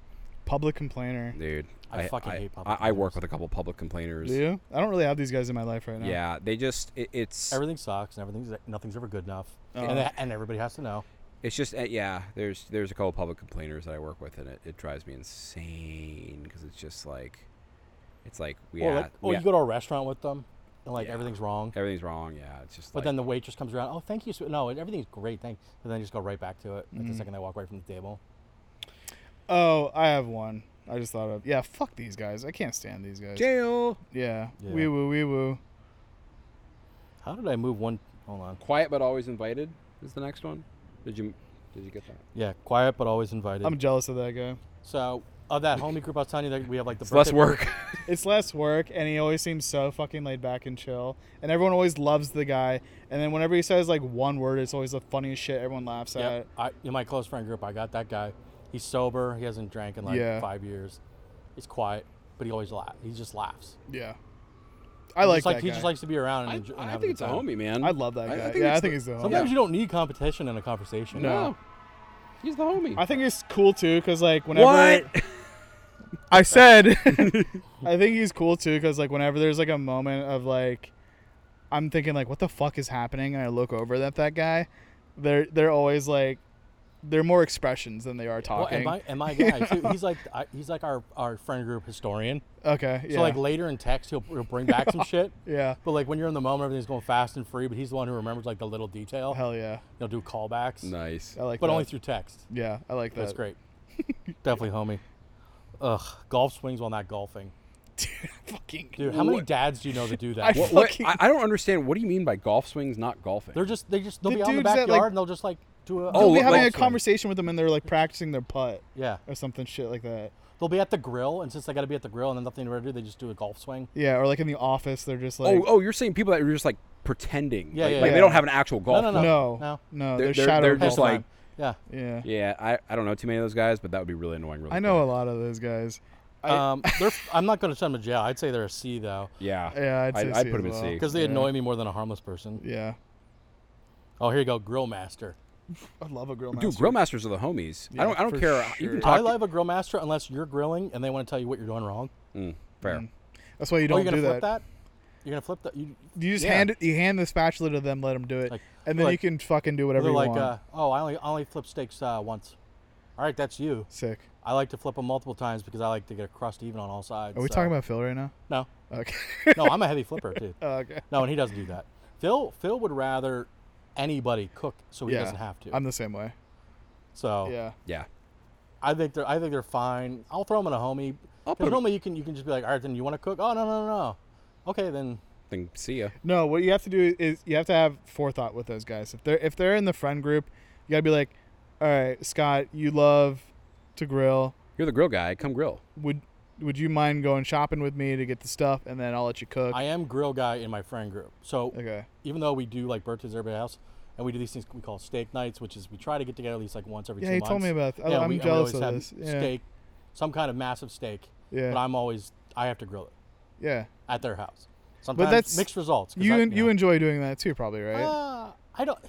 public complainer.
dude.
I fucking hate public
I, I work with a couple public complainers.
Do you? I don't really have these guys in my life right now.
Yeah, they just it, it's
Everything sucks and everything's nothing's ever good enough.
Oh.
And, that, and everybody has to know.
it's just uh, yeah. There's there's a couple public complainers that I work with, and it, it drives me insane because it's just like it's like we
Or,
ha-
like,
we
oh,
or
ha-
you go to a restaurant with them and like
Yeah.
everything's wrong.
everything's wrong. Yeah, it's just
But
like
then the waitress comes around. Oh, thank you. sweet- No, everything's great. Thank. But then just go right back to it
Mm-hmm.
like the second they walk away from the table.
Oh, I have one. I just thought of. Yeah, fuck these guys. I can't stand these guys.
jail.
yeah.
Yeah.
Wee woo wee woo.
How did I move one? Hold on.
Quiet but always invited is the next one. Did you did you get that?
Yeah, quiet but always invited.
I'm jealous of that guy.
so of that homie group I was telling you that we have like the
It's less
birthday-
work.
It's less work, and he always seems so fucking laid back and chill. And everyone always loves the guy. And then whenever he says like one word, it's always the funniest shit. Everyone laughs at.
Yeah, I, in my close friend group, I got that guy. He's sober. He hasn't drank in like
Yeah.
five years. He's quiet, but he always laughs. He just laughs.
Yeah, I like
just like
that
he
guy.
just likes to be around. And
I,
enjoy, and
I
have a
think it's
good
a
time.
homie, man.
I love that guy. yeah, I think he's the. homie.
Sometimes you don't need competition in a conversation.
No.
No. He's the homie.
I think he's cool too, cause like whenever I said, I think he's cool too, cause like whenever there's like a moment of like, I'm thinking like, what the fuck is happening, and I look over at that guy, they're they're always like, they're more expressions than they are
Well, and
talking.
my and my guy too. He's like I, he's like our, our friend group historian.
okay, yeah,
So like later in text, he'll, he'll bring back some shit.
yeah,
But like when you're in the moment, everything's going fast and free. But he's the one who remembers like the little detail.
hell yeah,
He'll do callbacks.
nice.
I like.
but
that.
only through text.
Yeah, I like that.
That's great. Definitely, homie. Ugh, golf swings while not golfing.
Fucking
Dude, how many dads do you know that do that?
I-
What, what-
Fucking-
I, I don't understand. What do you mean by golf swings not golfing?
They're just they just they'll
The
be out in the
dudes that,
backyard
like-
and they'll just like do a
They'll
Oh,
be having
like-
a conversation with them, and they're like practicing their putt
yeah.
or something shit like that.
They'll be at the grill and since they got to be at the grill and then nothing to do, they just do a golf swing.
Yeah, or like in the office, they're just like,
oh, oh, you're saying people that are just like pretending.
Yeah,
like,
yeah,
like
yeah.
they don't have an actual golf.
no,
club.
no,
no.
They're-
no, Oh, they're,
they're-
shadow
they're
golf.
just
All the
like-
time. yeah.
yeah.
Yeah, I, I don't know too many of those guys, but that would be really annoying. Really,
I know a lot of those guys. I-
Um, they're, I'm not going to send them to jail. I'd say they're a C though,
quick. Yeah.
Yeah, I'd say
I'd, I'd
C
put
as
them in
well.
C.
because they
Yeah.
annoy me more than a harmless person.
Yeah,
Oh, here you go, grill master.
I love a grill master.
Dude, grill masters are the homies. I don't. I
for
don't care. You
sure.
can talk.
I love a grill master unless you're grilling and they want to tell you what you're doing wrong.
Mm, fair.
That's why you
oh,
don't
you're gonna
do
flip that.
that.
You're gonna flip that. You,
You just
Yeah.
hand it. You hand the spatula to them. Let them do it,
Like-
and then you
like-
can fucking do
They're
whatever you
like,
want.
uh, oh, I only I only flip steaks uh, once. All right, that's you.
Sick.
I like to flip them multiple times because I like to get a crust even on all sides.
Are we
so-
talking about Phil right now?
No,
Okay. Oh,
no, I'm a heavy flipper, dude.
okay.
No, and he doesn't do that. Phil Phil would rather anybody cook so he
yeah.
doesn't have to. Oh.
I'm the same way.
so
Yeah.
Yeah.
I think they're I think they're fine. I'll throw them in a homie.
I'll put
Because
'em-
normally you can you can just be like, all right, then you want to cook? Oh no no no no. Okay then.
Then see ya.
No, what you have to do is you have to have forethought with those guys. If they're if they're in the friend group, you gotta be like, all right, Scott, you love to grill.
You're the grill guy. Come grill.
Would would you mind going shopping with me to get the stuff, and then I'll let you cook?
I am grill guy in my friend group. So
okay.
even though we do like birthdays at everybody's house, and we do these things we call steak nights, which is we try to get together at least like once every
Yeah,
two
you
months.
told me about that. I- I'm
we- and we always
jealous of
have
this. Yeah.
Steak, some kind of massive steak.
Yeah.
But I'm always I have to grill it
Yeah.
at their house. Sometimes
that's-
mixed results. 'cause
You
I,
en- you
know,
enjoy doing that too, probably, right?
uh, I don't.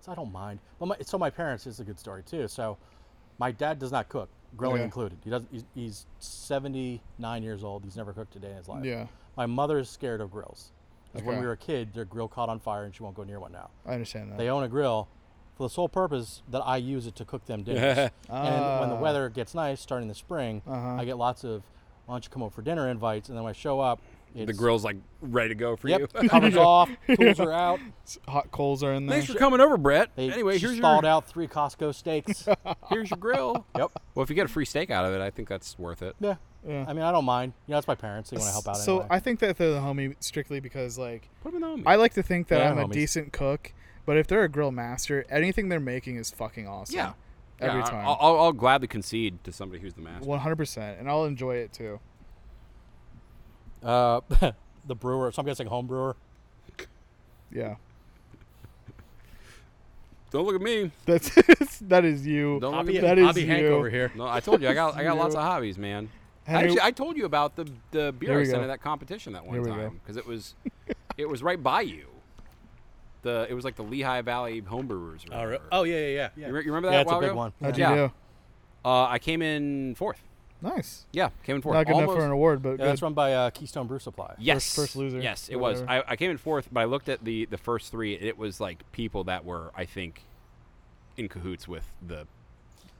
So I don't mind. Well, my, so my parents this is a good story too. So my dad does not cook, grilling
Okay.
included. He doesn't. He's, he's 79 years old. He's never cooked a day in his life.
Yeah.
My mother is scared of grills. 'Cause When
Okay.
we were a kid, their grill caught on fire, and she won't go near one now.
I understand that.
They own a grill for the sole purpose that I use it to cook them dinners. and when the
Ah. Uh-huh.
weather gets nice, starting the spring, I get lots of why don't you come over for dinner invites, and then when I show up, it's,
The grill's like ready to go for
Yep,
you.
covers off, tools are out.
S- Hot coals are in there.
Thanks for coming over, Brett.
They
anyway,
she
here's
stalled
your
out three Costco steaks.
here's your grill.
yep.
Well, if you get a free steak out of it, I think that's worth it.
Yeah.
Yeah.
I mean, I don't mind. You know, it's my parents. They want to help out.
So
anyway.
I think that they're the homie strictly because like
Put 'em in the homie.
I like to think that
They are
I'm a
homies.
decent cook, but if they're a grill master, anything they're making is fucking awesome.
yeah.
Every
Yeah, I-
time.
I'll, I'll, I'll gladly concede to somebody who's the master.
100%. And I'll enjoy it too.
uh, the brewer. So I'm guessing home brewer.
Yeah.
Don't look at me.
That's that is you.
Don't look
Hobby,
at me.
That is
hobby Hank
you.
over here.
No, I told you. I got I got lots of hobbies, man.
Henry-
Actually, I told you about the the
Here
beer I
we
sent
go.
at that competition that
Here
one
we go.
time because it was it was right by you. The it was like the Lehigh Valley homebrewers. or
Oh, re-
whatever.
oh, yeah, yeah, yeah.
You, re- you remember that?
Yeah, it's a
while
big
ago?
one.
How'd
yeah.
you
Uh, I came in fourth.
do? Nice.
Yeah, came in fourth.
Not good
Almost,
enough for an award, but
Yeah, that's
good.
run by uh, Keystone Brew Supply.
Yes.
first loser,
Yes, it was. I,
whatever.
I came in fourth, but I looked at the the first three. and It was like people that were, I think, in cahoots with the.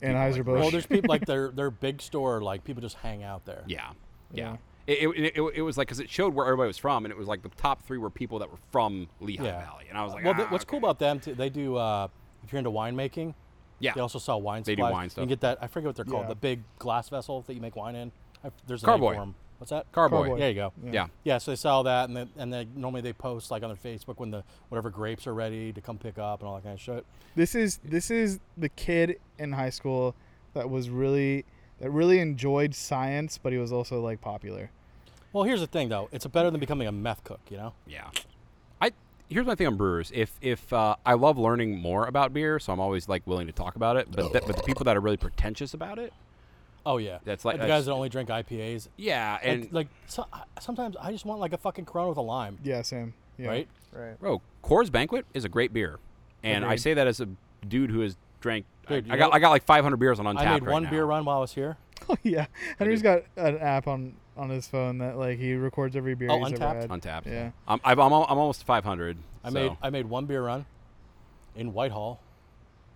Anheuser-Busch.
Well, there's people like their their big store. Like people just hang out there.
Yeah. Yeah. It, it, it, it was like because it showed where everybody was from, and it was like the top three were people that were from Lehigh
Yeah.
Valley, and I was like,
Well, th-
"Ah,
what's
okay."
cool about them too? They do. Uh, if you're into winemaking,
Yeah.
they also sell wine.
They do
supplies.
wine
You
stuff.
can get that. I forget what they're called.
Yeah.
The big glass vessel that you make wine in. I, there's a
Carboy.
Name for 'em. What's that?
Carboy.
Carboy.
There you go.
Yeah.
Yeah, so they sell that, and then and they, normally they post like on their Facebook when the whatever grapes are ready to come pick up and all that kind of shit.
This is this is the kid in high school that was really that really enjoyed science, but he was also like popular.
Well, here's the thing, though. It's better than becoming a meth cook, you know?
Yeah. I here's my thing on brewers. If if uh, I love learning more about beer, so I'm always like willing to talk about it. But th- but the people that are really pretentious about it,
Oh, yeah.
That's like-
the
that's-
guys that only drink IPAs.
yeah,
Like-
and
like, so, sometimes I just want like a fucking Corona with a lime,
Yeah, Sam. Yeah.
right?
Right.
bro, Coors Banquet is a great beer, and I
Agreed.
say that as a dude who has drank. I-
Dude,
I,
you
got
know-
I got like 500 beers on
I
untapped
made
right
one
now.
beer run while I was here.
Oh yeah. Henry's got an app on on his phone that like he records every beer
Oh,
he's
Untapped?
ever had.
untapped.
Yeah.
I'm I've, I'm, al- I'm almost 500.
I
so-
made I made one beer run in Whitehall,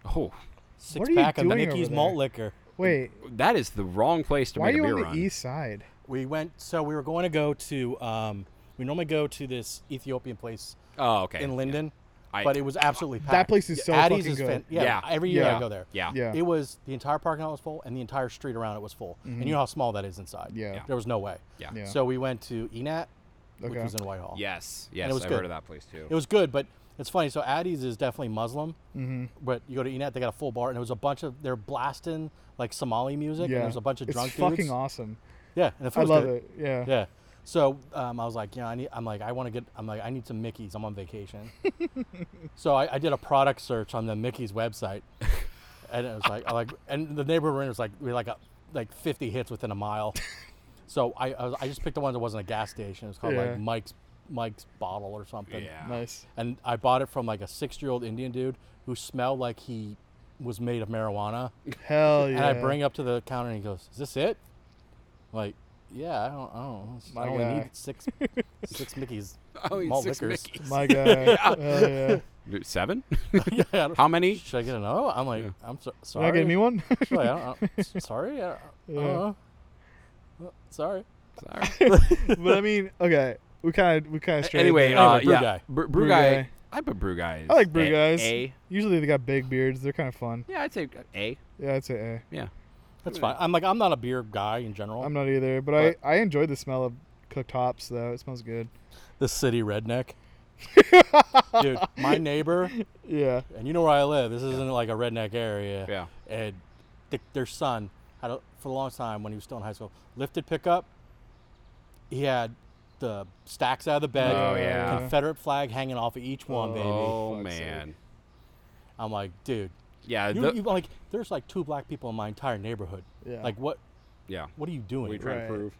Oh,
six
What are you
pack of
doing over
Mickey's malt
there?
liquor.
Wait,
that is the wrong place to
why are
make a
you
beer
on the
run.
east side?
We went, so we were going to go to. Um, we normally go to this Ethiopian place
Oh, okay.
in Linden,
I-
but it was absolutely packed.
place is so
Addie's
fucking
is
good.
yeah,
Yeah.
every year
Yeah.
I go there.
Yeah.
Yeah.
It was the entire parking lot was full, and the entire street around it was full. And you know how small that is inside.
Mm-hmm. Yeah. Yeah.
There was no way.
Yeah.
Yeah.
So we went to Enat, which
Okay.
was in Whitehall.
Yes. Yes.
it was
I've
good.
heard of that place too.
It was good, but it's funny. So Addie's is definitely Muslim,
Mm-hmm.
but you go to Enat, they got a full bar, and it was a bunch of they're blasting like Somali music,
Yeah.
and there's a bunch of
it's
drunk
fucking
dudes.
awesome.
Yeah, and the food
I
was
love
good.
it. Yeah.
Yeah. So um, I was like, you know, I need, I'm like, I want to get, I'm like, I need some Mickey's. I'm on vacation. so I, I did a product search on the Mickey's website, and it was like, I like, and the neighborhood was like, we had like a, like 50 hits within a mile. So I, I, was, I just picked the one that wasn't a gas station. It was called
Yeah.
like Mike's, Mike's bottle or something.
Yeah.
Nice.
And I bought it from like a 60 year old Indian dude who smelled like he was made of marijuana.
Hell yeah.
And I bring up to the counter and he goes, "Is this it?" I'm like, yeah, I don't, I don't know.
My
I only
guy.
need six, six Mickey's
I only need
malt
six
liquors.
Mickeys.
My guy. Hell yeah.
Dude, Seven?
yeah, I don't-
How many?
Should I get another? one? I'm like, I'm so,
Can I
sorry.
get me one?
Like, I don't, I don't- sorry, I don't, I don't
Yeah.
know. Well, Sorry.
Sorry.
but I mean, okay, we kind of we kind of strayed.
anyway,
there.
uh,
Anyway, Brew
yeah,
Guy.
Brew, brew,
Brew
guy.
Guy.
I put brew guy.
I like brew
a,
guys.
A.
Usually they got big beards. They're kind of fun.
Yeah, I'd say a.
Yeah, I'd say
Yeah.
That's fine. I'm like, I'm not a beer guy in general.
A. I'm not either, but I I enjoy the smell of cooked hops though. It smells good.
the city redneck. Dude, my neighbor,
Yeah.
and you know where I live. This isn't like a redneck area.
Yeah.
And th- their son had a, for a long time when he was still in high school lifted pickup. He had the stacks out of the bed.
Oh, yeah.
Confederate flag hanging off of each one, baby.
Oh
fuck's sake.
man.
I'm like, dude,
Yeah.
you,
the-
you- like there's like two black people in my entire neighborhood.
Yeah.
Like what?
yeah.
What are you doing?
We try to
Right.
prove.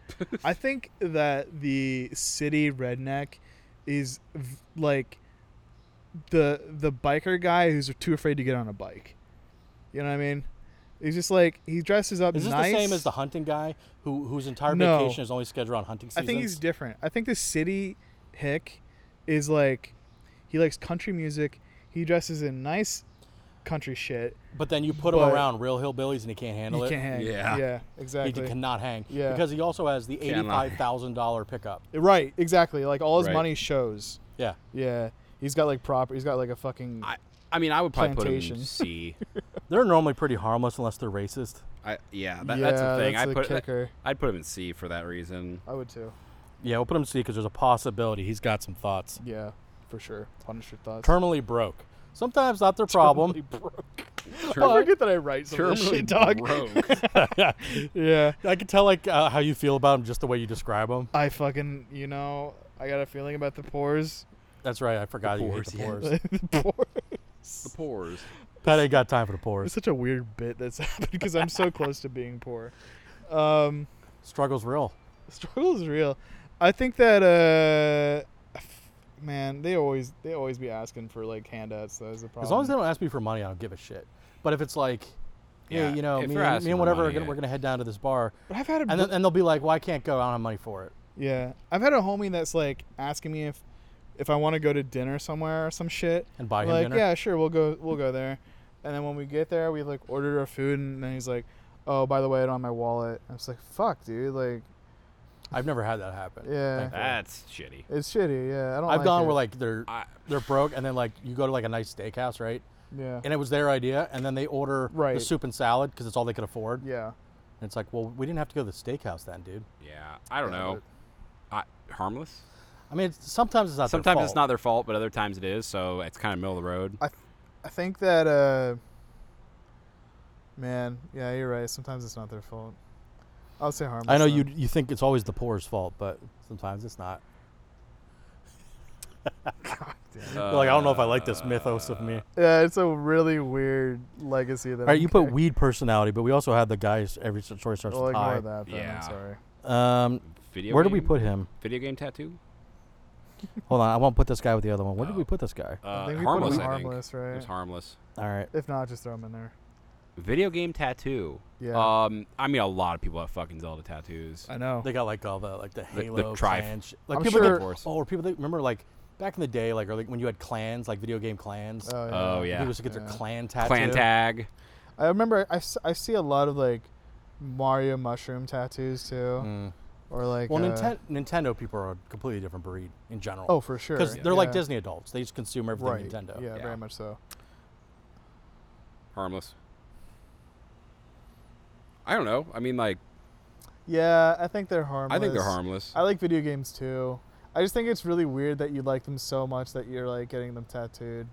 I think that the city redneck is v- like the the biker guy who's too afraid to get on a bike. You know what I mean? He's just like he dresses up
Is this
nice.
the same as the hunting guy who whose entire
No.
vacation is only scheduled on hunting
I
season?
think he's different. I think the city hick is like he likes country music. He dresses in nice country shit.
but then you put
but-
him around real hillbillies and he can't handle
He
it.
can't hang.
Yeah.
Yeah.
He
Exactly.
cannot hang.
Yeah.
Because he also has the
Cannot.
eighty-five thousand dollar pickup.
right. Exactly. Like all his
Right.
money shows.
Yeah.
Yeah. He's got like proper. He's got like a fucking.
I, I mean, I would probably put him
Plantation.
C.
They're normally pretty harmless unless they're racist.
I, yeah, that,
yeah,
that's the thing.
That's
I
the
put that-
kicker.
I'd put him in C for that reason.
I would too.
Yeah, we'll put him C because there's a possibility he's got some thoughts.
Yeah, for sure. Punish your thoughts.
Terminally broke. Sometimes not their problem.
Oh, I forget that I write some of this
Terminally
shit, dog.
broke.
Yeah.
I can tell like uh, how you feel about him just the way you describe him.
I fucking, you know, I got a feeling about the pores.
That's right. I forgot you hate
pores,
the
yeah.
pores.
the pores.
the pores.
Pat ain't got time for the
It's
pores.
such a weird bit that's happened because I'm so close to being poor. Um,
Struggle's real.
struggle is real. I think that, uh, f- man, they always they always be asking for like handouts. That is the problem.
As long as they don't ask me for money, I don't give a shit. But if it's like, yeah,
Yeah,
you know,
if
me,
they're
and-
asking
me and
for
whatever, are
money,
gonna,
yeah.
we're gonna head down to this bar,
but I've had a
and
bro-
then and they'll be like, "Well, I can't go. I don't have money for it."
yeah, I've had a homie that's like asking me if if I want to go to dinner somewhere or some shit.
And buy him
like,
dinner.
yeah, sure, we'll go, we'll go there. And then when we get there, we like ordered our food, and then he's like, "Oh, by the way, I don't have my wallet." I was like, "Fuck, dude! Like,
I've never had that happen.
Yeah.
thankfully.
That's shitty.
it's shitty. Yeah, I don't."
I've
like
gone
it.
where like they're
I,
they're broke, and then like you go to like a nice steakhouse, right?
yeah,
And it was their idea, and then they order the
Right.
soup and salad because it's all they could afford.
yeah.
And it's like, well, we didn't have to go to the steakhouse then, dude.
yeah, I don't know. I, harmless.
I mean, it's, sometimes it's not. their
Sometimes it's
fault.
not their fault, but other times it is. So it's kind of middle of the road.
I, th- I think that, uh, man, yeah, you're right. Sometimes it's not their fault. I would say harmless.
I know
then.
you you think it's always the poor's fault, but sometimes it's not. like I don't know if I like this mythos of me.
Yeah, it's a really weird legacy that.
All right,
I'm
you put
carrying.
weed personality, but we also had the guys every story starts
We'll
with
ignore
I.
that. Then.
Yeah. Uh,
I'm sorry.
Um,
Video
where did we
game-
put him?
Video game tattoo?
Hold on, I won't put this guy with the other one. Where did we put this guy?
Uh,
think we put
harmless,
him
I think.
harmless, right?
It was harmless.
All right,
If not, just throw them in there.
Video game tattoo.
Yeah.
Um, I mean, a lot of people have fucking Zelda tattoos.
I know.
they got like all the like the
the
Halo
tribe.
clan sh- Like
I'm
people
sure-
think-
Force.
oh, were people think, remember like back in the day, like or like when you had clans, like video game clans.
Oh yeah.
Oh yeah.
People used to get their
Yeah.
clan tattoo.
Clan tag.
I remember. I, s- I see a lot of like Mario mushroom tattoos too,
Mm.
or like.
Well,
uh,
Ninten- Nintendo people are a completely different breed in general.
Oh, for sure.
because they're like
Yeah.
Disney adults. They just consume everything
Right.
Nintendo.
Yeah,
Yeah.
very much so.
Harmless. I don't know. I mean, like,
Yeah, I think they're harmless.
I think they're harmless.
I like video games too. I just think it's really weird that you like them so much that you're like getting them tattooed,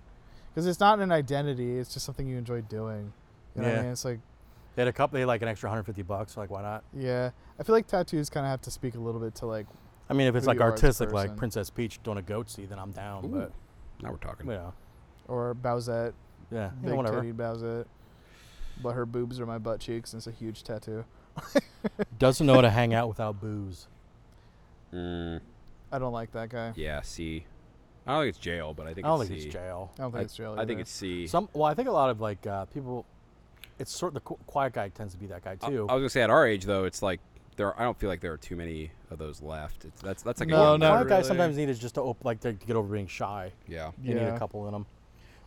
because it's not an identity. It's just something you enjoy doing. You know what
Yeah.
I mean? It's like
They had a couple. They had like an extra 150 bucks. Like why not?
yeah. I feel like tattoos kind of have to speak a little bit to like
I mean, if it's
Who
like
you are as a
artistic, like
person.
Princess Peach doing a goatsy, then I'm down.
Ooh.
But
now we're talking.
you know,
or Bowsette,
yeah, yeah,
big
whatever.
titty Bowsette, but her boobs are my butt cheeks, and it's a huge tattoo.
Doesn't know how to hang out without booze.
Mm,
I don't like that guy.
yeah, C. I don't think it's jail, but I think
I don't
it's
think
C.
it's jail.
I don't think
I,
it's jail.
I think
either.
it's C. I
Some well, I think a lot of like uh, people. It's sort of the qu- quiet guy tends to be that guy
Uh,
I was
too.
gonna say at our age though, it's like there. I don't feel like there are too many of those left. It's, that's that's like a
No,
young
not
quiet
group.
guys
really.
sometimes need is just to op- like to get over being shy.
Yeah.
You need
Yeah.
a couple in them.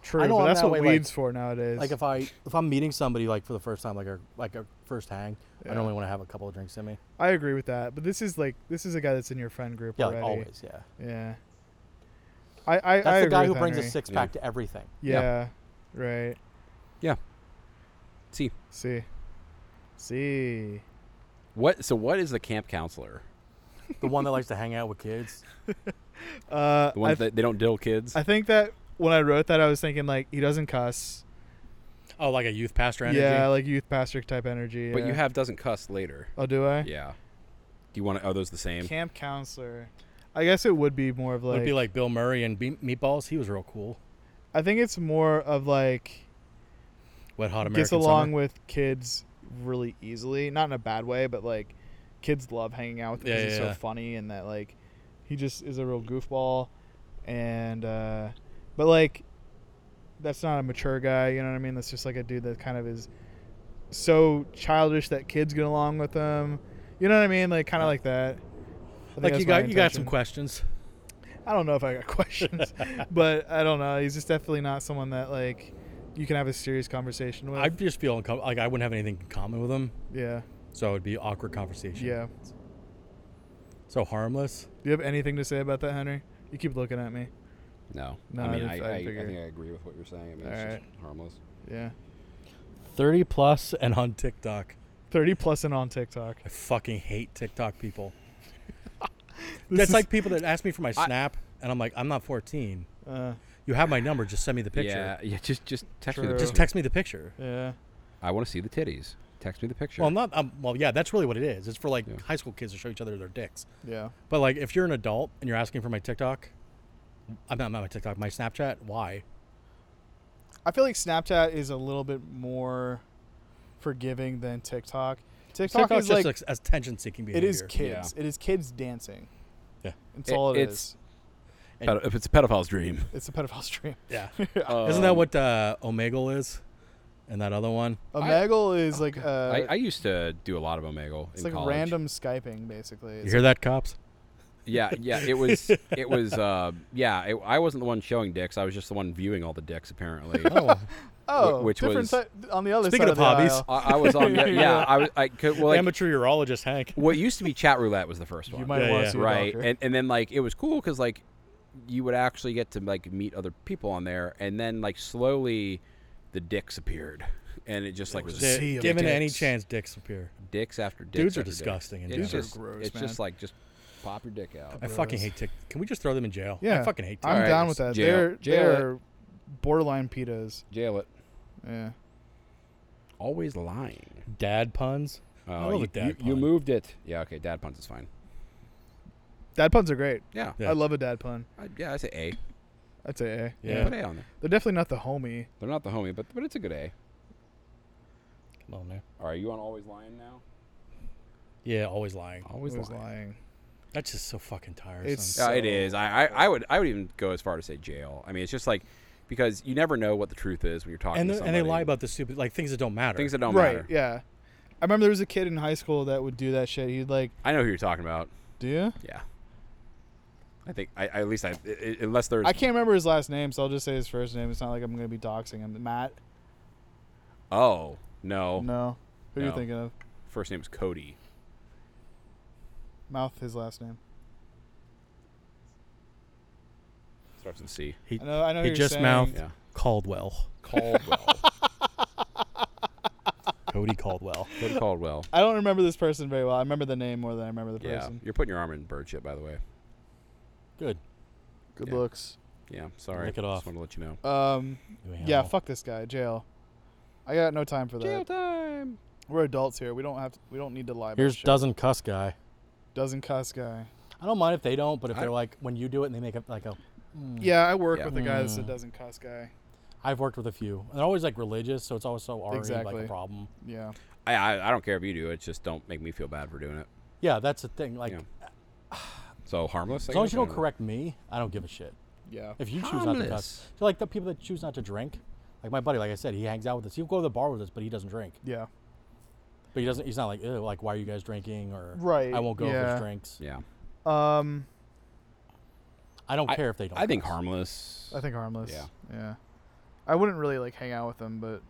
true.
I know
but
I'm
that's
that
what
way, like-
weed's for nowadays.
Like if I if I'm meeting somebody like for the first time, like a like a first hang,
Yeah.
I normally want to have a couple of drinks in me.
I agree with that, but this is like this is a guy that's in your friend group
Yeah, like
already.
always. Yeah,
Yeah. I I
that's
I
the
agree
guy who
with
brings
Henry.
a six pack to everything.
Yeah. Right.
C.
See. See.
What? So what is the camp counselor?
The one that likes to hang out with kids.
The
Uh, I,
ones that they don't diddle kids.
I think that when I wrote that, I was thinking like he doesn't cuss.
Oh, like a youth pastor energy.
Yeah, like youth pastor type energy.
But you
yeah.
have doesn't cuss later.
Oh, do I?
Yeah. Do you want to? Are those the same?
Camp counselor. I guess it would be more of
Would
like.
it be like Bill Murray and Be- Meatballs? He was real cool.
I think it's more of like
Wet Hot American
gets along
Summer.
with kids really easily, not in a bad way, but like kids love hanging out with him
Yeah,
because he's
yeah, yeah.
so funny and that like he just is a real goofball, and uh, but like that's not a mature guy, you know what I mean? That's just like a dude that kind of is so childish that kids get along with him, you know what I mean? Like kind of like that. I think
Like you
that's my
got you got some
intention.
questions.
I don't know if I got questions, but I don't know. He's just definitely not someone that like you can have a serious conversation with.
I'd just feel uncomfortable. Like I wouldn't have anything in common with him,
yeah,
so it'd be awkward conversation.
yeah.
So harmless.
Do you have anything to say about that, Henry? You keep looking at me.
No.
No,
I mean,
I
I,
did-
I,
I
I,
figured.
think I agree with what you're saying. I mean, it's
Alright.
just harmless.
Yeah.
Thirty plus and on TikTok.
30 plus and on TikTok.
I fucking hate TikTok people.
This
That's
is-
like people that ask me for my
I-
snap, and I'm like, I'm not 14.
Uh,
You have my number. Just send me the picture.
Yeah. Yeah. Just just text me.
True.
The
Just
just
text me the picture.
yeah.
I want to see the titties. Text me the picture.
Well, I'm not. I'm, well, yeah, that's really what it is. It's for like
Yeah.
high school kids to show each other their dicks.
Yeah.
But like, if you're an adult and you're asking for my TikTok, I'm not, not my TikTok, my Snapchat. Why?
I feel like Snapchat is a little bit more forgiving than TikTok. TikTok
TikTok's
is
just
like
like, attention-seeking
it
behavior.
is kids. It is kids dancing.
Yeah.
That's
It-
all it's,
it's- Pedo- if it's a pedophile's dream.
It's a pedophile stream.
Yeah.
Um,
Isn't that what uh, Omegle is? And that other one.
Omegle is like uh
I, I used to do a lot of Omegle.
it's
in
like
college.
random skyping basically.
You
It's
hear that, cops?
Yeah, yeah. It was. It was. Uh, yeah. It, I wasn't the one showing dicks. I was just the one viewing all the dicks. Apparently.
Oh,
oh,
Wh- which
different
was-
side- on the other
Speaking
side
of
the
hobbies,
aisle.
I, I was on. Yeah. yeah I was. I could, well, like,
amateur urologist Hank.
what used to be chat roulette was the first one.
you might
Yeah,
want
yeah.
to
right, and and then like it was cool because like you would actually get to like meet other people on there, and then like slowly the dicks appered, and it just like was
Di- sea of
given any
dicks.
chance, dicks appear.
dicks after dicks.
Dudes are
after dicks.
disgusting and
It's
dudes
are
just-
gross,
It's
man.
just like just pop your dick out.
I fucking
Gross.
hate TikTok. Can we just throw them in jail?
yeah.
I fucking hate TikTok.
I'm
Alright,
down with
it's
that.
jail-
They're
jail it.
they're borderline pedos.
Jail it.
Yeah.
Always lying.
Dad puns.
Oh,
love
you,
a dad
you, you
pun.
moved it. Yeah, okay. Dad puns is fine.
Dad puns are great.
Yeah.
Yeah.
I love a dad pun.
I, yeah, I say A.
I'd say A.
Yeah.
Put A on there.
They're definitely not the homie.
They're not the homie, but but it's a good A.
Come on, man.
Are you on Always Lying now?
Yeah, always lying.
Always,
Who's lying?
That's just so fucking tiresome.
It's-
Yeah, it
So-
is. I, I, I would I would even go as far to say jail. I mean, it's just like because you never know what the truth is when you're talking
and,
to
they-
somebody.
and they lie about the stupid like things that don't matter.
things that don't
right.
matter.
Yeah. I remember there was a kid in high school that would do that shit. He'd like,
I know who you're talking about.
do you?
Yeah. I think I, I at least I, i- i- unless there's
I can't remember his last name, so I'll just say his first name. It's not like I'm gonna be doxing him. Matt.
oh no
No. Who are you
No.
thinking of?
first name is Cody.
Mouth his last name.
Starts with C.
he,
I know. I know.
he
you're
just
saying-
mouthed
Yeah.
Caldwell.
Caldwell.
Cody Caldwell.
Cody Caldwell.
I don't remember this person very well. I remember the name more than I remember the
Yeah,
person.
you're putting your arm in bird shit, by the way.
Good.
Good
Yeah.
looks.
Yeah, sorry.
Lick it
Just
off.
want to let you know.
Um.
You
Yeah.
animal.
Fuck this guy. Jail. I got no time for that.
Jail time.
We're adults here. We don't have. To, we don't need to lie. About
Here's
shit.
doesn't cuss guy.
doesn't cuss guy.
I don't mind if they don't, but if
I-
they're like when you do it and they make it like a
Yeah, I
Hmm.
work
Yeah.
with a guy that's a doesn't cuss guy.
I've worked with a few. And they're always like religious, so it's always so already like
Exactly.
a problem.
Yeah.
I, I I don't care if you do it. Just don't make me feel bad for doing it.
Yeah, that's the thing. Like
Yeah. So harmless. I
as long as
guess?
you
I
don't
know.
correct me, I don't give a shit.
Yeah.
If you choose not to cuss,
Harmless.
so like the people that choose not to drink, like my buddy, like I said, he hangs out with us. He'll go to the bar with us, but he doesn't drink.
Yeah.
But he doesn't. He's not like, Ew, like why are you guys drinking? Or
Right,
I won't go if
yeah.
there's drinks.
Yeah.
Um,
I don't
I-
care if they don't.
I think
cuss.
harmless.
I think harmless.
Yeah.
Yeah. I wouldn't really like hang out with them, but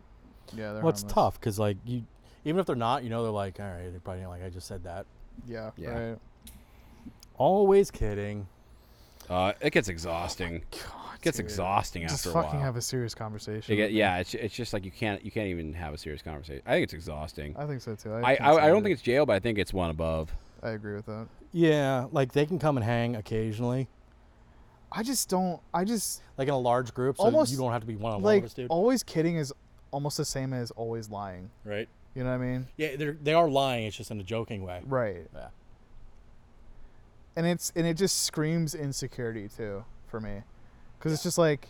yeah, they're.
Well, it's
harmless.
tough because like you, even if they're not, you know, they're like, all right, they probably didn't like I just said that.
Yeah.
Yeah.
Right.
Always kidding.
Uh, it gets exhausting.
Oh God,
gets
dude.
exhausting
Just
after a
fucking
while.
have a serious conversation.
It get- yeah, it's, it's just like you can't you can't even have a serious conversation. I think it's exhausting.
I think so too.
I,
can't
I, I don't
stand
think it's jail, but I think it's one above.
it. I agree with that.
Yeah, like they can come and hang occasionally,
I just don't. I just
like in a large group, so
Almost
you don't have to be one on one
like
with us, dude.
always kidding is almost the same as always lying.
Right?
You know what I mean?
Yeah, they're they are lying. It's just in a joking way.
Right.
Yeah.
And it's and it just screams insecurity too for me, because it's just like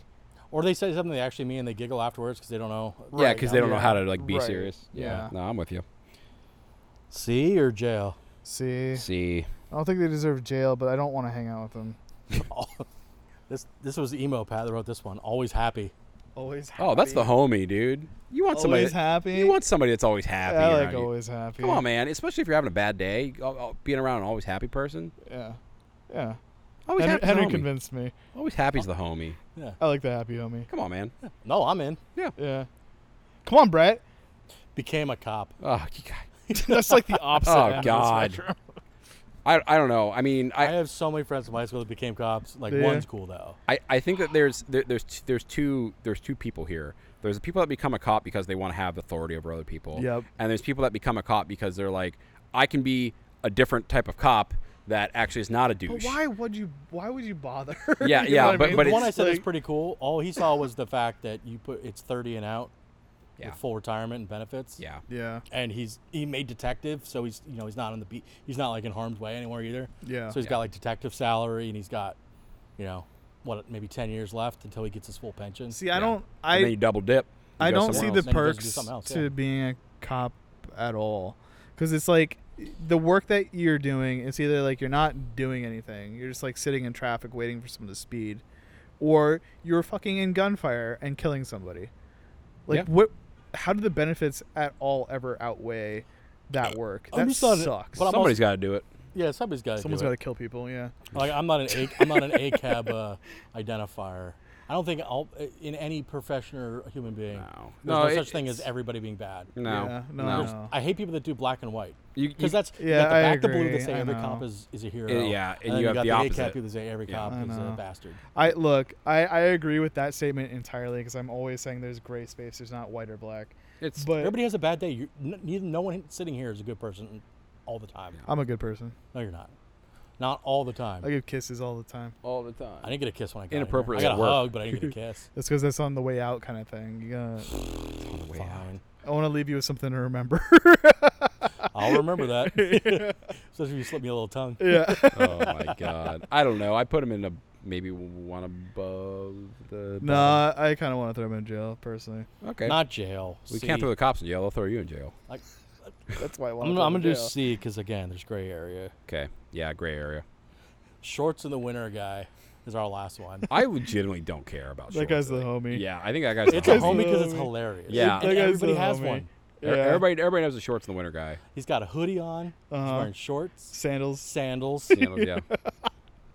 Or they say something they actually mean and they giggle afterwards because they don't know.
Yeah, because they don't know
yeah.
how to like be
Right,
serious. Yeah.
yeah.
No, I'm with you.
See or jail.
see,
See,
I don't think they deserve jail, but I don't want to hang out with them.
This this was emo Pat that wrote this one. Always happy.
Always. Happy.
oh, that's the homie, dude. You want somebody
Always happy.
You want somebody that's always happy.
I
around
like
you.
always happy.
Come on, man. Especially if you're having a bad day, al- al- being around an always happy person.
Yeah. Yeah.
Always
Henry,
happy.
Henry
homie.
convinced me.
Always happy's the homie.
I like the happy homie.
Come on, man.
No, I'm in.
Yeah. Come on, Brett.
Became a cop.
Oh, you guys.
That's like the opposite.
Oh,
end of the
God.
spectrum.
I, I don't know. I mean,
I
I,
have so many friends from high school that became cops. Like
Yeah.
one's cool though.
I, I think that there's there, there's t- there's two there's two people here. There's the people that become a cop because they want to have authority over other people.
Yep.
And there's people that become a cop because they're like, I can be a different type of cop that actually is not a douche.
But why would you? Why would you bother?
Yeah,
You know
yeah,
what I
but-
mean?
but
The
it's
one I said is
like-
pretty cool. All he saw was the fact that you put it's 30 and out
Yeah.
with full retirement and benefits.
Yeah.
Yeah.
And he's he made detective, so he's you know he's not on the beat. He's not like in harm's way anywhere either.
Yeah.
So he's got like detective salary, and he's got, you know, what maybe 10 years left until he gets his full pension.
See, I
Yeah.
don't. I
and then you double dip. You
I
go
don't see
somewhere
the
else.
Then he goes to do
perks
something else,
to
yeah.
being a cop at all, because it's like the work that you're doing. It's either like you're not doing anything. You're just like sitting in traffic waiting for someone to speed, or you're fucking in gunfire and killing somebody. Like
Yeah.
what? How do the benefits at all ever outweigh that work? That
I'm just not-
sucks.
but I'm
Somebody's got to do it.
yeah, somebody's got to.
Someone's
do
got
it.
to kill people. Yeah.
Like I'm not an A, I'm not an ACAB uh, identifier. I don't think I'll, in any profession or human being,
No.
there's no,
No, it-
such thing as
it's-
everybody being bad.
No.
Yeah, no,
no.
no.
I hate people that do black and white
You, you,
because that's you
Yeah,
got the
I
back the blue
agree,
that say
I
every
know.
cop is, is a hero.
Uh, yeah, and
then
you have
got
the opposite.
ACAB people that say every
Yeah.
cop
I
is
know.
a bastard.
I look. I, I agree with that statement entirely because I'm always saying there's gray space. There's not white or black.
it's
But
Everybody has a bad day. You, n- neither no one sitting here is a good person all the time.
I'm a good person.
No, you're not. Not all the time.
I give kisses all the time.
all the time.
I didn't get a kiss when I got
Inappropriate
Here. I
at
got a
work.
hug, but I didn't get a kiss.
That's because that's on the way out kind of thing. You gotta,
Way out.
Fine.
I want to leave you with something to remember.
I'll I'll remember that. Especially if you slip me a little tongue.
Yeah.
oh my god. I don't know. I put him in a maybe one above the.
no, I, I kind of want to throw him in jail personally.
Okay.
Not jail.
we can't throw the cops in jail. They'll throw you in jail.
I,
That's why I want.
I'm, I'm gonna do C because again, there's gray area.
Okay. Yeah. Gray area.
Shorts in the winter guy is our last one.
I legitimately don't care about
That
shorts,
guy's the
really.
homie.
Yeah, I think that guy's
It's
the
a
Because-
homie.
homie because it's
Homie.
hilarious.
Yeah.
and
That guy's
everybody
the
has
homie.
one.
E-
Yeah.
Everybody, everybody knows the shorts in the winter guy.
He's got a hoodie on. He's
Uh-huh.
wearing shorts,
Sandals.
sandals,
You know, yeah.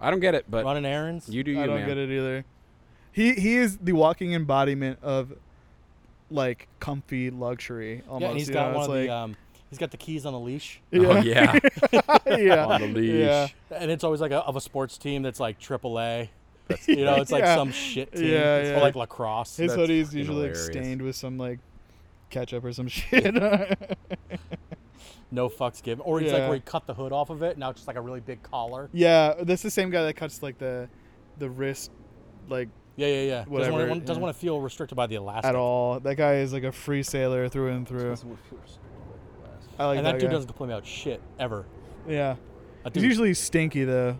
I don't get it, but
running errands.
you do you,
I don't
man.
get it either. He he is the walking embodiment of like comfy luxury almost.
yeah, and he's
you
got one
know? it's
of
like,
the um, he's got the uh, keys on a leash,
Oh yeah,
yeah.
on the leash.
Yeah.
and it's always like a, of a sports team that's like AAA. You know, it's like
Yeah.
some shit team.
Yeah,
It's
yeah.
Or like lacrosse.
His
That's
hoodie is
fucking
usually like,
hilarious.
stained with some like ketchup or some shit.
no fucks given. Or he's like
Yeah.
where he cut the hood off of it. Now it's just like a really big collar.
yeah, that's the same guy that cuts like the the wrist like
Yeah, yeah, yeah. doesn't
Whatever,
want, to, doesn't
yeah.
want to feel restricted by the elastic.
at all. That guy is like a free sailor through and through. I like
And that dude
guy.
doesn't complain about shit ever.
Yeah.
That
He's
dude-
usually stinky though.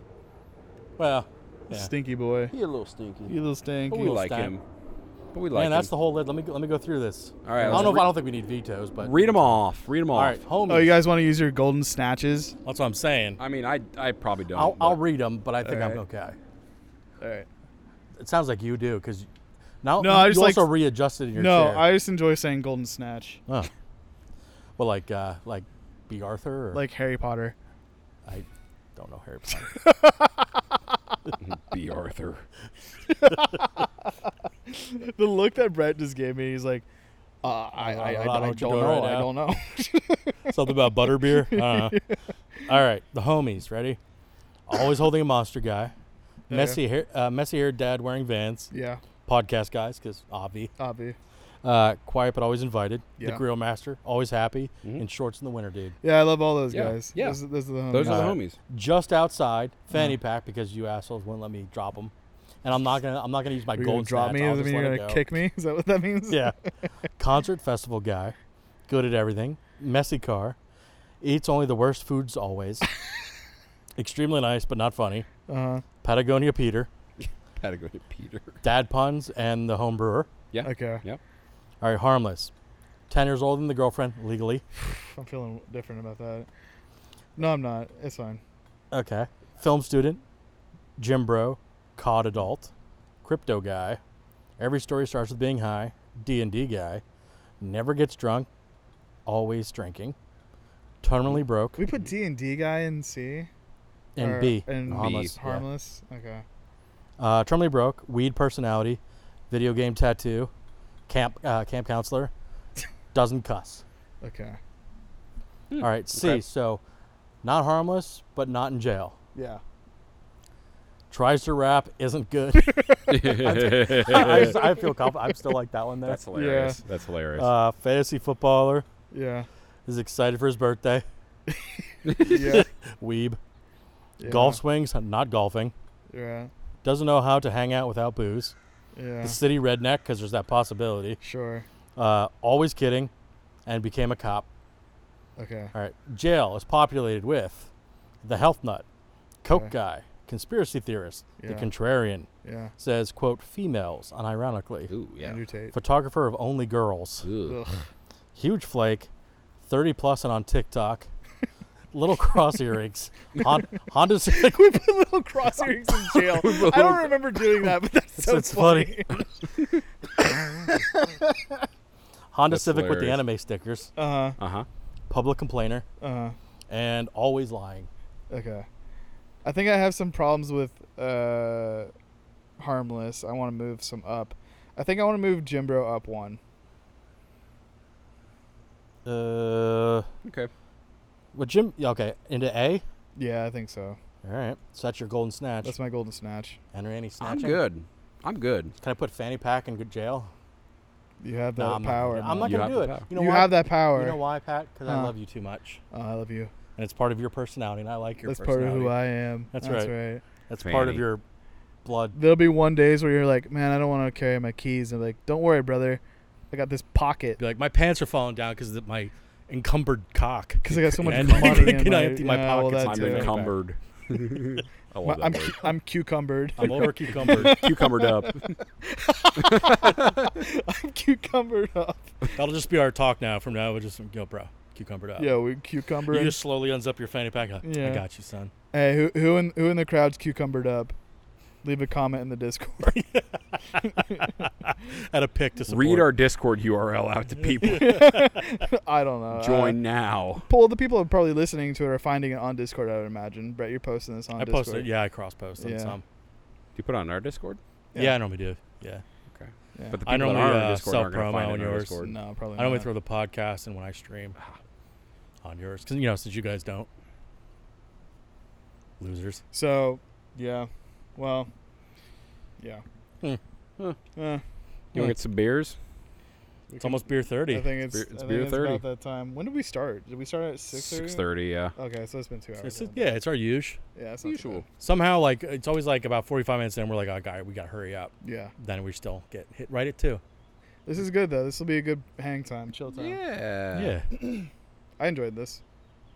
well, yeah.
Stinky boy.
He a little stinky. Oh,
You little stink.
We
Little
like
stank.
him, but we like
man, that's
him.
the whole lid. Let me let me go through this.
All right,
I
let's
don't know.
re-
if, I don't think we need vetoes, but
Read them off. Read them off.
All right, homie.
Oh, you guys want to use your golden snatches?
That's what I'm saying.
I mean, I I probably don't.
I'll, I'll
but-
read them, but I think I'm
right.
okay.
All right.
It sounds like you do because now
No, I
you
just like-
also readjusted in your
No,
chair.
I just enjoy saying golden snatch,
Oh. Well, like uh, like B. Arthur. Or
like Harry Potter.
I don't know Harry Potter.
B. Arthur.
the look that Brett just gave me, he's like, uh, I, I, I,
I don't know
I
what
don't
you're doing
know.
right
I
now."
don't know.
Something about butterbeer. I don't know. All right, the homies, ready? Always holding a monster guy. Messy hair, uh, messy haired dad wearing Vans.
yeah,
Podcast guys, because obvi.
obvi.
Uh, quiet but always invited. The
Yeah. Mm-hmm.
grill master, always happy. In shorts in the winter, dude.
Yeah, I love all those
Yeah,
guys.
yeah.
Those, those are the homies.
Those are
Uh,
the homies.
Just outside, fanny pack because you assholes wouldn't let me drop them, and I'm not gonna I'm not gonna use my
Are you
gold
gonna drop
snatch,
me?
I'll
Does that
just
mean
let
you're
it
gonna
go.
kick me? Is that what that means?
yeah. Concert festival guy, good at everything, messy car, eats only the worst foods always. Extremely nice, but not funny.
Uh-huh.
Patagonia Peter,
Had to go to Peter.
dad puns, and the home brewer.
Yeah.
Okay.
Yep.
All right, harmless. Ten years older than the girlfriend legally.
I'm feeling different about that. No, I'm not. It's fine.
Okay. Film student, gym bro, COD adult, crypto guy. Every story starts with being high. D and D guy, never gets drunk, always drinking, terminally broke,
We put D and D guy in C.
and
Or-
B
and B,
harmless. yeah.
Harmless. Okay.
Uh, terminally broke, weed personality, video game tattoo, camp uh, camp counselor, doesn't cuss.
Okay.
All right, C.
okay.
So, not harmless, but not in jail.
Yeah.
Tries to rap, isn't good. I,
That's
just- I feel confident. I'm still like that one there.
hilarious. That's hilarious.
Uh, fantasy footballer
Yeah.
is excited for his birthday.
Yeah.
Weeb.
yeah.
Golf swings, not golfing.
Yeah.
Doesn't know how to hang out without booze.
Yeah.
The city redneck, because there's that possibility.
Sure.
Uh, always kidding, and became a cop.
Okay.
All right. Jail is populated with the health nut, coke
Okay.
guy, conspiracy theorist, the
Yeah.
contrarian.
Yeah.
Says quote females unironically.
Ooh, yeah.
Andrew Tate.
Photographer of only girls.
Ooh.
Ugh.
Huge flake, 30 plus and on TikTok. Little cross earrings. Hon- Honda Civic.
we put little cross earrings in jail. I don't remember doing that, but that's so
it's funny.
funny.
Honda
That's
Civic with
hilarious.
the anime stickers.
Uh
Uh huh.
Public complainer
huh. Uh
and always lying.
huh. Okay. I think I have some problems with uh, harmless. I want to move some up. I think I want to move Jimbro up one.
Uh,
Okay.
well, Jim. yeah, Okay, into A.
Yeah, I think so.
All right, so that's your golden snatch.
That's my golden snatch.
Enter any
I'm
snatching.
good. I'm good.
Can I put fanny pack in good jail?
You have that
Nah, I'm not gonna
power.
do it. I'm not
You
gonna
have
do
the
it.
power.
You know
you
why?
have that power.
You know why, Pat? Because I
Huh.
love you too much,
Oh, I love you.
and it's part of your personality, and I like your
That's part of
personality.
who I am.
That's
right.
That's part of
Fanny.
your blood.
There'll be one days where you're like, man, I don't want to carry my keys. And I'm like, don't worry, brother. I got this pocket.
Be like, my pants are falling down because my encumbered cock.
because I got so much
And-
money. in
Can I
my-
empty my
yeah, well,
pockets?
that
I'm
do
too.
it.
encumbered. I
My-
love
I'm
that word.
cu- I'm cucumbered.
I'm over cucumbered.
Cucumbered up.
I'm cucumbered up.
That'll just be our talk now. From now, we'll just go, bro. Cucumbered up.
Yeah, we cucumber.
You just slowly unzip your fanny pack. Like, I
Yeah.
got you, son.
Hey, who who in who in the crowd's cucumbered up? Leave a comment in the Discord.
At a pick to support.
Read our Discord URL out to people.
I don't know.
Join now.
Uh, well, the people who are probably listening to it are finding it on Discord. I would imagine. Brett, you're posting this on
I
Discord.
posted. Yeah, I cross posted
Yeah.
some.
Do you put it on our Discord?
Yeah. I normally do. Yeah.
Okay.
Yeah.
But the people
I
that
normally,
are on our
uh,
Discord aren't going to
self-promo
find it
on
on our
yours.
Discord.
No, probably.
I normally
not.
throw the podcast and when I stream on yours because you know since you guys don't. Losers.
So, yeah. Well, yeah.
Hmm.
Huh. You
Eh,
want to get some beers?
It's almost beer
I
thirty.
think it's,
beer- it's
I think
beer
it's
30.
about that time. When did we start? Did we start at six thirty?
Six thirty. Yeah.
Okay, so it's been two
It's-
hours.
it's- yeah, it's our usual.
Yeah, it's not too
Usual.
Somehow, like it's always like about forty-five minutes in, we're like, "Oh, guy, we gotta hurry up."
bad. Yeah,
Then we still get hit right at two.
this is good though. This will be a good hang time, chill time.
Yeah.
yeah.
I enjoyed this.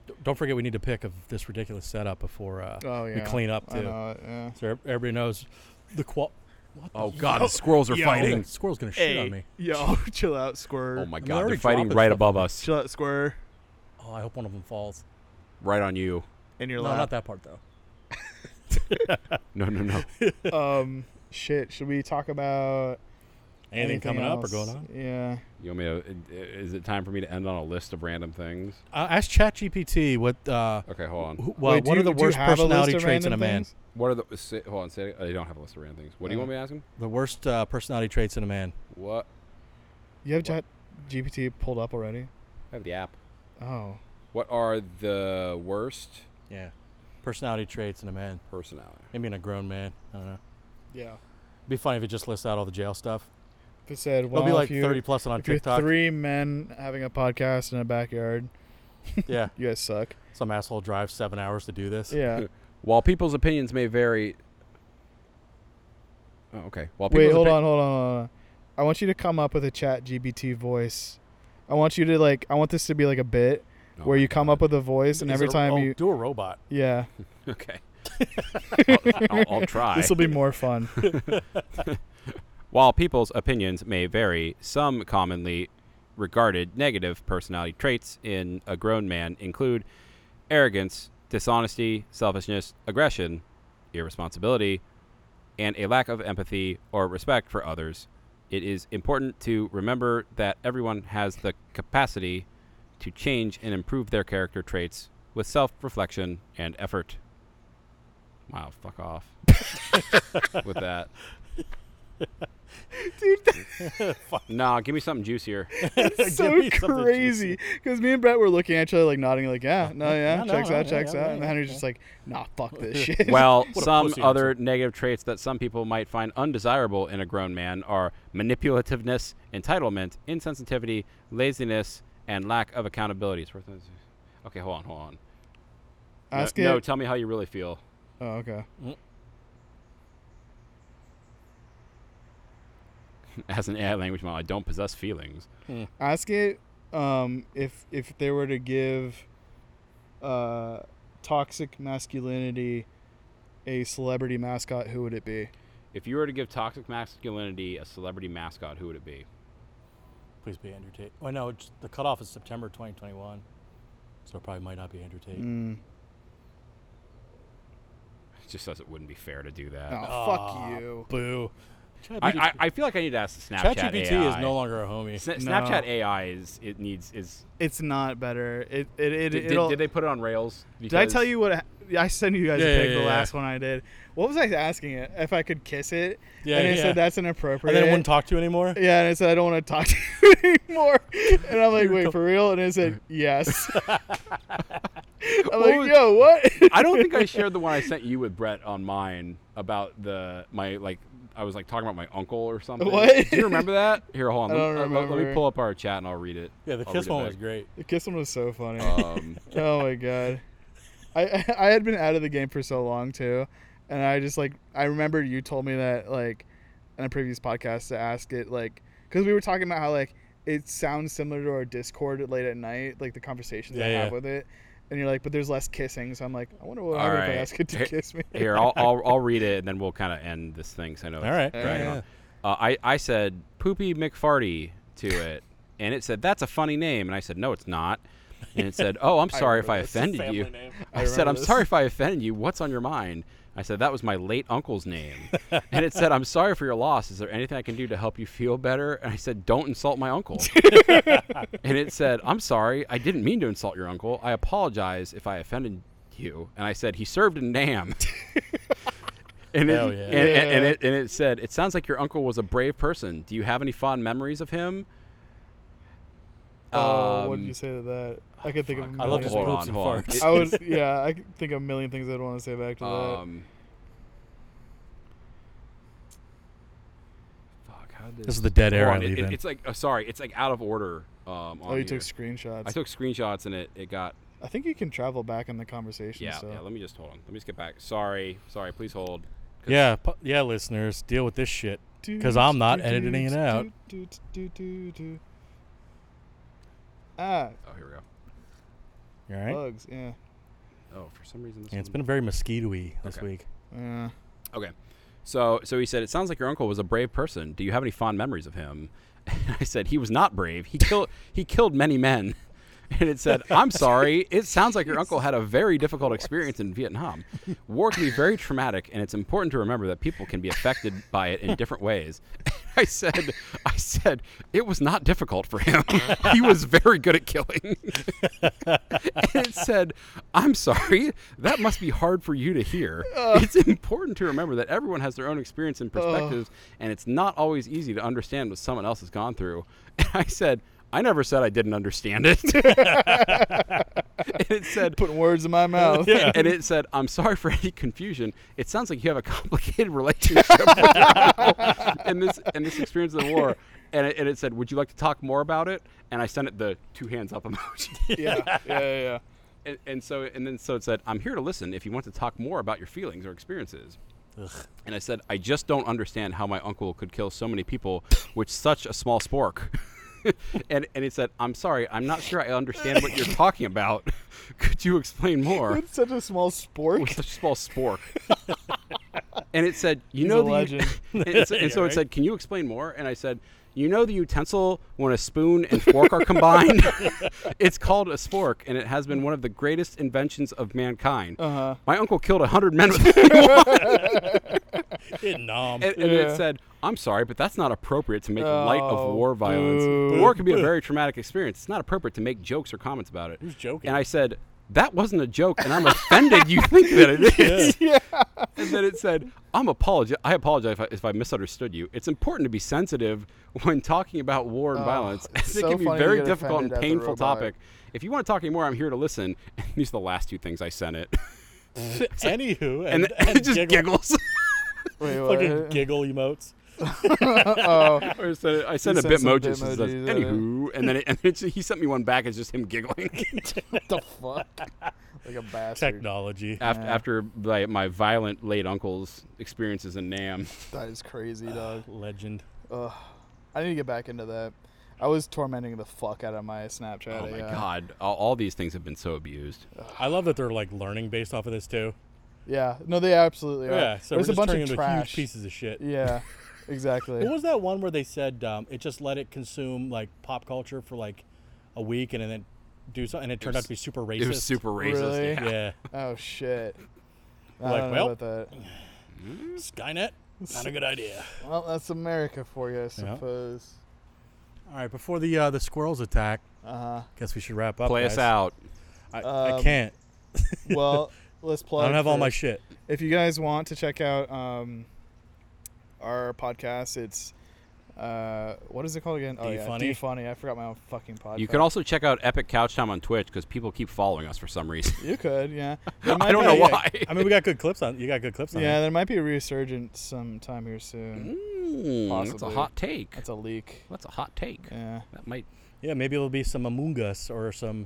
D- Don't forget, we need a pic of this ridiculous setup before uh,
Oh yeah,
we clean up
I
too,
know. it, Yeah.
so ev- everybody knows the qual. What the
Oh God, the squirrels are
Yo,
fighting.
that squirrel's gonna shit on
Hey,
me.
yo, chill out, squirrel.
Oh my
they're
God, they're
already
fighting
dropping
right
stuff.
above us,
Chill out, squirrel.
Oh, I hope one of them falls.
right on you.
In your
No,
lap.
not that part though.
No, no, no.
um, shit. Should we talk about
Anything, coming up or
else?
going on?
Yeah.
You want me to? Is it time for me to end on a list of random things?
Uh, ask ChatGPT what. Uh,
Okay, hold on.
wh- well,
Wait, do
what are
you-
the
do you
worst
have a list
personality
of
traits in a
random
man?
things?
What are the? Say, hold on. Say it. I don't have a list of random things. What do you
Uh.
want me to ask him?
The worst uh, personality traits in a man.
What?
You have Chat GPT pulled up already?
I have the app.
Oh.
What are the worst
Yeah, personality traits in a man.
personality?
Maybe in a grown man. I don't know.
Yeah.
It'd be funny if it just lists out all the jail stuff.
If it said,
It'll
well,
be like
if you,
30 plus on
if you're
TikTok.
three men having a podcast in a backyard,
Yeah.
you guys suck.
Some asshole drives seven hours to do this.
Yeah.
While people's opinions may vary. Oh, okay. While
Wait,
people's
hold
opi-
on, hold on, hold on. I want you to come up with a Chat GPT voice. I want you to like. I want this to be like a bit
Oh
where
my
you come
God.
up with a voice, and
Is
every
it a-
time
oh,
you,
do a robot.
yeah,
Okay. I'll, I'll- I'll try.
this will be more fun.
While people's opinions may vary, some commonly regarded negative personality traits in a grown man include arrogance, dishonesty, selfishness, aggression, irresponsibility, and a lack of empathy or respect for others. It is important to remember that everyone has the capacity to change and improve their character traits with self reflection and effort. Wow, fuck off with that. Nah, give me something juicier.
It's
Give
so
me something
crazy
juicy.
because me and Brett were looking at each other like nodding, like yeah, no, yeah,
no,
checks
no,
out,
yeah,
checks
yeah,
out,
yeah,
and Henry's
yeah.
just like, nah, fuck this shit.
Well,
a
some
pussy
other
answer.
negative traits that some people might find undesirable in a grown man are manipulativeness, entitlement, insensitivity, laziness, and lack of accountability. It's worth Okay, hold on, hold on. No-
ask
no,
it.
tell me how you really feel.
oh, okay.
As an AI language model, I don't possess feelings.
Ask it um, if if they were to give uh, toxic masculinity a celebrity mascot, who would it be?
If you were to give toxic masculinity a celebrity mascot, who would it be?
Please be Andrew Tate. Oh, no, it's, the cutoff is September 2021. So it probably might not be Andrew Tate.
Mm.
It just says it wouldn't be fair to do that.
Oh,
Ah,
fuck you.
Boo.
I, I, I feel like I need to ask the Snapchat
ChatGPT
AI.
is no longer a homie.
Sna- Snapchat AI is it needs is
It's not better. It it it.
did,
it'll-
did, did they put it on rails?
Did I tell you what? I, I sent you guys
Yeah,
a pic
yeah,
the
yeah,
last one I did. What was I asking it? If I could kiss it?
Yeah,
And it
yeah.
said that's
And
inappropriate.
then it wouldn't talk to you anymore?
yeah, and it said I don't want to talk to you anymore. And I'm like, wait for real? And it said yes. I'm like,
was-
yo, what?
I don't think I shared the one I sent you with Brett on mine about the my like I was like talking about my uncle or something.
What?
Do you remember that? Here, hold on.
I
let,
don't
let- let- let me
remember.
pull up our chat and I'll read it.
Yeah, the
I'll read
kiss
it
one was
back.
great.
the kiss one was so funny.
Um,
oh my god, I I had been out of the game for so long too, and I just like I remember you told me that like in a previous podcast to ask it like because we were talking about how like it sounds similar to our Discord at late at night, like the conversations I
Yeah,
have
yeah.
with it. And you're like, but there's less kissing, so I'm like, I wonder what
All
happened if
right.
I ask it to
Here-
kiss me.
Here, I'll, I'll, I'll read it and then we'll kind of end this thing. 'cause I know.
All right.
Yeah.
dragging on. Uh, I, I said Poopy McFarty to it, and it said, That's a funny name. And I said, No, it's not. And it said, Oh, I'm sorry if
remember
I
this.
offended you.
Family name.
I,
I
said,
remember
I'm
this.
sorry if I offended you. What's on your mind? I said, That was my late uncle's name. and it said, I'm sorry for your loss. Is there anything I can do to help you feel better? And I said, Don't insult my uncle. and it said, I'm sorry. I didn't mean to insult your uncle. I apologize if I offended you. And I said, He served in NAM. And it,
Hell yeah.
and, and- and it and it said, "It sounds like your uncle was a brave person. Do you have any fond memories of him?"
Oh, what
Um,
did you say to that? I could think of. A
fuck,
million.
I love his
Hold
poops
on,
and
hold on.
farts.
It-
I would, yeah, I could think of a million things I'd want to say back to
Um, fuck, how did
This is the dead air
Hold
I
on, it-
leave
it-
in.
It's like oh, sorry, it's like out of order. Um,
that.
on
Oh, you
here.
took screenshots.
I
I,
took screenshots and it it got
think you can travel back in the conversation.
yeah
so.
yeah. Let me just hold on. Let me just get back. Sorry, sorry. Please hold. 'Cause-
yeah, pu- yeah, listeners, deal with this shit. 'Cause I'm not editing it out.
Ah,
Oh, here we go.
All right.
bugs. Yeah.
Oh, for some reason this
Yeah, it's
one-
been very mosquito-y this
Okay.
week.
Yeah.
Okay. So so he said, It sounds like your uncle was a brave person. Do you have any fond memories of him? And I said, He was not brave. He killed he killed many men. And it said, I'm sorry, it sounds like your uncle had a very difficult experience in Vietnam. War can be very traumatic, and it's important to remember that people can be affected by it in different ways. I said, I said, it was not difficult for him. he was very good at killing. and it said, I'm sorry, that must be hard for you to hear. It's important to remember that everyone has their own experience and perspectives, and it's not always easy to understand what someone else has gone through. And I said, I never said I didn't understand it. and it said,
Putting words in my mouth.
and it said, I'm sorry for any confusion. It sounds like you have a complicated relationship with your uncle and this and this experience of the war. And it, and it said, Would you like to talk more about it? And I sent it the two hands up emoji.
yeah. Yeah. Yeah. yeah.
and, and so and then so it said i'm here to listen if you want to talk more about your feelings or experiences and i said i just don't understand how my uncle could kill so many people with such a small spork and and it said i'm sorry i'm not sure i understand what you're talking about could you explain more
It's such a small
with
spork.
such a small spork and it said you
He's
know
a
the
legend.
and, it's- and so it said can you explain more and i said you know the utensil when a spoon and fork are combined it's called a spork and it has been one of the greatest inventions of mankind
Uh-huh.
my uncle killed a 100 men with it
nom.
and, and
Yeah.
it said i'm sorry but that's not appropriate to make light of
Oh,
war violence
boo.
war can be a very traumatic experience it's not appropriate to make jokes or comments about it
Who's joking?
and i said that wasn't a joke and i'm offended you think that it is
Yeah.
and then it said, "I'm apologi- I apologize if I, if I misunderstood you. It's important to be sensitive when talking about war and violence.
it's
it
so
can be
funny to
very
get
difficult and
offended as a
painful
robot.
topic. If you want to talk anymore, I'm here to listen." And these are the last two things I sent it,
Anywho,
and,
and,
then
and
it just
giggle,
giggles.
Wait,
fucking
what?
giggle emotes.
Oh.
I sent, I sent a
sent some
bitmoji that says,
bitmojis, yeah.
"Anywho," and then it, and it's, he sent me one back. It's just him giggling
the fuck? Like a bastard.
Technology.
after, after my, my violent late uncle's experiences in Nam.
That is crazy, dog.
Legend.
Ugh. I need to get back into that. I was tormenting the fuck out of my Snapchat.
Oh my
AI.
God! All, all these things have been so abused.
I love that they're like learning based off of this too.
Yeah. No, they absolutely are.
Yeah, so
There's
we're just
a bunch
turning
of
into
trash.
huge pieces of shit.
Yeah. Exactly.
What was that one where they said um, it just let it consume like pop culture for like a week and then it do something and it turned out to be super racist?
It was super racist.
Really?
yeah.
Yeah.
Oh shit. I
Like,
don't know
well-
about that.
Skynet. Not a good idea.
Well, that's America for you, I suppose.
All right, before the uh, the squirrels attack,
Uh
guess we should wrap up.
Play
guys.
us out.
I, I
Um,
can't.
huh. Well, let's plug.
I don't have all my
first.
shit.
if you guys want to check out um, our podcast, it's uh, what is it called again? Oh
Do
yeah,
Funny.
Do funny. I forgot my own fucking podcast.
You can also check out Epic Couch Time on Twitch because people keep following us for some reason.
You could, yeah. There
I
might
don't
be-
know
yeah.
why.
I mean, we got good clips on. You got good clips on.
Yeah,
it.
there might be a resurgence sometime here soon.
Mm, that's a
Possibly.
hot take.
That's a leak.
That's a hot take.
Yeah.
That might.
Yeah, maybe it'll be some Among Us or some.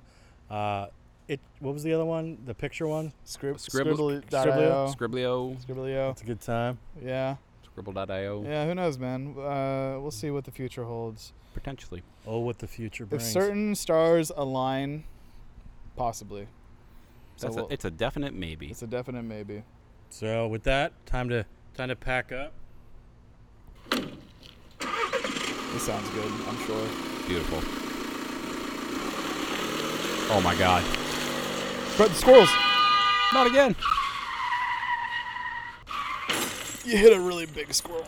Uh, it. What was the other one? The picture one.
Scrib-
Scribble-
Scribble.io.
Scriblio.
Scribblio.
It's a good time.
Yeah.
Scribble.io,
Yeah, who knows, man? Uh, we'll see what the future holds.
potentially.
Oh, what the future
If
brings.
certain stars align, possibly. So
That's
we'll-
a, it's a definite maybe.
it's a definite maybe.
so with that, time to time to pack up.
This sounds good, I'm sure.
Beautiful. Oh my god.
But the squirrels,
Not again.
you hit a really big squirrel.